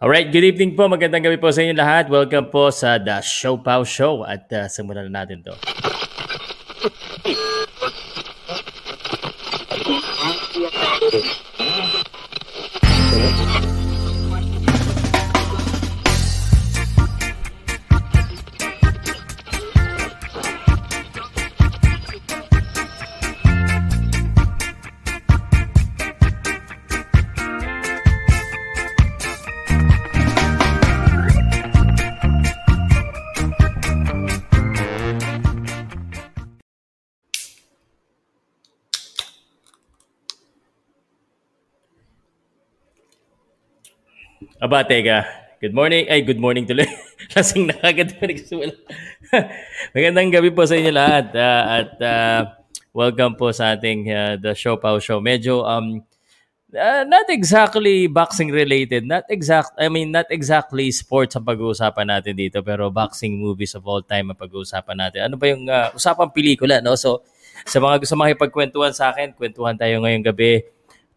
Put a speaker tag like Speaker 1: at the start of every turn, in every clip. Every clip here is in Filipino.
Speaker 1: Alright, good evening po. Magandang gabi po sa inyo lahat. Welcome po sa The Show Pow Show at uh, simulan na natin to. Aba, teka. Good morning. Ay, good morning tuloy. Lasing na agad pa nagsimula. Magandang gabi po sa inyo lahat. Ah, at ah, welcome po sa ating ah, The Show Pao Show. Medyo, um, ah, not exactly boxing related. Not exact, I mean, not exactly sports ang pag-uusapan natin dito. Pero boxing movies of all time ang pag-uusapan natin. Ano ba yung ah, usapang pelikula, no? So, sa mga gusto makipagkwentuhan sa akin, kwentuhan tayo ngayong gabi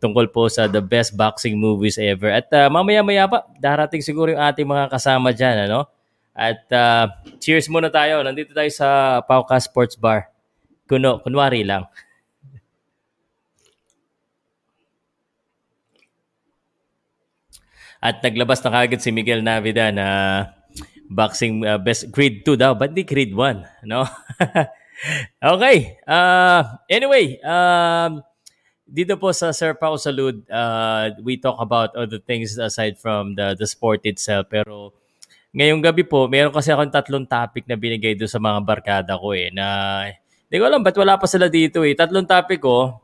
Speaker 1: tungkol po sa the best boxing movies ever. At uh, mamaya-maya pa, darating siguro yung ating mga kasama dyan, ano? At uh, cheers muna tayo. Nandito tayo sa Pauka Sports Bar. Kuno, kunwari lang. At naglabas na kagad si Miguel Navida na boxing uh, best grade 2 daw, but di grade 1, no? okay. Uh, anyway, um, dito po sa Sir Pao Salud, uh, we talk about other things aside from the, the sport itself. Pero ngayong gabi po, meron kasi akong tatlong topic na binigay doon sa mga barkada ko eh. Na, hindi ko alam ba't wala pa sila dito eh. Tatlong topic ko,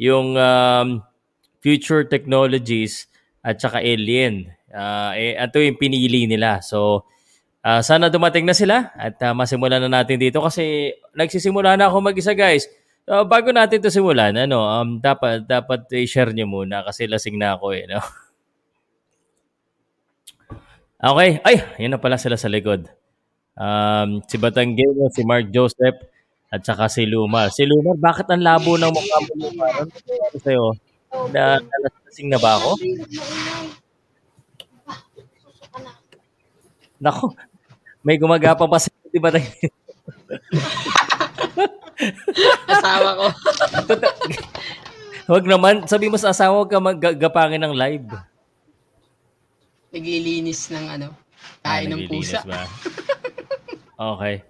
Speaker 1: yung um, future technologies at saka alien. Ah, eh, ito yung pinili nila. So, ah, sana dumating na sila at ah, masimulan na natin dito kasi nagsisimula na ako mag-isa guys. So, bago natin to simulan, ano, um, dapat, dapat i-share nyo muna kasi lasing na ako eh. No? Okay. Ay, yun na pala sila sa likod. Um, si Batanguero, si Mark Joseph, at saka si Lumar. Si Lumar, bakit ang labo ng mukha mo, Lumar? Ano nangyari sa'yo? Na, nalasing na ba ako? Nako, may gumagapang pa sa di ba?
Speaker 2: Asawa ko.
Speaker 1: Huwag naman, sabi mo sa asawa, huwag ka maggagapangin ng live.
Speaker 2: Naglilinis ng ano,
Speaker 1: Ah,
Speaker 2: kain ng
Speaker 1: naglilinis
Speaker 2: pusa.
Speaker 1: ba? okay.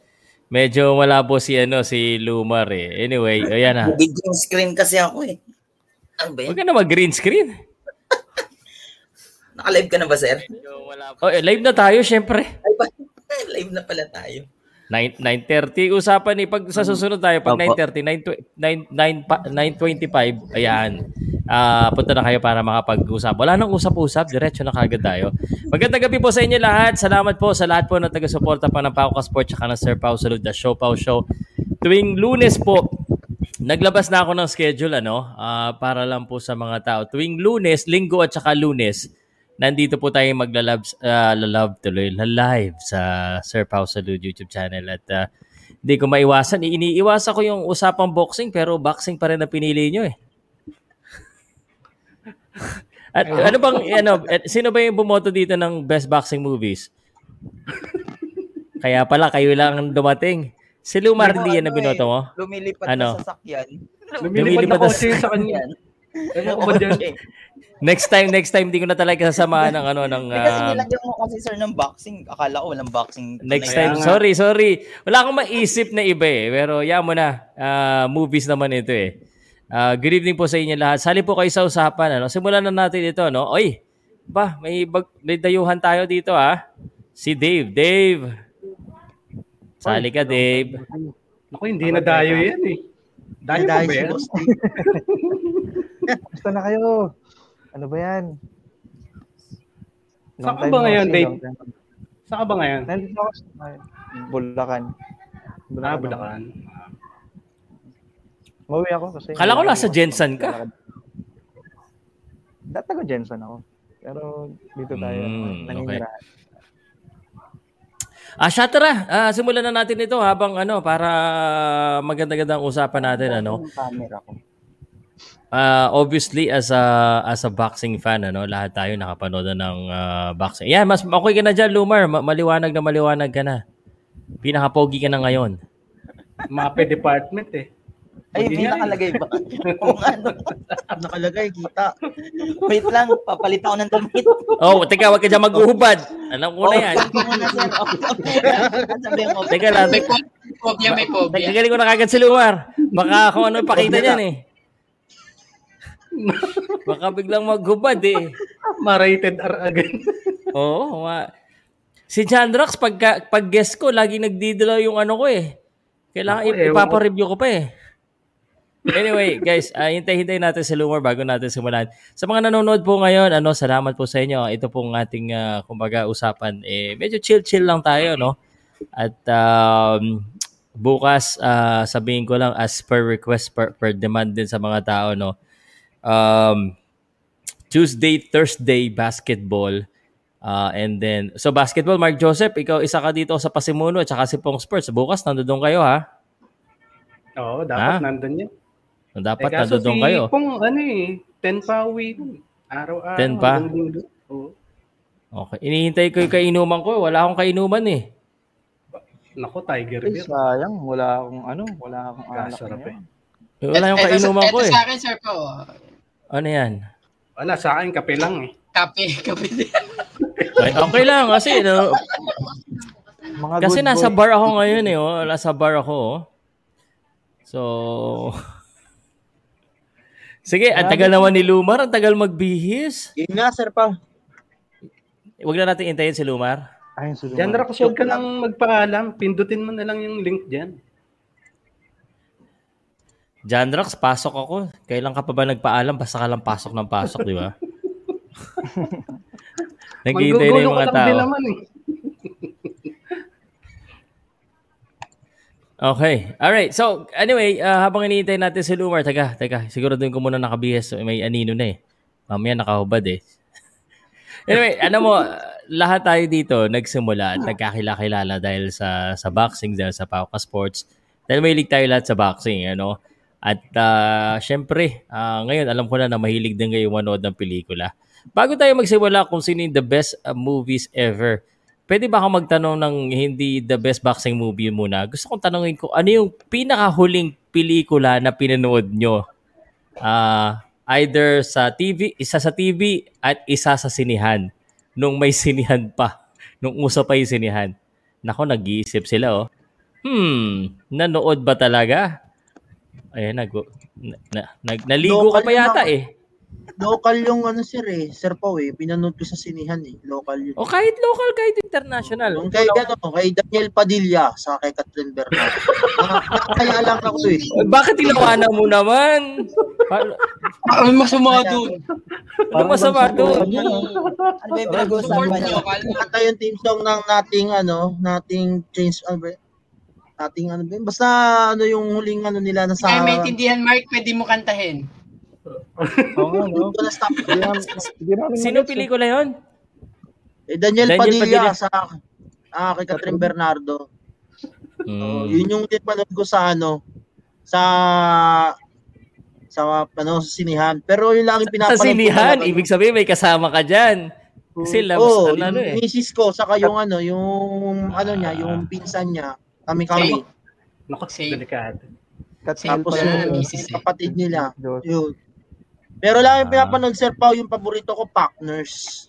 Speaker 1: Medyo wala po si ano si Lumar eh. Anyway, ayan na.
Speaker 3: Big green screen kasi ako eh. Ano ba
Speaker 1: Huwag
Speaker 3: yun?
Speaker 1: ka na mag-green screen.
Speaker 3: Naka-live ka na ba, sir?
Speaker 1: Oh, eh, live na tayo, syempre.
Speaker 3: Ay, ba? live na pala tayo.
Speaker 1: 9, 9.30. Usapan ni pag sa susunod tayo, pag
Speaker 3: Opo.
Speaker 1: 9.30, 9, 9, pa- 9.25, ayan. Ah, punta na kayo para makapag-usap. Wala nang usap-usap, diretso na kagad tayo. Magandang gabi po sa inyo lahat. Salamat po sa lahat po na taga-suporta pa ng Pauka Sports tsaka ng Sir Pau Salud, The Show Pau Show. Tuwing lunes po, Naglabas na ako ng schedule ano ah, para lang po sa mga tao. Tuwing Lunes, Linggo at saka Lunes, nandito po tayo maglalab ah, lalab tuloy, live sa Sir Pao Salud YouTube channel at ah, hindi ko maiwasan. Iniiwasan ko yung usapang boxing pero boxing pa rin ang pinili nyo eh. At ano bang ano at sino ba yung bumoto dito ng best boxing movies? Kaya pala kayo lang ang dumating. Si Lumar hindi
Speaker 3: ano,
Speaker 1: yan na
Speaker 3: eh.
Speaker 1: binoto mo?
Speaker 3: Lumilipat
Speaker 1: Ano?
Speaker 3: na sasakyan.
Speaker 4: Lumilipad
Speaker 1: Lumilipad
Speaker 4: na
Speaker 1: na-
Speaker 4: kotse yun sa kanya.
Speaker 3: Yan.
Speaker 4: Ewan ko ba dyan?
Speaker 1: Next time, next time, di ko na talaga sasamahan ng ano, ng...
Speaker 3: Eh, kasi
Speaker 1: um,
Speaker 3: nilagyan mo kasi, sir, ng boxing. Akala ko walang boxing.
Speaker 1: next
Speaker 4: Kaya
Speaker 1: time,
Speaker 4: nga.
Speaker 1: sorry, sorry. Wala akong maisip na iba eh. Pero yan mo na, Ah, movies naman ito eh. Ah, good evening po sa inyo lahat. Sali po kayo sa usapan. Ano? Simulan na natin ito. No? Oy, ba, may, bag, may dayuhan tayo dito ah. Si Dave. Dave. Sali ka, Dave.
Speaker 4: Naku, hindi na dayo yan eh. Dayo pa
Speaker 3: Dahil
Speaker 4: ba
Speaker 3: si
Speaker 4: yan?
Speaker 3: Boss
Speaker 5: Gusto na kayo. Ano ba yan?
Speaker 4: Saan
Speaker 5: Long
Speaker 4: ka
Speaker 5: time
Speaker 4: ba
Speaker 5: no
Speaker 4: ngayon,
Speaker 5: see,
Speaker 4: Dave?
Speaker 5: long time.
Speaker 4: Saan ka ba ngayon?
Speaker 5: Nandito ako sa Bulacan.
Speaker 4: Ah,
Speaker 5: ako.
Speaker 4: Bulacan.
Speaker 5: Umuwi ako kasi.
Speaker 1: Kala ko nasa Jensen ka.
Speaker 5: Dati ko Jensen ako. Pero dito tayo.
Speaker 6: ano,
Speaker 1: Mm,
Speaker 5: naninirahan.
Speaker 1: Ah, siya tara. Ah, simulan na natin ito habang ano, para maganda-ganda ang usapan natin. Ano?
Speaker 5: Ang camera ko.
Speaker 1: uh, obviously as a as a boxing fan ano, lahat tayo nakapanood na ng uh, boxing. Yeah, mas okay ka na diyan, Lumar. Ma- maliwanag na maliwanag ka na. Pinakapogi ka na ngayon.
Speaker 4: Mape department eh.
Speaker 3: Ay, may
Speaker 4: Hindi nga eh.
Speaker 3: nakalagay ba? Kung ano.
Speaker 6: Nakalagay, kita.
Speaker 3: Wait lang, papalit ako ng damit.
Speaker 1: Oh, teka, wag ka diyan maguhubad. Alam ko na yan.
Speaker 3: Oh, ako na, sir. Oh, Ang sabi mo,
Speaker 1: Teka lang,
Speaker 2: May
Speaker 1: tek-
Speaker 2: po- may phobia, may phobia.
Speaker 1: Nagagaling ko na kagad si Lumar. Baka kung ano pakita niyan eh. Baka biglang maghubad eh.
Speaker 4: Ma-rated R agad.
Speaker 1: Oo. Ma- si Chandrox, pag, pag guest ko, lagi nagdidalaw yung ano ko eh. Kailangan
Speaker 4: Ako,
Speaker 1: ip-
Speaker 4: ewan ko.
Speaker 1: ipapareview ko pa eh. Anyway, guys, ah, hintay-hintay natin si Lumar bago natin simulan. Sa mga nanonood po ngayon, ano, salamat po sa inyo. Ito pong ating ah, kumbaga usapan eh medyo chill-chill lang tayo, no? At um, bukas ah, sabihin ko lang as per request per, per demand din sa mga tao, no? Um, Tuesday, Thursday basketball. Ah, and then, so basketball, Mark Joseph, ikaw isa ka dito sa Pasimuno at saka si Pong Sports. Bukas, nandoon kayo ha? Ah.
Speaker 4: Oo, dapat nandun yun.
Speaker 1: Dapat
Speaker 4: Eh, kaso
Speaker 1: nandoon
Speaker 4: si
Speaker 1: kayo.
Speaker 4: Pong, ano eh, 10 pa uwi. nun. Araw-araw.
Speaker 1: 10 pa?
Speaker 4: hanggang linggo. Oo.
Speaker 1: Okay. Inihintay ko yung kainuman ko. Wala akong kainuman eh.
Speaker 4: Naku, Tiger
Speaker 5: Ay,
Speaker 4: Beer.
Speaker 5: sayang. Wala akong ano. Wala akong alak
Speaker 4: Kasarap
Speaker 5: ngayon.
Speaker 4: eh.
Speaker 1: Wala yung
Speaker 2: Eto-
Speaker 1: kainuman
Speaker 2: eto
Speaker 1: ko eh.
Speaker 2: sa akin, sir, po.
Speaker 1: Ano yan?
Speaker 4: Wala, sa akin, kape lang eh.
Speaker 2: Kape, kape din.
Speaker 1: Okay, okay lang kasi no,
Speaker 5: Mga
Speaker 1: kasi
Speaker 5: good
Speaker 1: nasa
Speaker 5: boy.
Speaker 1: bar ako ngayon eh. Oh. Nasa bar ako. Oh. So Sige, ang tagal naman ni Lumar. Ang tagal magbihis.
Speaker 6: Yun nga, sir, pa.
Speaker 1: Huwag na natin intayin si Lumar.
Speaker 5: Ayun, sulungan.
Speaker 4: Diyan, Rox, huwag ka nang magpaalam. Pindutin mo na lang yung link dyan.
Speaker 1: John Rox, pasok ako. Kailan ka pa ba nagpaalam? Basta ka lang pasok ng pasok, di ba? Naghihintay na
Speaker 4: Manggugulo
Speaker 1: yung
Speaker 4: ka
Speaker 1: mga
Speaker 4: lang
Speaker 1: tao.
Speaker 4: din naman eh.
Speaker 1: Okay. Alright. So, anyway, ah, habang hinihintay natin si Lumar, taga, taga, siguro doon ko muna nakabihes. May anino na eh. Mamaya nakahubad eh. anyway, ano mo, ah, lahat tayo dito nagsimula at nagkakilakilala dahil sa sa boxing, dahil sa Pauka Sports. Dahil mahilig tayo lahat sa boxing, ano? At ah, syempre, ah, ngayon alam ko na na mahilig din kayo manood ng pelikula. Bago tayo magsimula kung sino yung the best ah, movies ever, pwede ba ako magtanong ng hindi the best boxing movie muna? Gusto kong tanongin ko, ano yung pinakahuling pelikula na pinanood nyo? Ah, either sa TV, isa sa TV at isa sa sinihan. Nung may sinihan pa. Nung uso pa yung sinihan. Nako, nag-iisip sila oh. Hmm, nanood ba talaga? Ayan, nag, na, na- nag- naligo ka
Speaker 6: Local
Speaker 1: pa
Speaker 6: yun
Speaker 1: yata
Speaker 6: ako.
Speaker 1: eh.
Speaker 6: Local yung ano, sir, eh. Sir, pa, eh. Pinanood ko sa sinihan, eh. Local yun.
Speaker 1: O kahit local, kahit international.
Speaker 6: Yung kay, ano, kay Daniel Padilla sa kay Catherine Bernal. Kaya lang ako, eh.
Speaker 1: Bakit tinawanan mo naman? Pa-
Speaker 2: Ay, masama doon.
Speaker 1: Ano masama doon?
Speaker 5: ah.
Speaker 3: Ano ba yung
Speaker 2: Support
Speaker 3: pinag-uusapan niyo?
Speaker 2: local.
Speaker 6: Kanta yung team song ng nating ano, nating change ano ba? yun? Nating ano ba? yun? Basta ano yung huling ano nila na
Speaker 2: Kaya
Speaker 6: sa
Speaker 2: maintindihan, Mark, pwede mo kantahin.
Speaker 5: Oo nga, no?
Speaker 6: Doon ko na stop.
Speaker 5: Hindi namin- hindi namin
Speaker 1: Sino
Speaker 5: nag-gets, eh.
Speaker 1: pelikula yon?
Speaker 6: Eh, Daniel,
Speaker 1: Daniel Padilla.
Speaker 6: Padilla, sa ah, kay Catherine Bernardo.
Speaker 1: Mm.
Speaker 6: Oh, yun yung tinapanood ko sa ano sa sa ano sa sinihan. Pero yun lang yung
Speaker 1: Sa
Speaker 6: pinapanood ko
Speaker 1: sinihan,
Speaker 6: talaga.
Speaker 1: ibig sabihin may kasama ka dyan. Kasi labas
Speaker 6: Oo,
Speaker 1: ano, ano
Speaker 6: yung
Speaker 1: eh.
Speaker 6: misis ko saka yung ano, yung ano niya,
Speaker 1: Ah.
Speaker 6: yung pinsan niya, kami-kami.
Speaker 4: Naku,
Speaker 2: Same.
Speaker 4: delikado.
Speaker 5: Katsal
Speaker 6: Tapos
Speaker 5: pa
Speaker 2: Sino
Speaker 5: yun.
Speaker 2: na
Speaker 6: yung
Speaker 2: misis eh?
Speaker 6: kapatid nila.
Speaker 5: Diyos.
Speaker 6: Yun. Pero lang yung
Speaker 1: Ah.
Speaker 6: pinapanood, Sir Pao, yung paborito ko, Partners.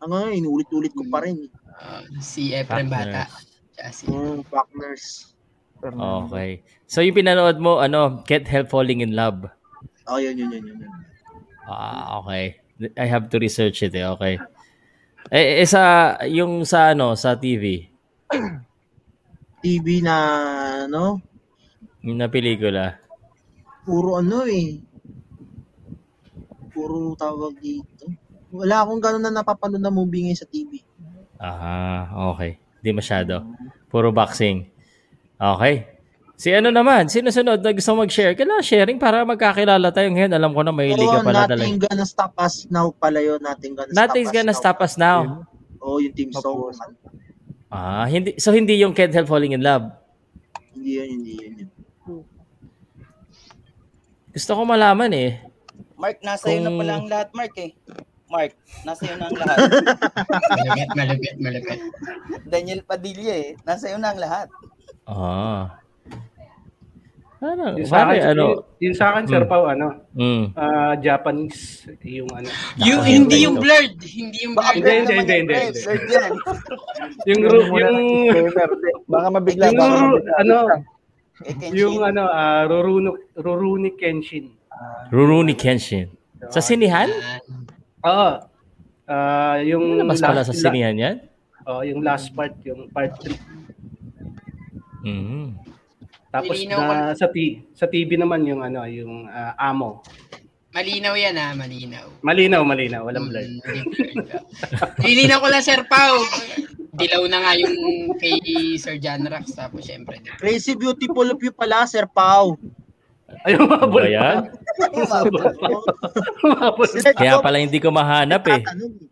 Speaker 6: Ang ngayon, inulit-ulit ko pa rin.
Speaker 2: Ah, si Efren Bata. Siya, si-
Speaker 1: Hmm.
Speaker 6: Mm, Partners.
Speaker 1: Okay. So yung pinanood mo, ano, Can't Help Falling in Love.
Speaker 6: Oh, yun, yun, yun, yun. yun.
Speaker 1: Ah, okay. I have to research it eh. Okay. Eh, eh, sa, yung sa ano, sa TV,
Speaker 6: TV na, ano,
Speaker 1: yung na pelikula.
Speaker 6: puro ano eh. Puro tawag dito. Wala akong ganun na napapanood na movie ngayon sa TV.
Speaker 1: Aha, okay. Di masyado. Puro boxing. Okay. Si ano naman, sino sunod na gusto mag-share? Kailangan sharing para magkakilala tayo ngayon. Alam ko na may
Speaker 6: Pero
Speaker 1: liga pala talaga.
Speaker 6: Nothing gonna stop us now pala yun. Nothing gonna
Speaker 1: Nothing's
Speaker 6: stop us
Speaker 1: gonna
Speaker 6: now.
Speaker 1: stop us now.
Speaker 6: Oo, oh, yung team song.
Speaker 1: Ah, hindi so hindi yung Can't Help Falling in Love.
Speaker 6: Hindi yun, hindi yun. yun.
Speaker 1: Gusto ko malaman eh.
Speaker 3: Mark, nasa iyo na
Speaker 1: Kung-
Speaker 3: pala ang lahat, Mark eh. Mark, nasa iyo na ang lahat.
Speaker 2: Malugat, malugat, malugat.
Speaker 3: Daniel Padilla eh, nasa iyo na ang lahat.
Speaker 1: Ah. Ano,
Speaker 4: Yung sa
Speaker 1: pare,
Speaker 4: akin,
Speaker 1: ano?
Speaker 4: yung- yung sa akin, Sir
Speaker 1: Mm.
Speaker 4: Pao, ano,
Speaker 1: Mm.
Speaker 4: ah, Japanese, yung ano,
Speaker 2: Yung,
Speaker 1: Nakakahintay
Speaker 2: hindi yung
Speaker 1: ito.
Speaker 2: blurred. Hindi yung
Speaker 3: Baka
Speaker 2: blurred.
Speaker 4: Hindi, hindi,
Speaker 3: naman
Speaker 4: hindi,
Speaker 3: yan,
Speaker 4: hindi,
Speaker 3: Fred,
Speaker 4: hindi.
Speaker 3: Fred yan.
Speaker 4: yung,
Speaker 5: Ganun
Speaker 4: ru-
Speaker 5: muna
Speaker 4: yung,
Speaker 5: ng disclaimer. Baka mabigla.
Speaker 4: yung,
Speaker 5: baka
Speaker 4: ru-
Speaker 5: mabigla.
Speaker 4: ano,
Speaker 3: Eh, Kenshin.
Speaker 4: yung ano, ah, Ruruno, Ruruni Kenshin.
Speaker 1: Rurouni Kenshin. Sa sinihan?
Speaker 2: Ah,
Speaker 4: Oo. Ah, yung
Speaker 1: Ano mas pala
Speaker 4: last-
Speaker 1: sa sinihan yan?
Speaker 4: Oo, yung last part, yung part 3.
Speaker 1: Mm.
Speaker 4: Tapos
Speaker 2: Nilinaw
Speaker 4: na, sa, t- sa TV naman yung ano, yung ah, Amo.
Speaker 2: malinaw yan ah, malinaw.
Speaker 4: Malinaw, malinaw, walang
Speaker 3: Hmm.
Speaker 4: blur.
Speaker 2: Mm, hindi blurred. Lilinaw ko lang, Sir Pao. Dilaw na nga yung kay Sir John Rax. Tapos, syempre,
Speaker 6: Crazy Beautiful of You pala, Sir Pau.
Speaker 1: Ano
Speaker 4: Ayun,
Speaker 1: ba
Speaker 4: mabul pa.
Speaker 1: yan?
Speaker 4: Mabul pa.
Speaker 1: Kaya pala hindi ko mahanap eh.
Speaker 6: Tatanong eh.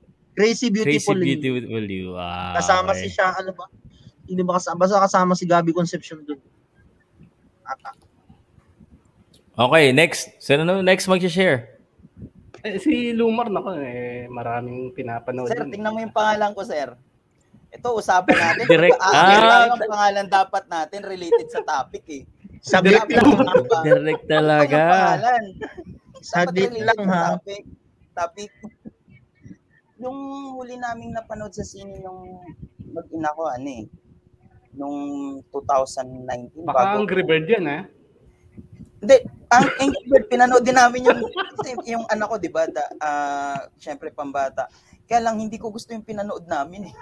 Speaker 1: Crazy
Speaker 6: Crazy Beautiful. of You.
Speaker 1: Beautiful You. Ah,
Speaker 6: Kasama
Speaker 1: okay.
Speaker 6: si siya, ano ba? Hindi ba kasama? Basta kasama si Gabby Concepcion doon.
Speaker 1: Okay, next. Sino na next mag-share?
Speaker 4: Eh, si Lumar, nako, eh, maraming pinapanood.
Speaker 3: Sir,
Speaker 4: yun.
Speaker 3: tingnan mo yung pangalan ko, sir. Ito, usapan natin.
Speaker 1: Direct- Ah!
Speaker 3: Ah, yung pangalan dapat natin related sa topic eh.
Speaker 6: Saglit
Speaker 3: Sabi
Speaker 6: lang,
Speaker 3: ko, ano ba?
Speaker 1: Direct talaga.
Speaker 3: Ano yung pangalan? Dapat
Speaker 6: saglit
Speaker 3: related
Speaker 6: lang
Speaker 3: sa
Speaker 6: ha.
Speaker 3: Topic. topic. Yung huli naming napanood sa sine nung mag-ina ko, ano eh. Nung 2019.
Speaker 4: Baka Angry Bird eh. yan, ha?
Speaker 3: Hindi, ang Angry Bird, pinanood din namin yung, kasi yung anak ko, di ba? Da, ah, Siyempre, pambata. Kaya lang, hindi ko gusto yung pinanood namin eh.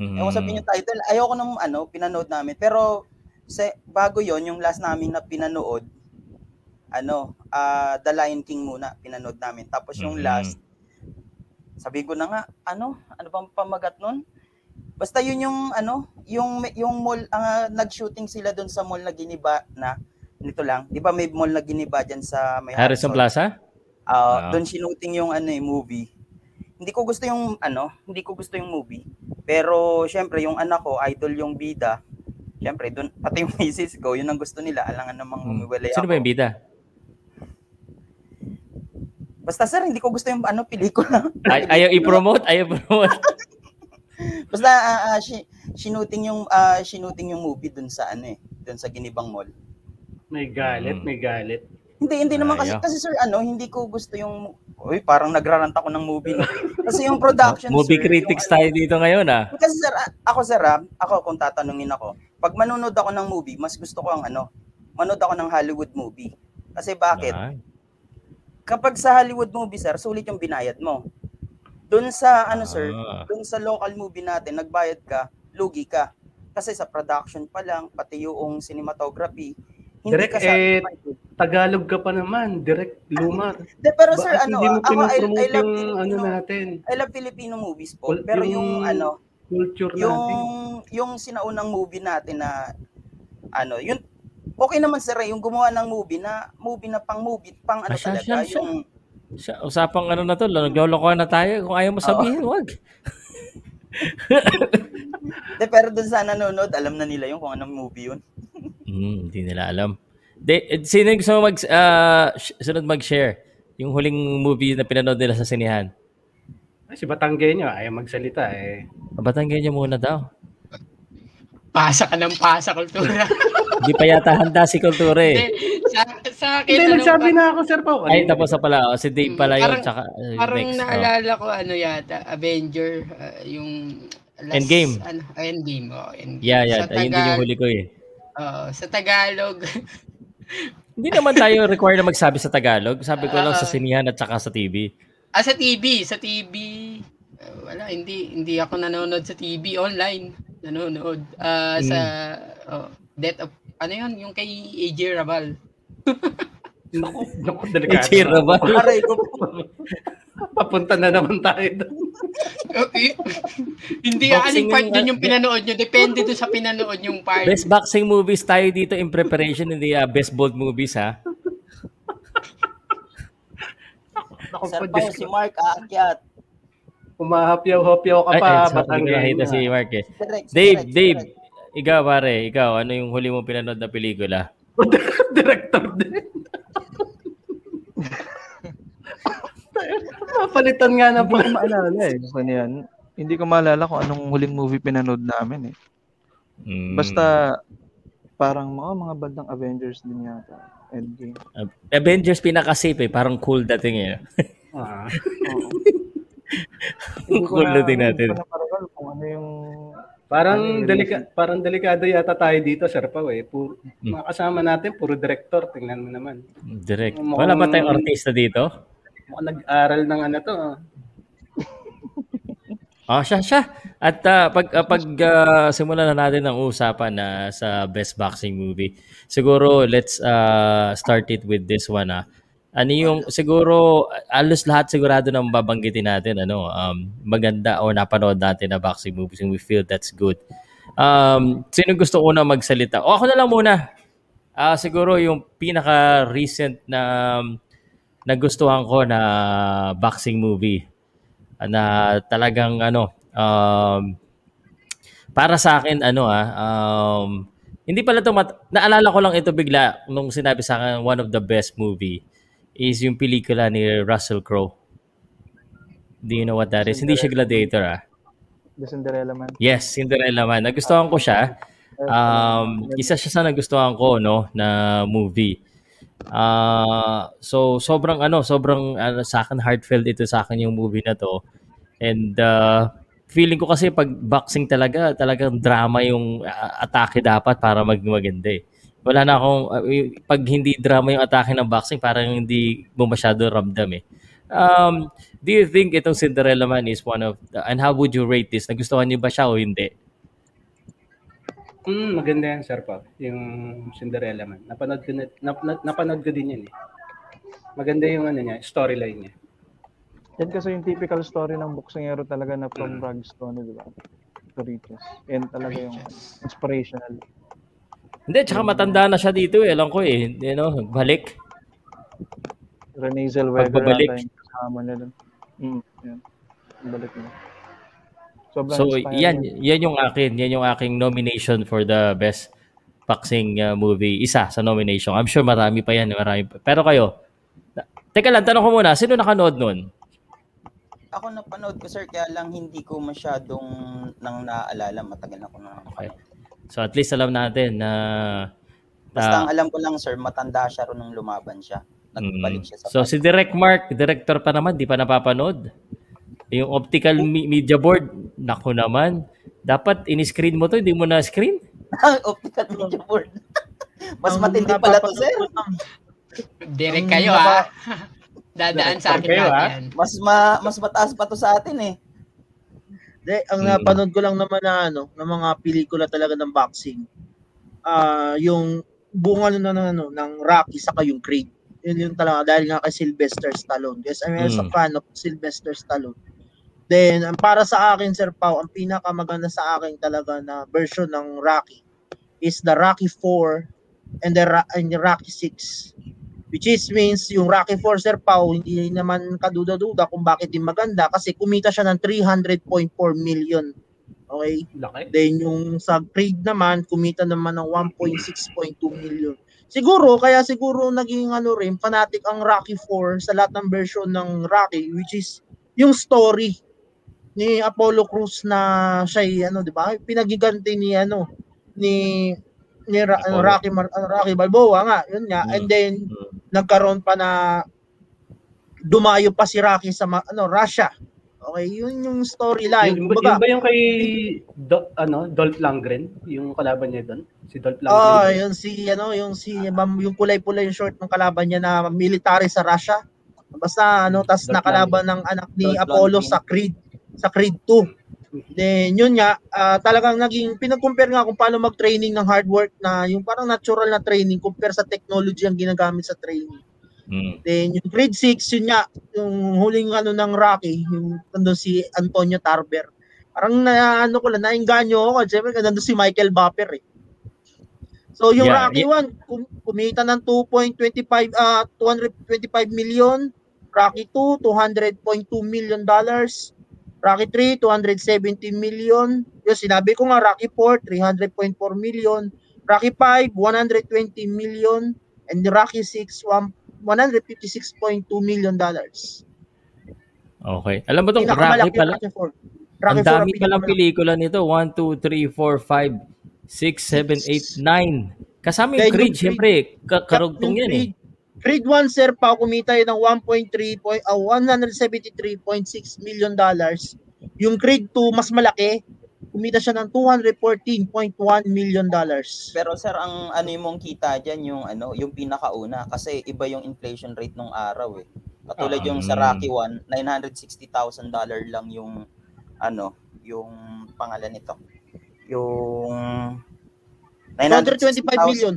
Speaker 1: Mm.
Speaker 3: Ewan sabihin yung title. Ayoko nung ano, pinanood namin. Pero sa, bago yon yung last namin na pinanood, ano, ah, The Lion King muna, pinanood namin. Tapos yung
Speaker 1: Mhm.
Speaker 3: last, sabi ko na nga, ano, ano bang pamagat nun? Basta yun yung, ano, yung, yung mall, ah, nag-shooting sila doon sa mall na giniba na, nito lang, di ba may mall na giniba dyan sa may
Speaker 1: Harrison
Speaker 3: Hudson?
Speaker 1: Plaza?
Speaker 3: Ah,
Speaker 1: Ah.
Speaker 3: doon sinuting yung ano eh, movie. Hindi ko gusto yung ano, hindi ko gusto yung movie. Pero syempre yung anak ko, idol yung bida. Syempre doon pati yung misis ko, yun ang gusto nila, alangan namang
Speaker 1: Mm.
Speaker 3: humiwalay
Speaker 1: Sino ba yung
Speaker 3: ako.
Speaker 1: bida?
Speaker 3: Basta sir, hindi ko gusto yung ano pelikula.
Speaker 1: Ay, ayaw i-promote? Ayaw i-promote?
Speaker 3: Basta ah, ah, shi- sinuting yung ah, sinuting yung movie doon sa ano eh, doon sa Ginibang Mall.
Speaker 4: May galit,
Speaker 1: Mm.
Speaker 4: may galit.
Speaker 3: Hindi, hindi naman kasi,
Speaker 1: Ayaw.
Speaker 3: kasi sir, ano, hindi ko gusto yung, uy, parang nagrarant ako ng movie. no? Kasi yung production,
Speaker 1: Movie
Speaker 3: sir,
Speaker 1: critics
Speaker 3: yung ano-
Speaker 1: tayo dito ngayon ah.
Speaker 3: Kasi sir, a- ako sir, ah, ako kung tatanungin ako, pag manonood ako ng movie, mas gusto ko ang ano, manood ako ng Hollywood movie. Kasi bakit?
Speaker 1: Ah.
Speaker 3: Kapag sa Hollywood movie, sir, sulit yung binayad mo. Doon sa ano, sir,
Speaker 1: Ah.
Speaker 3: doon sa local movie natin, nagbayad ka, lugi ka. Kasi sa production pa lang, pati yung cinematography, hindi
Speaker 4: Direct
Speaker 3: ka sa...
Speaker 4: eh, Tagalog ka pa naman, direct Lumar.
Speaker 3: De, pero sir,
Speaker 4: Bakit
Speaker 3: ano,
Speaker 4: hindi mo
Speaker 3: ah, ako, I, I love
Speaker 4: pinopromote yung ano
Speaker 3: Filipino,
Speaker 4: natin,
Speaker 3: I love Filipino movies po.
Speaker 4: Wal-
Speaker 3: Pero
Speaker 4: yung-
Speaker 3: yung ano,
Speaker 4: culture natin?
Speaker 3: yung yung sinaunang movie natin na ano, yun okay naman sir eh, yung gumawa ng movie na movie na pang movie, pang ano
Speaker 1: Ah, siya,
Speaker 3: talaga,
Speaker 1: siya, siya.
Speaker 3: yung
Speaker 1: Sa usapang ano na to, naglolokohan na tayo. Kung ayaw mo sabihin, wag.
Speaker 3: de, pero dun sa nanonood, alam na nila yung kung anong movie yun.
Speaker 1: Mm, hindi nila alam. De, eh, sino yung gusto mo mag, ah, sh- sunod mag-share? Yung huling movie na pinanood nila sa sinihan.
Speaker 4: Ay, Si Batanggenyo, ayaw magsalita eh.
Speaker 1: Batanggen niya muna daw.
Speaker 2: pasa ka ng pasa, kultura.
Speaker 1: Hindi pa yata handa si Kulture. eh.
Speaker 2: sa, sa akin,
Speaker 4: Hindi,
Speaker 2: ano,
Speaker 4: nagsabi na ako, Sir Pao.
Speaker 1: Ay, tapos na pala. O, si Dave
Speaker 2: Mm,
Speaker 1: pala yun.
Speaker 2: parang-
Speaker 1: tsaka, uh,
Speaker 2: Parang
Speaker 1: next.
Speaker 2: naalala ko ano yata, Avenger, ah, yung last,
Speaker 1: Endgame.
Speaker 2: Ano, ah, Endgame, oh,
Speaker 1: Oh.
Speaker 2: Endgame.
Speaker 1: Yeah, yeah.
Speaker 2: Sa,
Speaker 1: Ayun din
Speaker 2: Tagal-
Speaker 1: yung huli ko eh.
Speaker 2: oo, sa Tagalog,
Speaker 1: Hindi naman tayo required na magsabi sa Tagalog. Sabi ko lang sa
Speaker 2: Ah.
Speaker 1: sinihan at saka sa TV.
Speaker 2: ah, sa TV, sa TV, ah, wala, hindi, hindi ako nanonood sa TV, online, nanonood. Ah, Sa,
Speaker 1: Hmm.
Speaker 2: oh, Death of, ano yun, yung kay AJ Rabal.
Speaker 4: Naku, naku, delikado.
Speaker 1: Hey, ba?
Speaker 3: Aray ko,
Speaker 4: Papunta na naman tayo doon.
Speaker 2: Okay. hindi,
Speaker 4: Boxing
Speaker 2: aling part
Speaker 4: yung-
Speaker 2: yun yung pinanood nyo, depende doon sa pinanood yung part.
Speaker 1: ah. Best boxing movies tayo dito in preparation, hindi ah, best bold movies ha.
Speaker 4: Naku,
Speaker 3: sir
Speaker 4: pa,
Speaker 3: Pao,
Speaker 4: Diyos
Speaker 3: si
Speaker 4: ko.
Speaker 3: Mark aakyat.
Speaker 4: Umahapyaw-hapyaw ka
Speaker 1: Ay,
Speaker 4: pa,
Speaker 1: ay, sorry, nakita
Speaker 4: Batanggenyo.
Speaker 1: si Mark eh.
Speaker 3: Direct,
Speaker 1: Dave,
Speaker 3: direct,
Speaker 1: Dave,
Speaker 3: direct.
Speaker 1: ikaw pare, ikaw, ano yung huli mong pinanood na pelikula?
Speaker 4: Director din. Mapalitan nga na
Speaker 5: Hindi
Speaker 4: po.
Speaker 5: ko maalala eh. Ano yan? Hindi ko maalala kung anong huling movie pinanood namin eh.
Speaker 1: Mm.
Speaker 5: Basta parang mga mga bandang Avengers din yata. Endgame.
Speaker 1: Ah, Avengers pinaka-safe eh. Parang cool dating eh.
Speaker 4: Ah,
Speaker 5: Hindi ko
Speaker 1: cool
Speaker 5: na-
Speaker 1: dating natin.
Speaker 5: Hindi ko na paragal kung ano yung...
Speaker 4: parang
Speaker 5: Ano yung
Speaker 4: delika parang delikado yata tayo dito, Sir Pao eh. Puro,
Speaker 1: Hmm.
Speaker 4: mga kasama natin puro director, tingnan mo naman.
Speaker 1: Direct.
Speaker 4: Mukhang-
Speaker 1: Wala ba tayong artista dito?
Speaker 4: Mukhang nag-aral ng ano to. ah.
Speaker 1: Ah, siya, siya. At ah, pag, ah, pag ah, simulan na natin ang usapan na sa best boxing movie, siguro let's ah, start it with this one. Ah. Ano yung, siguro, alos lahat sigurado na babanggitin natin, ano, um, maganda o napanood natin na boxing movies and we feel that's good. Um, sino gusto una magsalita? O ako na lang muna. Ah, siguro yung pinaka-recent na um, nagustuhan ko na boxing movie na talagang ano um, para sa akin ano ah um, hindi pala to mat- naalala ko lang ito bigla nung sinabi sa akin one of the best movie is yung pelikula ni Russell Crowe. Do you know what that is? Hindi siya gladiator ah.
Speaker 5: The Cinderella Man.
Speaker 1: Yes, Cinderella Man. Nagustuhan ko siya. Um, isa siya sa nagustuhan ko no na movie. Ah, so sobrang ano, sobrang ano, sa akin heartfelt ito sa akin yung movie na to. And uh, feeling ko kasi pag boxing talaga, talagang drama yung uh, atake dapat para maging maganda eh. Wala na akong, uh, y- pag hindi drama yung atake ng boxing, parang hindi mo masyado ramdam eh. Um, do you think itong Cinderella Man is one of, the- and how would you rate this? Nagustuhan niyo ba siya o hindi?
Speaker 4: Hmm, maganda yan, Sir Pao. Yung Cinderella man. Napanood ko, na, nap- na- napanood ko din yan eh. Maganda yung ano niya, storyline niya.
Speaker 5: Yan kasi yung typical story ng boksingero talaga na
Speaker 1: Mm.
Speaker 5: from rags to ano, di ba? To riches. Yan talaga yung inspirational.
Speaker 1: Hindi, tsaka matanda na siya dito eh. Alam ko eh, you know, balik.
Speaker 5: Renee Zellweger
Speaker 1: Pagbabalik.
Speaker 5: ata yung kasama niya dun. Mm, yan. Balik niya. Sobrang
Speaker 1: So,
Speaker 5: inspiring.
Speaker 1: yan, yan yung akin. Yan yung aking nomination for the best boxing uh, movie. Isa sa nomination. I'm sure marami pa yan. Marami pa. Pero kayo, na- teka lang, tanong ko muna, sino nakanood nun?
Speaker 3: Ako napanood ko sir, kaya lang hindi ko masyadong nang naaalala. Matagal na ako na. ano.
Speaker 1: Okay. Ah. So, at least alam natin na...
Speaker 3: Basta
Speaker 1: na-
Speaker 3: ang alam ko lang sir, matanda siya ron nung lumaban siya.
Speaker 1: Mm.
Speaker 3: Nagbalik siya sa
Speaker 1: So, si Direct Mark, director pa naman, di pa napapanood. Yung optical mi- media board, naku naman. Dapat in-screen mo to, hindi mo na-screen.
Speaker 3: Optical Media Board. Mas
Speaker 6: Ang
Speaker 3: matindi pala to
Speaker 6: napapanood
Speaker 3: sir.
Speaker 6: ko lang,
Speaker 1: Hmm,
Speaker 2: Direct
Speaker 6: Ang
Speaker 2: kayo ah.
Speaker 6: naba-
Speaker 2: Dadaan sa akin
Speaker 4: Direct kayo,
Speaker 2: lahat
Speaker 4: ah.
Speaker 2: yan.
Speaker 3: Mas ma, mas mataas pa to sa atin eh.
Speaker 6: Hindi, ang
Speaker 1: Mm.
Speaker 6: napanood ko lang naman na ano, ng mga pelikula talaga ng boxing. Ah, yung buong ano na ano ng Rocky saka yung Creed. Yun yung talaga dahil nga kay Sylvester Stallone. Yes, I'm also a
Speaker 1: Mm.
Speaker 6: fan of Sylvester Stallone. Then, ang para sa akin, Sir Pau, ang pinakamaganda sa akin talaga na version ng Rocky is the Rocky 4 and the, Ra- and the Rocky 6. Which is means yung Rocky 4 Sir Pau hindi naman kaduda-duda kung bakit din maganda kasi kumita siya ng 300.4 million. Okay?
Speaker 4: Laki.
Speaker 6: Then yung sa Creed naman kumita naman ng 1.6.2 million. Siguro kaya siguro naging ano rin fanatic ang Rocky 4 sa lahat ng version ng Rocky which is yung story ni Apollo Cruz na siya ay, ano 'di ba? Pinagiganti ni ano ni ni Ra- ano,
Speaker 1: Apollo.
Speaker 6: Rocky Mar- ano, Rocky Balboa nga, yun nga.
Speaker 1: Mm.
Speaker 6: And then
Speaker 1: Mm.
Speaker 6: nagkaroon pa na dumayo pa si Rocky sa ma- ano Russia. Okay, yun yung storyline.
Speaker 4: Yung, yung
Speaker 6: Kumbaga,
Speaker 4: ba yung kay Do, ano, Dolph Lundgren? Yung kalaban niya doon? Si Dolph Lundgren.
Speaker 6: oh, yun si ano, yung si ma'am, yung kulay-pula yung short ng kalaban niya na military sa Russia. Basta ano, tas
Speaker 4: Dolph
Speaker 6: nakalaban ng anak ni
Speaker 3: Dolph
Speaker 6: Apollo
Speaker 3: Lundgren.
Speaker 6: sa Creed, sa Creed 2. Then yun nga, ah, talagang naging pinag-compare nga kung paano mag-training ng hard work na yung parang natural na training compare sa technology ang ginagamit sa training.
Speaker 1: Mm.
Speaker 6: Then yung grade 6, yun nga, yung huling ano ng Rocky, yung nandun si Antonio Tarver. Parang na, ano ko lang, nainganyo ako. Siyempre, nandun si Michael Buffer eh. So yung
Speaker 1: Yeah,
Speaker 6: Rocky 1, kum- kumita ng 2.25, ah 225 million. Rocky 2, 200.2 million dollars. Rocky 3, 270 million. Yung sinabi ko nga, Rocky 4, 300.4 million. Rocky 5, 120 million. And Rocky 6, 1 156.2 million dollars.
Speaker 1: Okay. Alam mo tong Rocky pala.
Speaker 6: Rocky 4.
Speaker 1: Ang
Speaker 6: IV ang
Speaker 1: dami palang
Speaker 6: pinakamalaki.
Speaker 1: pelikula nito. 1, 2, 3, 4, 5, 6, 7, 8, 9. Kasama yung Creed,
Speaker 6: Then yung Creed.
Speaker 1: syempre. ka- Karugtong
Speaker 6: Yung
Speaker 1: yan eh.
Speaker 6: Creed- Creed 1 sir pa kumita yun ng 1.3 point- ah, 173.6 million dollars. Yung Creed 2 mas malaki, kumita siya ng 214.1 million dollars.
Speaker 3: Pero sir, ang ano yung mong kita dyan, yung, ano, yung pinakauna, kasi iba yung inflation rate nung araw eh. Katulad
Speaker 1: Ah,
Speaker 3: yung sa Rocky 1, $960,000 lang yung, ano, yung pangalan nito. Yung...
Speaker 6: 225
Speaker 3: 960,000
Speaker 6: million.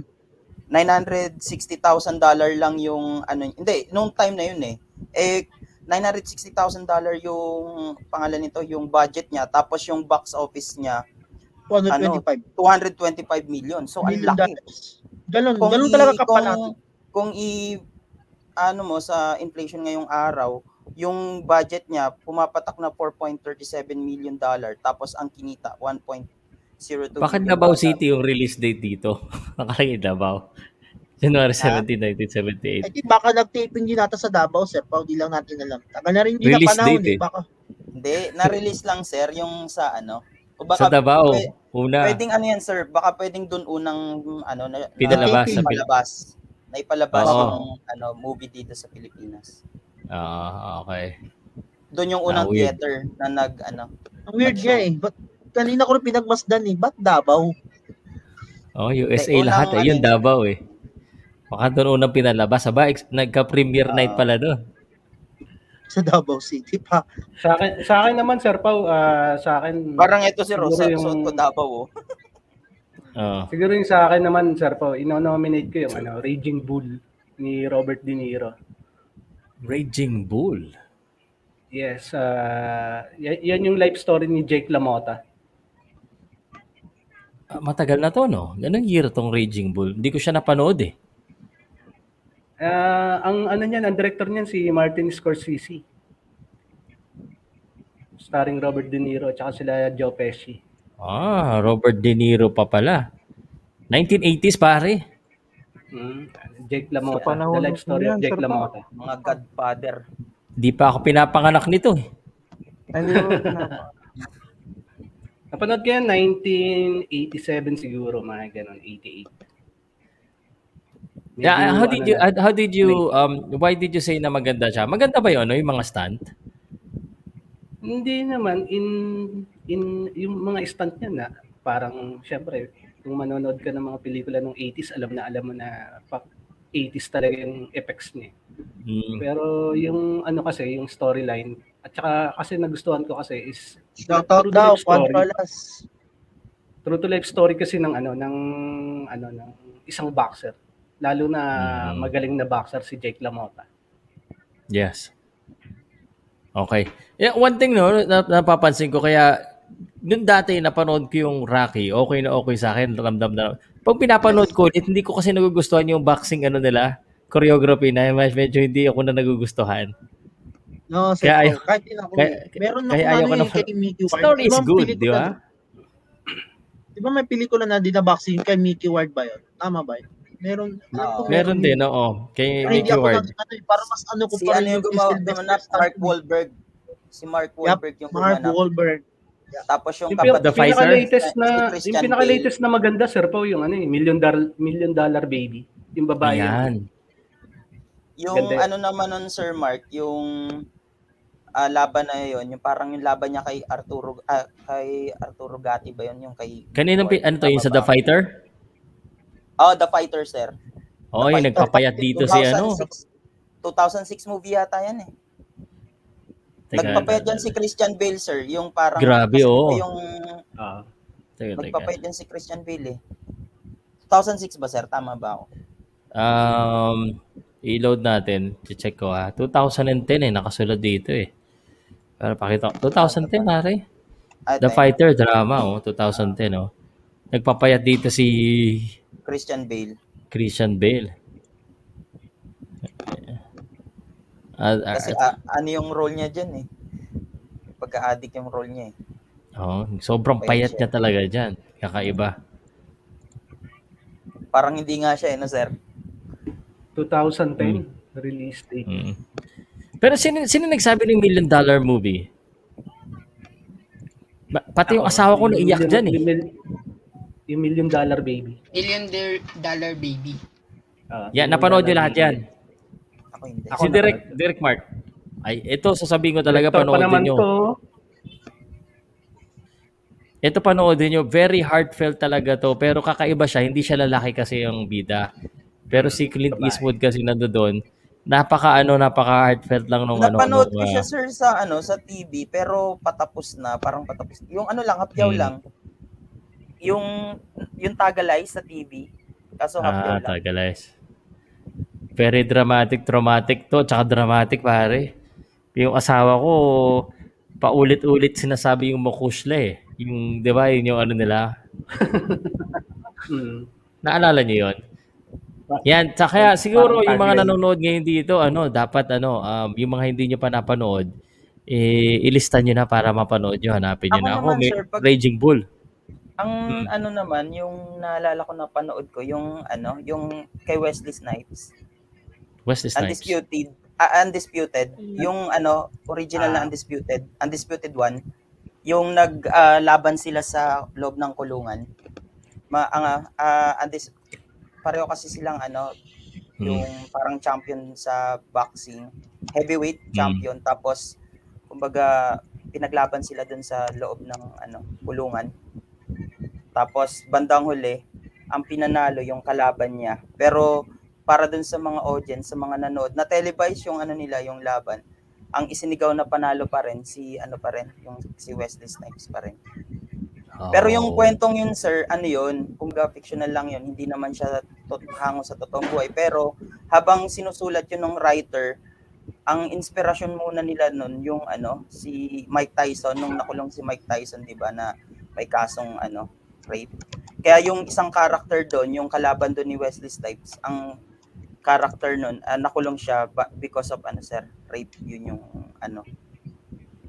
Speaker 3: $960,000 lang yung ano, hindi, nung time na yun eh. Eh $960,000 yung pangalan nito, yung budget niya, tapos yung box office niya
Speaker 6: 225
Speaker 3: 225 million. So Ano? ang
Speaker 6: million
Speaker 3: laki.
Speaker 6: dollars. Ganun,
Speaker 3: Kung
Speaker 6: ganun
Speaker 3: i-
Speaker 6: talaga
Speaker 3: kung,
Speaker 6: kapalaki.
Speaker 3: kung i ano mo sa inflation ngayong araw, yung budget niya pumapatak na 4.37 million dollar tapos ang kinita 1.02
Speaker 1: Bakit
Speaker 3: billion
Speaker 1: Davao
Speaker 3: dollar.
Speaker 1: City yung release date dito? Nakalagay Davao. January
Speaker 6: Ah.
Speaker 1: 17,
Speaker 6: I
Speaker 1: 1978.
Speaker 6: think baka nag-taping din nata sa Davao, sir. Pao, di lang natin alam. Tagal na rin din na
Speaker 1: Release
Speaker 6: panahon,
Speaker 1: date,
Speaker 6: eh.
Speaker 1: eh.
Speaker 6: Baka.
Speaker 3: Hindi, na-release lang sir yung sa ano. O
Speaker 1: Sa Davao,
Speaker 3: pwe-
Speaker 6: Eh,
Speaker 1: una.
Speaker 3: Pwedeng ano yan, sir. Baka pwedeng doon unang mm, ano na, na
Speaker 1: Pinalabas
Speaker 6: sa Pil-
Speaker 3: palabas. Na ipalabas
Speaker 1: Oo.
Speaker 3: yung ano, movie dito sa Pilipinas.
Speaker 1: Ah, okay.
Speaker 3: Doon yung unang
Speaker 1: Ah, weird.
Speaker 3: theater na nag ano.
Speaker 6: Ang weird niya, eh. But, kanina ko rin pinagmasdan, eh. Ba't Davao?
Speaker 1: Oh, USA
Speaker 3: Hindi, unang
Speaker 1: lahat. Eh. Yun,
Speaker 3: ano yun.
Speaker 1: Davao eh. Baka doon unang pinalabas. Aba, ex- nagka-premiere
Speaker 6: Ah.
Speaker 1: night pala doon.
Speaker 6: Sa Davao City pa.
Speaker 4: Sa akin, sa akin naman, Sir Pau, ah, sa akin,
Speaker 3: Parang ito si Rosa,
Speaker 4: Siguro yung-
Speaker 3: suot ko Davao. Oh.
Speaker 1: Oh.
Speaker 4: siguro yung sa akin naman, Sir Pau, ino-nominate ko yung ano, Raging Bull ni Robert De Niro.
Speaker 1: Raging Bull.
Speaker 4: Yes, ah, y- yan yung life story ni Jake LaMotta.
Speaker 1: Ah, matagal na to, no? Ganong year tong Raging Bull. Hindi ko siya napanood eh.
Speaker 4: Ah, ang ano niyan, ang director niyan si Martin Scorsese. Starring Robert De Niro at sila Joe Pesci.
Speaker 1: Ah, Robert De Niro pa pala. 1980s, pare.
Speaker 4: Mm. Jake
Speaker 5: Sa
Speaker 4: LaMotta,
Speaker 5: panahon
Speaker 4: the life story
Speaker 5: yan,
Speaker 4: of Jake
Speaker 5: Sir Pao.
Speaker 4: LaMotta.
Speaker 3: Mga godfather.
Speaker 1: Di pa ako pinapanganak nito eh.
Speaker 5: Ay, Hindi ko pinapa.
Speaker 4: Napanood ko yan, 1987 siguro, mga ganun, 88. Medyo,
Speaker 1: Yeah, Ah, how did
Speaker 4: ano
Speaker 1: you
Speaker 4: na,
Speaker 1: how did you um why did you say na maganda siya? Maganda ba 'yon, no, yung mga stunt?
Speaker 4: Hindi naman in in yung mga stunt niya na parang syempre kung manonood ka ng mga pelikula ng 80s alam na alam mo na pa- 80s talaga yung effects niya.
Speaker 1: Mm.
Speaker 4: Pero yung ano kasi yung storyline at saka kasi nagustuhan ko kasi is
Speaker 6: Shoutout
Speaker 4: true to
Speaker 6: daw,
Speaker 4: life
Speaker 6: Juan
Speaker 4: story.
Speaker 6: Palas.
Speaker 4: True to life story kasi ng ano ng ano ng isang boxer lalo na
Speaker 1: Mm.
Speaker 4: magaling na boxer si Jake LaMotta.
Speaker 1: Yes. Okay. Yeah, one thing no, na- napapansin ko kaya nung dati napanood ko yung Rocky, okay na okay sa akin, ramdam na. Pag pinapanood ko ulit, hindi ko kasi nagugustuhan yung boxing ano nila, choreography na mas medyo hindi ako na nagugustuhan.
Speaker 6: No, sir.
Speaker 1: Kaya
Speaker 6: Kaya,
Speaker 1: ayaw-
Speaker 6: kahit din ako.
Speaker 1: kaya-
Speaker 6: eh. Meron
Speaker 1: kaya
Speaker 6: akong
Speaker 1: ayaw
Speaker 6: ano
Speaker 1: ko
Speaker 6: yun
Speaker 1: na-
Speaker 6: kay Mickey Ward.
Speaker 1: Story
Speaker 6: Di
Speaker 1: is
Speaker 6: ba ang
Speaker 1: good,
Speaker 6: pelikula
Speaker 1: di ba?
Speaker 6: nun? Di ba may pelikula na dinaboxing kay Mickey Ward ba yun? Tama ba yun? Meron, alam ko
Speaker 3: Oo.
Speaker 1: Meron
Speaker 6: yun.
Speaker 1: din, oo. Kay
Speaker 6: Pero hindi
Speaker 1: Mickey
Speaker 6: ako
Speaker 1: Ward.
Speaker 6: nag, ano, eh, para mas ano ko
Speaker 3: Si
Speaker 6: pa
Speaker 3: ano
Speaker 6: rin
Speaker 3: yung
Speaker 6: yung kay
Speaker 3: gumawa,
Speaker 6: Sylvester
Speaker 3: gumanap?
Speaker 6: Stallone.
Speaker 3: Mark Wahlberg. ano? Si Mark Wahlberg yung
Speaker 6: Mark
Speaker 3: gumanap.
Speaker 6: Wahlberg.
Speaker 3: Tapos yung
Speaker 4: Yung, pin-
Speaker 1: The
Speaker 3: kapatid
Speaker 1: Pfizer?
Speaker 4: pinaka-latest na
Speaker 3: si
Speaker 4: yung
Speaker 3: Christian
Speaker 4: pinaka-latest na maganda sir po yung ano eh, million dollar million dollar baby yung babae yun.
Speaker 1: Ayan.
Speaker 3: Bale. Yung
Speaker 4: Ganda.
Speaker 3: ano naman nun, Sir Mark, yung ah, laban na yun, yung parang yung laban niya kay Arturo, ah, kay Arturo Gatti ba yun? Yung kay...
Speaker 1: Kanina
Speaker 3: Ward?
Speaker 1: ano to, yung sa The
Speaker 3: Tama ba?
Speaker 1: Fighter?
Speaker 3: Oh, The Fighter, Sir.
Speaker 1: Oo, yung
Speaker 3: Fighter.
Speaker 1: nagpapayat dito si ano.
Speaker 3: 2006 2006 movie yata yan eh. Nagpapayat yan si Christian Bale, sir. Yung parang...
Speaker 1: Grabe, oh. oo.
Speaker 3: kasi iba Yung
Speaker 4: Ah.
Speaker 1: Teka, teka.
Speaker 3: nagpapayat yan si Christian Bale eh. 2006 ba, sir? Tama ba ako?
Speaker 1: Um, i-load natin. Check ko ha. 2010 eh. Nakasulad dito eh. Para pakita ko. 2010 pare.
Speaker 3: Ay,
Speaker 1: The
Speaker 3: thank
Speaker 1: Fighter drama oh. 2010 oh. Nagpapayat dito si
Speaker 3: you. Christian Bale.
Speaker 1: Christian Bale. At,
Speaker 3: Kasi
Speaker 1: at,
Speaker 3: ah, ano yung role niya dyan eh. Pagka-addict yung role niya eh.
Speaker 1: oh, sobrang payat niya talaga dyan. Kakaiba.
Speaker 3: Parang hindi nga siya eh, no, sir?
Speaker 7: Hmm.
Speaker 4: 2010. Release date.
Speaker 1: Mm. Pero sino, sino nagsabi ng million dollar movie? Ba- pati yung
Speaker 4: Ako,
Speaker 1: asawa ko naiyak
Speaker 4: million-
Speaker 1: dyan eh.
Speaker 4: yung mil- Yung million dollar baby.
Speaker 2: Million Dollar- Dollar Baby.
Speaker 4: Ah,
Speaker 1: Yan,
Speaker 4: Million
Speaker 1: napanood nyo
Speaker 4: Dollar
Speaker 1: lahat
Speaker 4: Baby.
Speaker 1: yan.
Speaker 3: Ako hindi.
Speaker 4: Ako
Speaker 1: Si
Speaker 4: na-
Speaker 1: Direk, Direk Mark. Ay, ito sasabihin ko talaga
Speaker 4: Director pa naman
Speaker 1: panoodin nyo.
Speaker 4: to.
Speaker 1: Ito panoodin nyo, very heartfelt talaga to. Pero kakaiba siya, hindi siya lalaki kasi yung bida. Pero si Clint
Speaker 4: Babae.
Speaker 1: Eastwood kasi nando doon, napaka ano, napaka heartfelt lang nung ano.
Speaker 3: Napanood
Speaker 1: nung,
Speaker 3: ko siya
Speaker 1: ah,
Speaker 3: sir sa ano sa TV pero patapos na, parang patapos. Yung ano lang hapyaw
Speaker 1: Hmm.
Speaker 3: lang. Yung yung tagalay sa TV. Kaso hapyaw
Speaker 1: Ah,
Speaker 3: lang.
Speaker 1: taga guys. Very dramatic, traumatic to. Tsaka dramatic, pare. Yung asawa ko, paulit-ulit sinasabi yung makushla eh. Yung, di ba, yun yung ano nila.
Speaker 4: Mm.
Speaker 1: Naalala niyo yun? Yan, tsaka kaya siguro yung mga nanonood ngayon dito, ano, dapat ano, um, yung mga hindi nyo pa napanood, eh, ilista nyo na para mapanood nyo, hanapin nyo
Speaker 3: Ako
Speaker 1: na. Ako,
Speaker 3: naman,
Speaker 1: may
Speaker 3: sir, pag-
Speaker 1: Raging Bull.
Speaker 3: Ang
Speaker 1: Hmm.
Speaker 3: ano naman yung naalala ko na panood ko yung ano yung kay Wesley Snipes.
Speaker 1: West Snipes.
Speaker 3: Undisputed. ah, undisputed. Yung ano, original na Undisputed. Undisputed one. Yung naglaban sila sa loob ng kulungan. Ma, ang, ah, ah, undis, pareho kasi silang ano,
Speaker 1: Hmm.
Speaker 3: yung parang champion sa boxing. Heavyweight champion. Tapos, kumbaga, pinaglaban sila dun sa loob ng ano, kulungan. Tapos, bandang huli, ang pinanalo yung kalaban niya. Pero, para dun sa mga audience, sa mga nanood, na televise yung ano nila, yung laban. Ang isinigaw na panalo pa rin si ano pa rin, yung si Wesley Snipes pa rin. Pero yung
Speaker 1: Oh.
Speaker 3: kwentong yun, sir, ano yun, kumbaga fictional lang yun, hindi naman siya tot- hango sa totoong buhay. Pero habang sinusulat yun ng writer, ang inspirasyon muna nila nun yung ano, si Mike Tyson, nung nakulong si Mike Tyson, di ba, na may kasong ano, rape. Kaya yung isang character doon, yung kalaban doon ni Wesley Snipes, ang character nun, ah, nakulong siya ba- because of ano, sir, rape. Yun yung ano.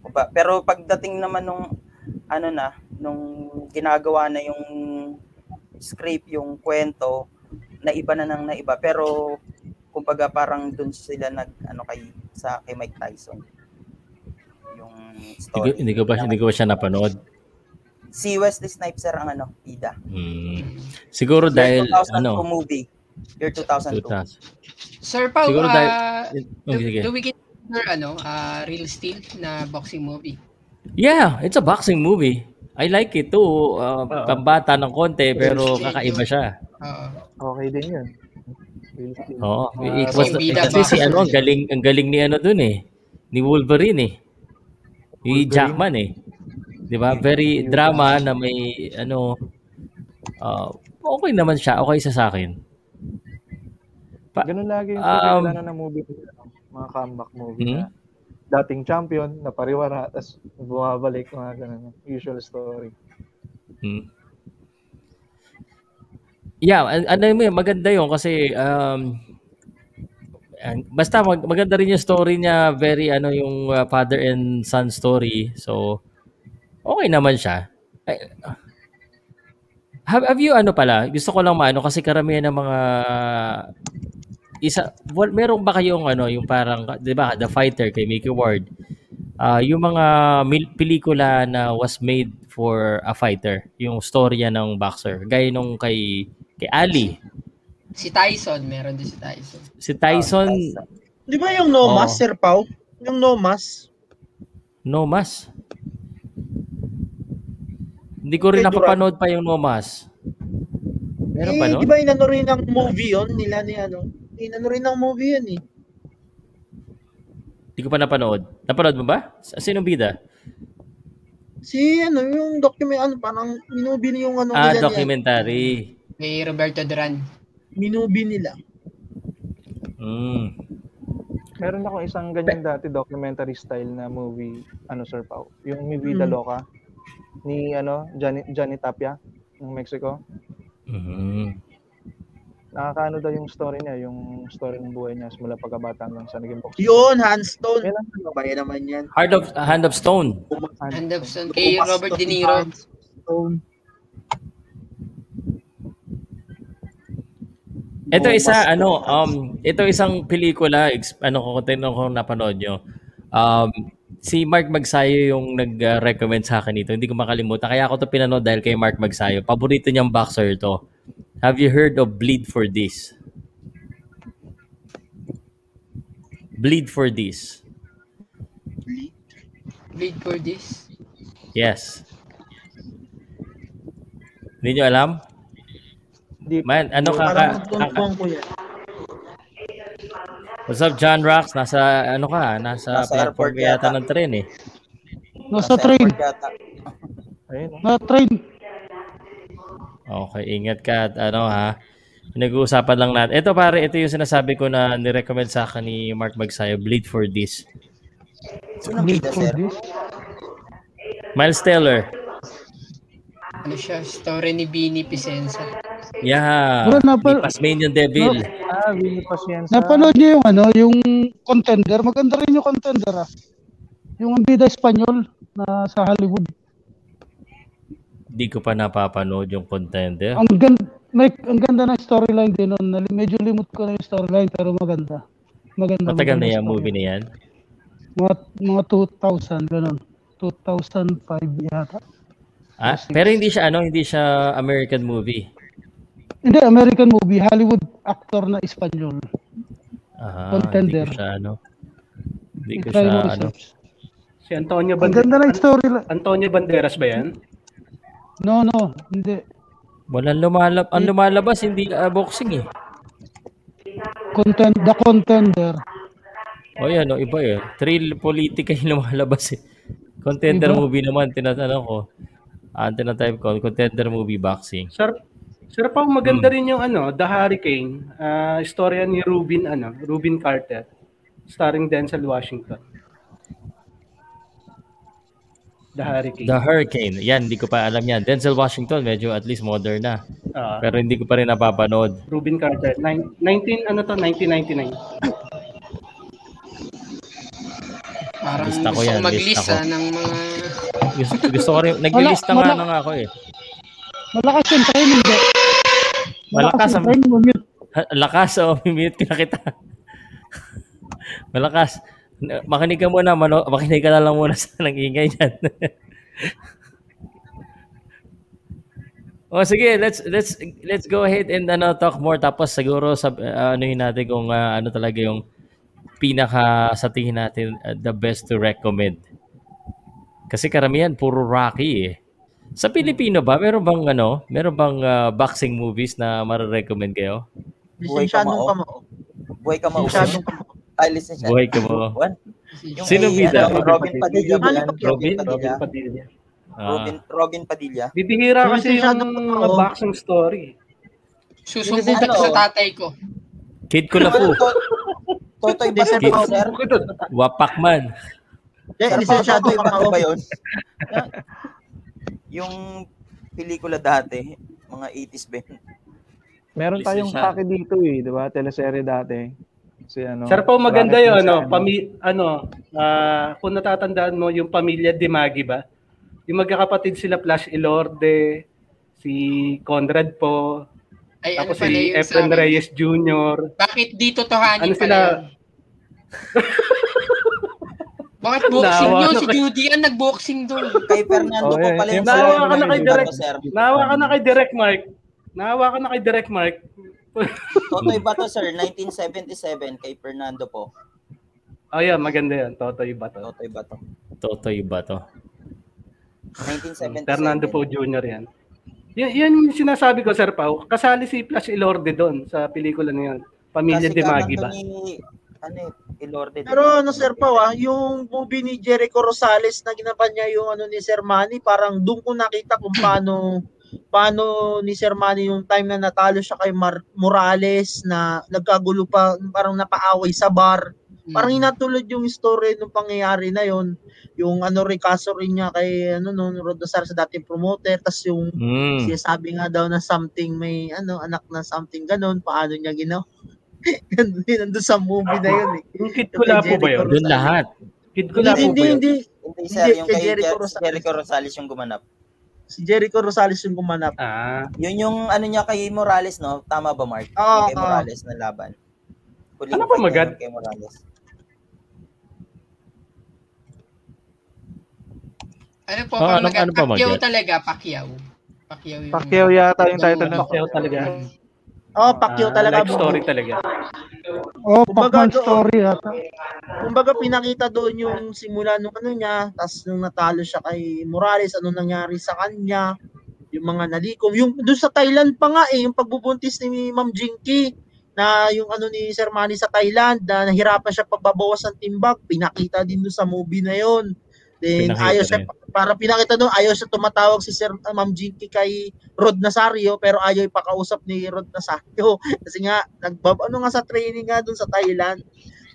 Speaker 3: Kumba- Pero pagdating naman nung ano na, nung ginagawa na yung script, yung kwento, naiba na nang naiba. Pero, kumbaga parang dun sila nag, ano kay, sa kay Mike Tyson. Yung
Speaker 1: Hindi ko,
Speaker 3: story.
Speaker 1: hindi ko ba, hindi ko ba siya napanood?
Speaker 3: Si Wesley Snipes, sir, ang ano, Ida.
Speaker 1: Hmm. Siguro dahil,
Speaker 3: Year 2002
Speaker 1: ano,
Speaker 3: movie. Year 2002.
Speaker 1: 2000.
Speaker 2: Sir Pao,
Speaker 1: Siguro
Speaker 2: ah,
Speaker 1: dahil-
Speaker 2: do,
Speaker 1: Oh, sige.
Speaker 2: do we get your ano, ah, real steel na boxing movie?
Speaker 1: Yeah, it's a boxing movie. I like it too. Uh, pambata ng konti, pero kakaiba siya.
Speaker 2: Oo.
Speaker 5: Okay din yun. Real steel.
Speaker 1: Oo.
Speaker 4: Ah,
Speaker 1: it was,
Speaker 2: Yung
Speaker 1: eh,
Speaker 2: bida
Speaker 1: kasi
Speaker 2: ba?
Speaker 1: si ano, ang galing, ang galing ni ano dun eh. Ni Wolverine eh. Ni
Speaker 5: Wolverine.
Speaker 1: Jackman eh. Di ba? Very
Speaker 5: Yun.
Speaker 1: drama na may ano, ah, okay naman siya. Okay siya sa akin. Pa-
Speaker 5: Ganun lagi yung
Speaker 1: Um,
Speaker 5: um, na movie nila, no? mga comeback movie
Speaker 1: Hmm?
Speaker 5: na dating champion, napariwara, tapos bumabalik, mga ganun. Usual story.
Speaker 1: Hmm. Yeah, an- ano mo yun, maganda yun kasi um, ang- basta mag- maganda rin yung story niya, very ano yung uh, father and son story. So okay naman siya. Ay, ah. have, have you ano pala? Gusto ko lang maano kasi karamihan ng mga isa well, meron ba kayong ano yung parang 'di ba The Fighter kay Mickey Ward? Ah, yung mga mil- pelikula na was made for a fighter, yung storya ng boxer, gaya nung kay kay Ali,
Speaker 2: Si Tyson, meron din si Tyson.
Speaker 1: si Tyson,
Speaker 6: Ah, Di ba yung No
Speaker 1: Oo.
Speaker 6: Mas, Sir Pau? Yung No Mas?
Speaker 1: No Mas. Hindi ko rin
Speaker 6: Kay Duran.
Speaker 1: napapanood pa yung No Mas. Meron ba
Speaker 6: eh,
Speaker 1: nun?
Speaker 6: di ba inano rin ng movie yon nila ni ano? Inano rin ng movie yun eh.
Speaker 1: Hindi ko pa napanood. Napanood mo ba? Sa- Sinong bida?
Speaker 6: Si ano, yung document, ano, parang minubili yung ano
Speaker 1: Ah,
Speaker 6: nila ni-
Speaker 1: documentary.
Speaker 2: May Roberto Duran.
Speaker 6: Minubi nila.
Speaker 1: Mm.
Speaker 5: Meron akong isang ganyan dati documentary style na movie, ano Sir Pao, yung Mi Vida
Speaker 6: Mm.
Speaker 5: Loca ni ano, Johnny, Johnny Tapia ng Mexico.
Speaker 1: Mhm.
Speaker 5: Nakakaano daw yung story niya, yung story ng buhay niya simula pagkabata hanggang sa naging boxer.
Speaker 6: Yun, Handstone.
Speaker 5: Yan ang
Speaker 6: Ano ba yan naman yan?
Speaker 1: Heart of, Hand of Stone.
Speaker 2: And of Son- kay Eh, Robert De Niro.
Speaker 6: Handstone.
Speaker 1: Ito
Speaker 3: Oo,
Speaker 1: isa
Speaker 3: mas-
Speaker 1: ano um ito isang pelikula ex- ano ko kung ko napanood nyo. Um si Mark Magsayo yung nag-recommend sa akin ito. Hindi ko makalimutan. Kaya ako to pinanood dahil kay Mark Magsayo. Paborito niyang boxer to. Have you heard of Bleed for This? Bleed for This.
Speaker 2: Bleed for this.
Speaker 1: Yes. Hindi nyo alam?
Speaker 5: Hindi.
Speaker 1: Man, ano ka, ka,
Speaker 6: Parang
Speaker 1: ka-
Speaker 6: magtuntuan ko yan.
Speaker 1: What's up, John Rocks? Nasa, ano ka, nasa,
Speaker 3: Nasa
Speaker 1: platform
Speaker 3: airport
Speaker 1: ka yata
Speaker 3: yata.
Speaker 1: ng tren eh.
Speaker 7: Nasa train.
Speaker 3: airport yata.
Speaker 5: Ayun. oh.
Speaker 7: Nasa train.
Speaker 1: Okay, ingat ka at ano ha. Pinag-uusapan lang natin. Ito pare, ito yung sinasabi ko na nirecommend sa akin ni Mark Magsayo, Bleed for This.
Speaker 3: Sino ang bida, sir?
Speaker 1: Miles Teller.
Speaker 2: Ano siya? Story ni Bini Pisensa.
Speaker 1: Yeah.
Speaker 7: Wala na
Speaker 1: Ni
Speaker 7: pala-
Speaker 1: Pasmanian Devil.
Speaker 5: Ah, Winnie Pacienza.
Speaker 7: Napanood niyo yung ano, yung contender. Maganda rin yung contender ah. Yung ang bida Espanyol na sa Hollywood.
Speaker 1: Hindi ko pa napapanood yung contender.
Speaker 7: Ang ganda, may, ang ganda ng storyline din nun. Nali- Medyo limot ko na yung storyline pero maganda. Maganda.
Speaker 1: Matagal na
Speaker 7: maganda
Speaker 1: yung
Speaker 7: story.
Speaker 1: movie na yan.
Speaker 7: Mga, mga 2000, ganun. 2005 yata.
Speaker 1: Ah, pero hindi siya ano, hindi siya American movie.
Speaker 7: Hindi, American movie. Hollywood actor na Espanyol.
Speaker 1: Aha, Ah, Hindi
Speaker 7: Contender.
Speaker 1: ko siya ano. Hindi ko
Speaker 7: I-try
Speaker 1: siya
Speaker 7: mo
Speaker 1: ano.
Speaker 7: research.
Speaker 4: Si Antonio
Speaker 7: Ang
Speaker 4: Banderas.
Speaker 7: ganda ng storyline.
Speaker 4: Antonio Banderas ba yan?
Speaker 7: No, no. Hindi.
Speaker 1: Walang lumalab ang lumalabas hindi ah, boxing eh.
Speaker 7: Content, the Contender.
Speaker 1: O yan, o, iba eh. Thrill politika yung lumalabas eh. Contender
Speaker 7: Iba.
Speaker 1: movie naman, tinatanong ko. Ah, tinatype ko, contender movie boxing.
Speaker 4: Sir, Sir Pao, maganda
Speaker 7: Hmm.
Speaker 4: rin yung ano, The Hurricane. Ah, istorya ni Rubin, ano, Rubin Carter. Starring Denzel Washington. The Hurricane.
Speaker 1: The Hurricane. Yan, hindi ko pa alam yan. Denzel Washington, medyo at least modern na.
Speaker 4: Ah,
Speaker 1: Pero hindi ko pa rin napapanood.
Speaker 4: Rubin Carter. Nine, 19, ano to, 1999.
Speaker 2: Parang
Speaker 1: Lista ko
Speaker 2: gusto
Speaker 1: yan,
Speaker 2: kong mag-list
Speaker 1: lista ko.
Speaker 2: ah, ng mga...
Speaker 1: Gusto, gusto ko rin, naglilista
Speaker 7: Wala,
Speaker 1: nga
Speaker 7: wala.
Speaker 1: na nga ako eh.
Speaker 7: Malakas yung train, hindi.
Speaker 1: Malakas
Speaker 7: yung
Speaker 1: ang-
Speaker 7: train, mumute.
Speaker 1: Ha- Lakas, oh, mimute ka na kita. Malakas. Na- Makinig ka muna, mano, makinig ka na lang muna sa nag-ingay dyan. oh, sige, let's let's let's go ahead and ano talk more tapos siguro sab uh, anuhin natin kung ah, ano talaga yung pinaka sa tingin natin ah, the best to recommend. Kasi karamihan puro Rocky eh. Sa Pilipino ba, meron bang ano, meron bang ah, boxing movies na mare-recommend kayo?
Speaker 6: Lisensyadong
Speaker 3: Buhay
Speaker 6: kamao.
Speaker 3: Buhay ka mausap.
Speaker 6: Lisensyadong kamao.
Speaker 3: Ah, listen siya.
Speaker 1: Buhay ka mo.
Speaker 3: Juan. Yung
Speaker 1: Sino
Speaker 3: kay,
Speaker 1: bida?
Speaker 3: ano, Robin Padilla. ba yan?
Speaker 6: Robin?
Speaker 4: Robin
Speaker 3: Padilla.
Speaker 4: Padilla.
Speaker 1: Ah,
Speaker 3: Robin, Robin Padilla.
Speaker 4: Bibihira
Speaker 6: Yung
Speaker 4: kasi yung
Speaker 6: masyadong
Speaker 4: mga
Speaker 6: totoo.
Speaker 4: boxing story.
Speaker 2: Susumbong
Speaker 3: Ano?
Speaker 2: ako sa tatay ko.
Speaker 1: Kid ko na po.
Speaker 3: Well, to- Totoy ba sir?
Speaker 6: Hindi, sir,
Speaker 3: Pao, sir?
Speaker 1: Wapak man.
Speaker 6: Hindi,
Speaker 3: Sir, Pao, totoy
Speaker 6: lisensyadong
Speaker 3: ba
Speaker 6: kamao.
Speaker 3: ba yun? yung pelikula dati, mga 80s ba yun?
Speaker 5: Meron tayong
Speaker 1: Lisensyado.
Speaker 5: pake dito eh, di ba? Teleserye dati. Kasi ano,
Speaker 4: Sir Pao, maganda
Speaker 5: bracket
Speaker 4: yun,
Speaker 5: na
Speaker 4: ano,
Speaker 5: sa-
Speaker 4: pami, ano, ah, kung natatandaan mo, yung pamilya Dimagi ba? Yung magkakapatid sila, Flash Ilorde, si Conrad po,
Speaker 2: Ay,
Speaker 4: tapos
Speaker 2: ano pala
Speaker 4: si
Speaker 2: yung sa
Speaker 4: Efren
Speaker 2: amin?
Speaker 4: Reyes Jr.
Speaker 2: Bakit dito tohanin
Speaker 4: Ano
Speaker 2: pala
Speaker 4: sila?
Speaker 2: yun? Bakit boxing
Speaker 4: Naawa
Speaker 2: yun?
Speaker 4: ako
Speaker 2: Si
Speaker 4: kay-
Speaker 2: Judy yan, nag-boxing doon.
Speaker 3: Kay Fernando
Speaker 5: Oh,
Speaker 3: ko
Speaker 5: yeah.
Speaker 3: pala yung
Speaker 5: Yung
Speaker 4: Naawa
Speaker 3: sarili
Speaker 4: ka na
Speaker 3: ng
Speaker 4: kay
Speaker 3: pelikula
Speaker 4: Direk.
Speaker 3: ko, sir.
Speaker 4: Naawa ka na kay Direct Mark. Naawa ka na kay Direct Mark.
Speaker 3: Totoy ba to, sir? 1977 kay Fernando po.
Speaker 4: oh, yan, maganda yan. Totoy ba to?
Speaker 3: Totoy ba to?
Speaker 1: Totoy ba to?
Speaker 3: 1977.
Speaker 4: Fernando Poe Jr. yan. Yan, yan yung sinasabi ko, Sir Pao. Kasali si Flash Ilorde doon sa pelikula na yun. Pamilya de Magi ba?
Speaker 3: Ni, ano eh, Ilorde. di
Speaker 6: Pero
Speaker 3: ba?
Speaker 6: ano Sir Pao ah, yung movie ni Jericho Rosales na ginapan niya yung ano ni Sir Manny, parang doon ko nakita kung paano paano ni Sir Manny yung time na natalo siya kay Mar- Morales na nagkagulo pa, parang napaaway sa bar. Parang
Speaker 4: Mm.
Speaker 6: inatulad yung story nung pangyayari na yon yung ano rekaso rin niya kay ano noon Rod Nazar sa dating promoter tas yung
Speaker 1: Mm.
Speaker 6: sinasabi nga daw na something may ano anak na something ganun paano niya ginawa Ganun yun, nandun sa movie na yun eh
Speaker 4: Yung kid ko lapo ba yun?
Speaker 1: Doon lahat.
Speaker 4: Kid ko
Speaker 6: hindi
Speaker 4: lapo
Speaker 6: hindi
Speaker 4: ba yun?
Speaker 6: hindi
Speaker 3: Hindi, sir.
Speaker 6: Hindi,
Speaker 3: Yung
Speaker 6: kay
Speaker 3: kay
Speaker 6: Jericho
Speaker 3: Jer-
Speaker 6: Rosales.
Speaker 3: Jericho Rosales yung gumanap.
Speaker 6: Si Jericho Rosales yung gumanap.
Speaker 4: Ah,
Speaker 3: Yun yung ano niya kay Morales, no? Tama ba, Mark?
Speaker 6: Oo,
Speaker 3: Yung kay
Speaker 6: oo.
Speaker 3: Morales na laban. Huling
Speaker 4: Ano ba,
Speaker 3: fight na
Speaker 4: Magad?
Speaker 3: yun Kay Morales.
Speaker 2: Ano po,
Speaker 1: Oh,
Speaker 2: oh,
Speaker 1: ano- ano pa,
Speaker 2: Pacquiao
Speaker 1: Magat?
Speaker 2: talaga, Pacquiao. Pacquiao yung...
Speaker 5: Pacquiao yata yung title nun.
Speaker 4: Pacquiao talaga.
Speaker 6: Oh, Pacquiao
Speaker 4: Ah,
Speaker 6: talaga.
Speaker 4: Life story talaga.
Speaker 7: Oh,
Speaker 6: Kumbaga
Speaker 7: Pacman
Speaker 6: doon.
Speaker 7: story yata.
Speaker 6: Kumbaga pinakita doon yung simula nung ano niya, tapos nung natalo siya kay Morales, ano nangyari sa kanya, yung mga nalikom. Yung doon sa Thailand pa nga eh, yung pagbubuntis ni Ma'am Jinky na yung ano ni Sir Manny sa Thailand na nahirapan siya pababawas ng timbang, pinakita din doon sa movie na yon. Then
Speaker 1: Pinakita
Speaker 6: ayaw siya,
Speaker 1: rin.
Speaker 6: para pinakita doon, ayaw siya tumatawag si Sir ah, Ma'am Jinky kay Rod Nasario pero ayaw ipakausap ni Rod Nasario kasi nga nagbab ano nga sa training nga doon sa Thailand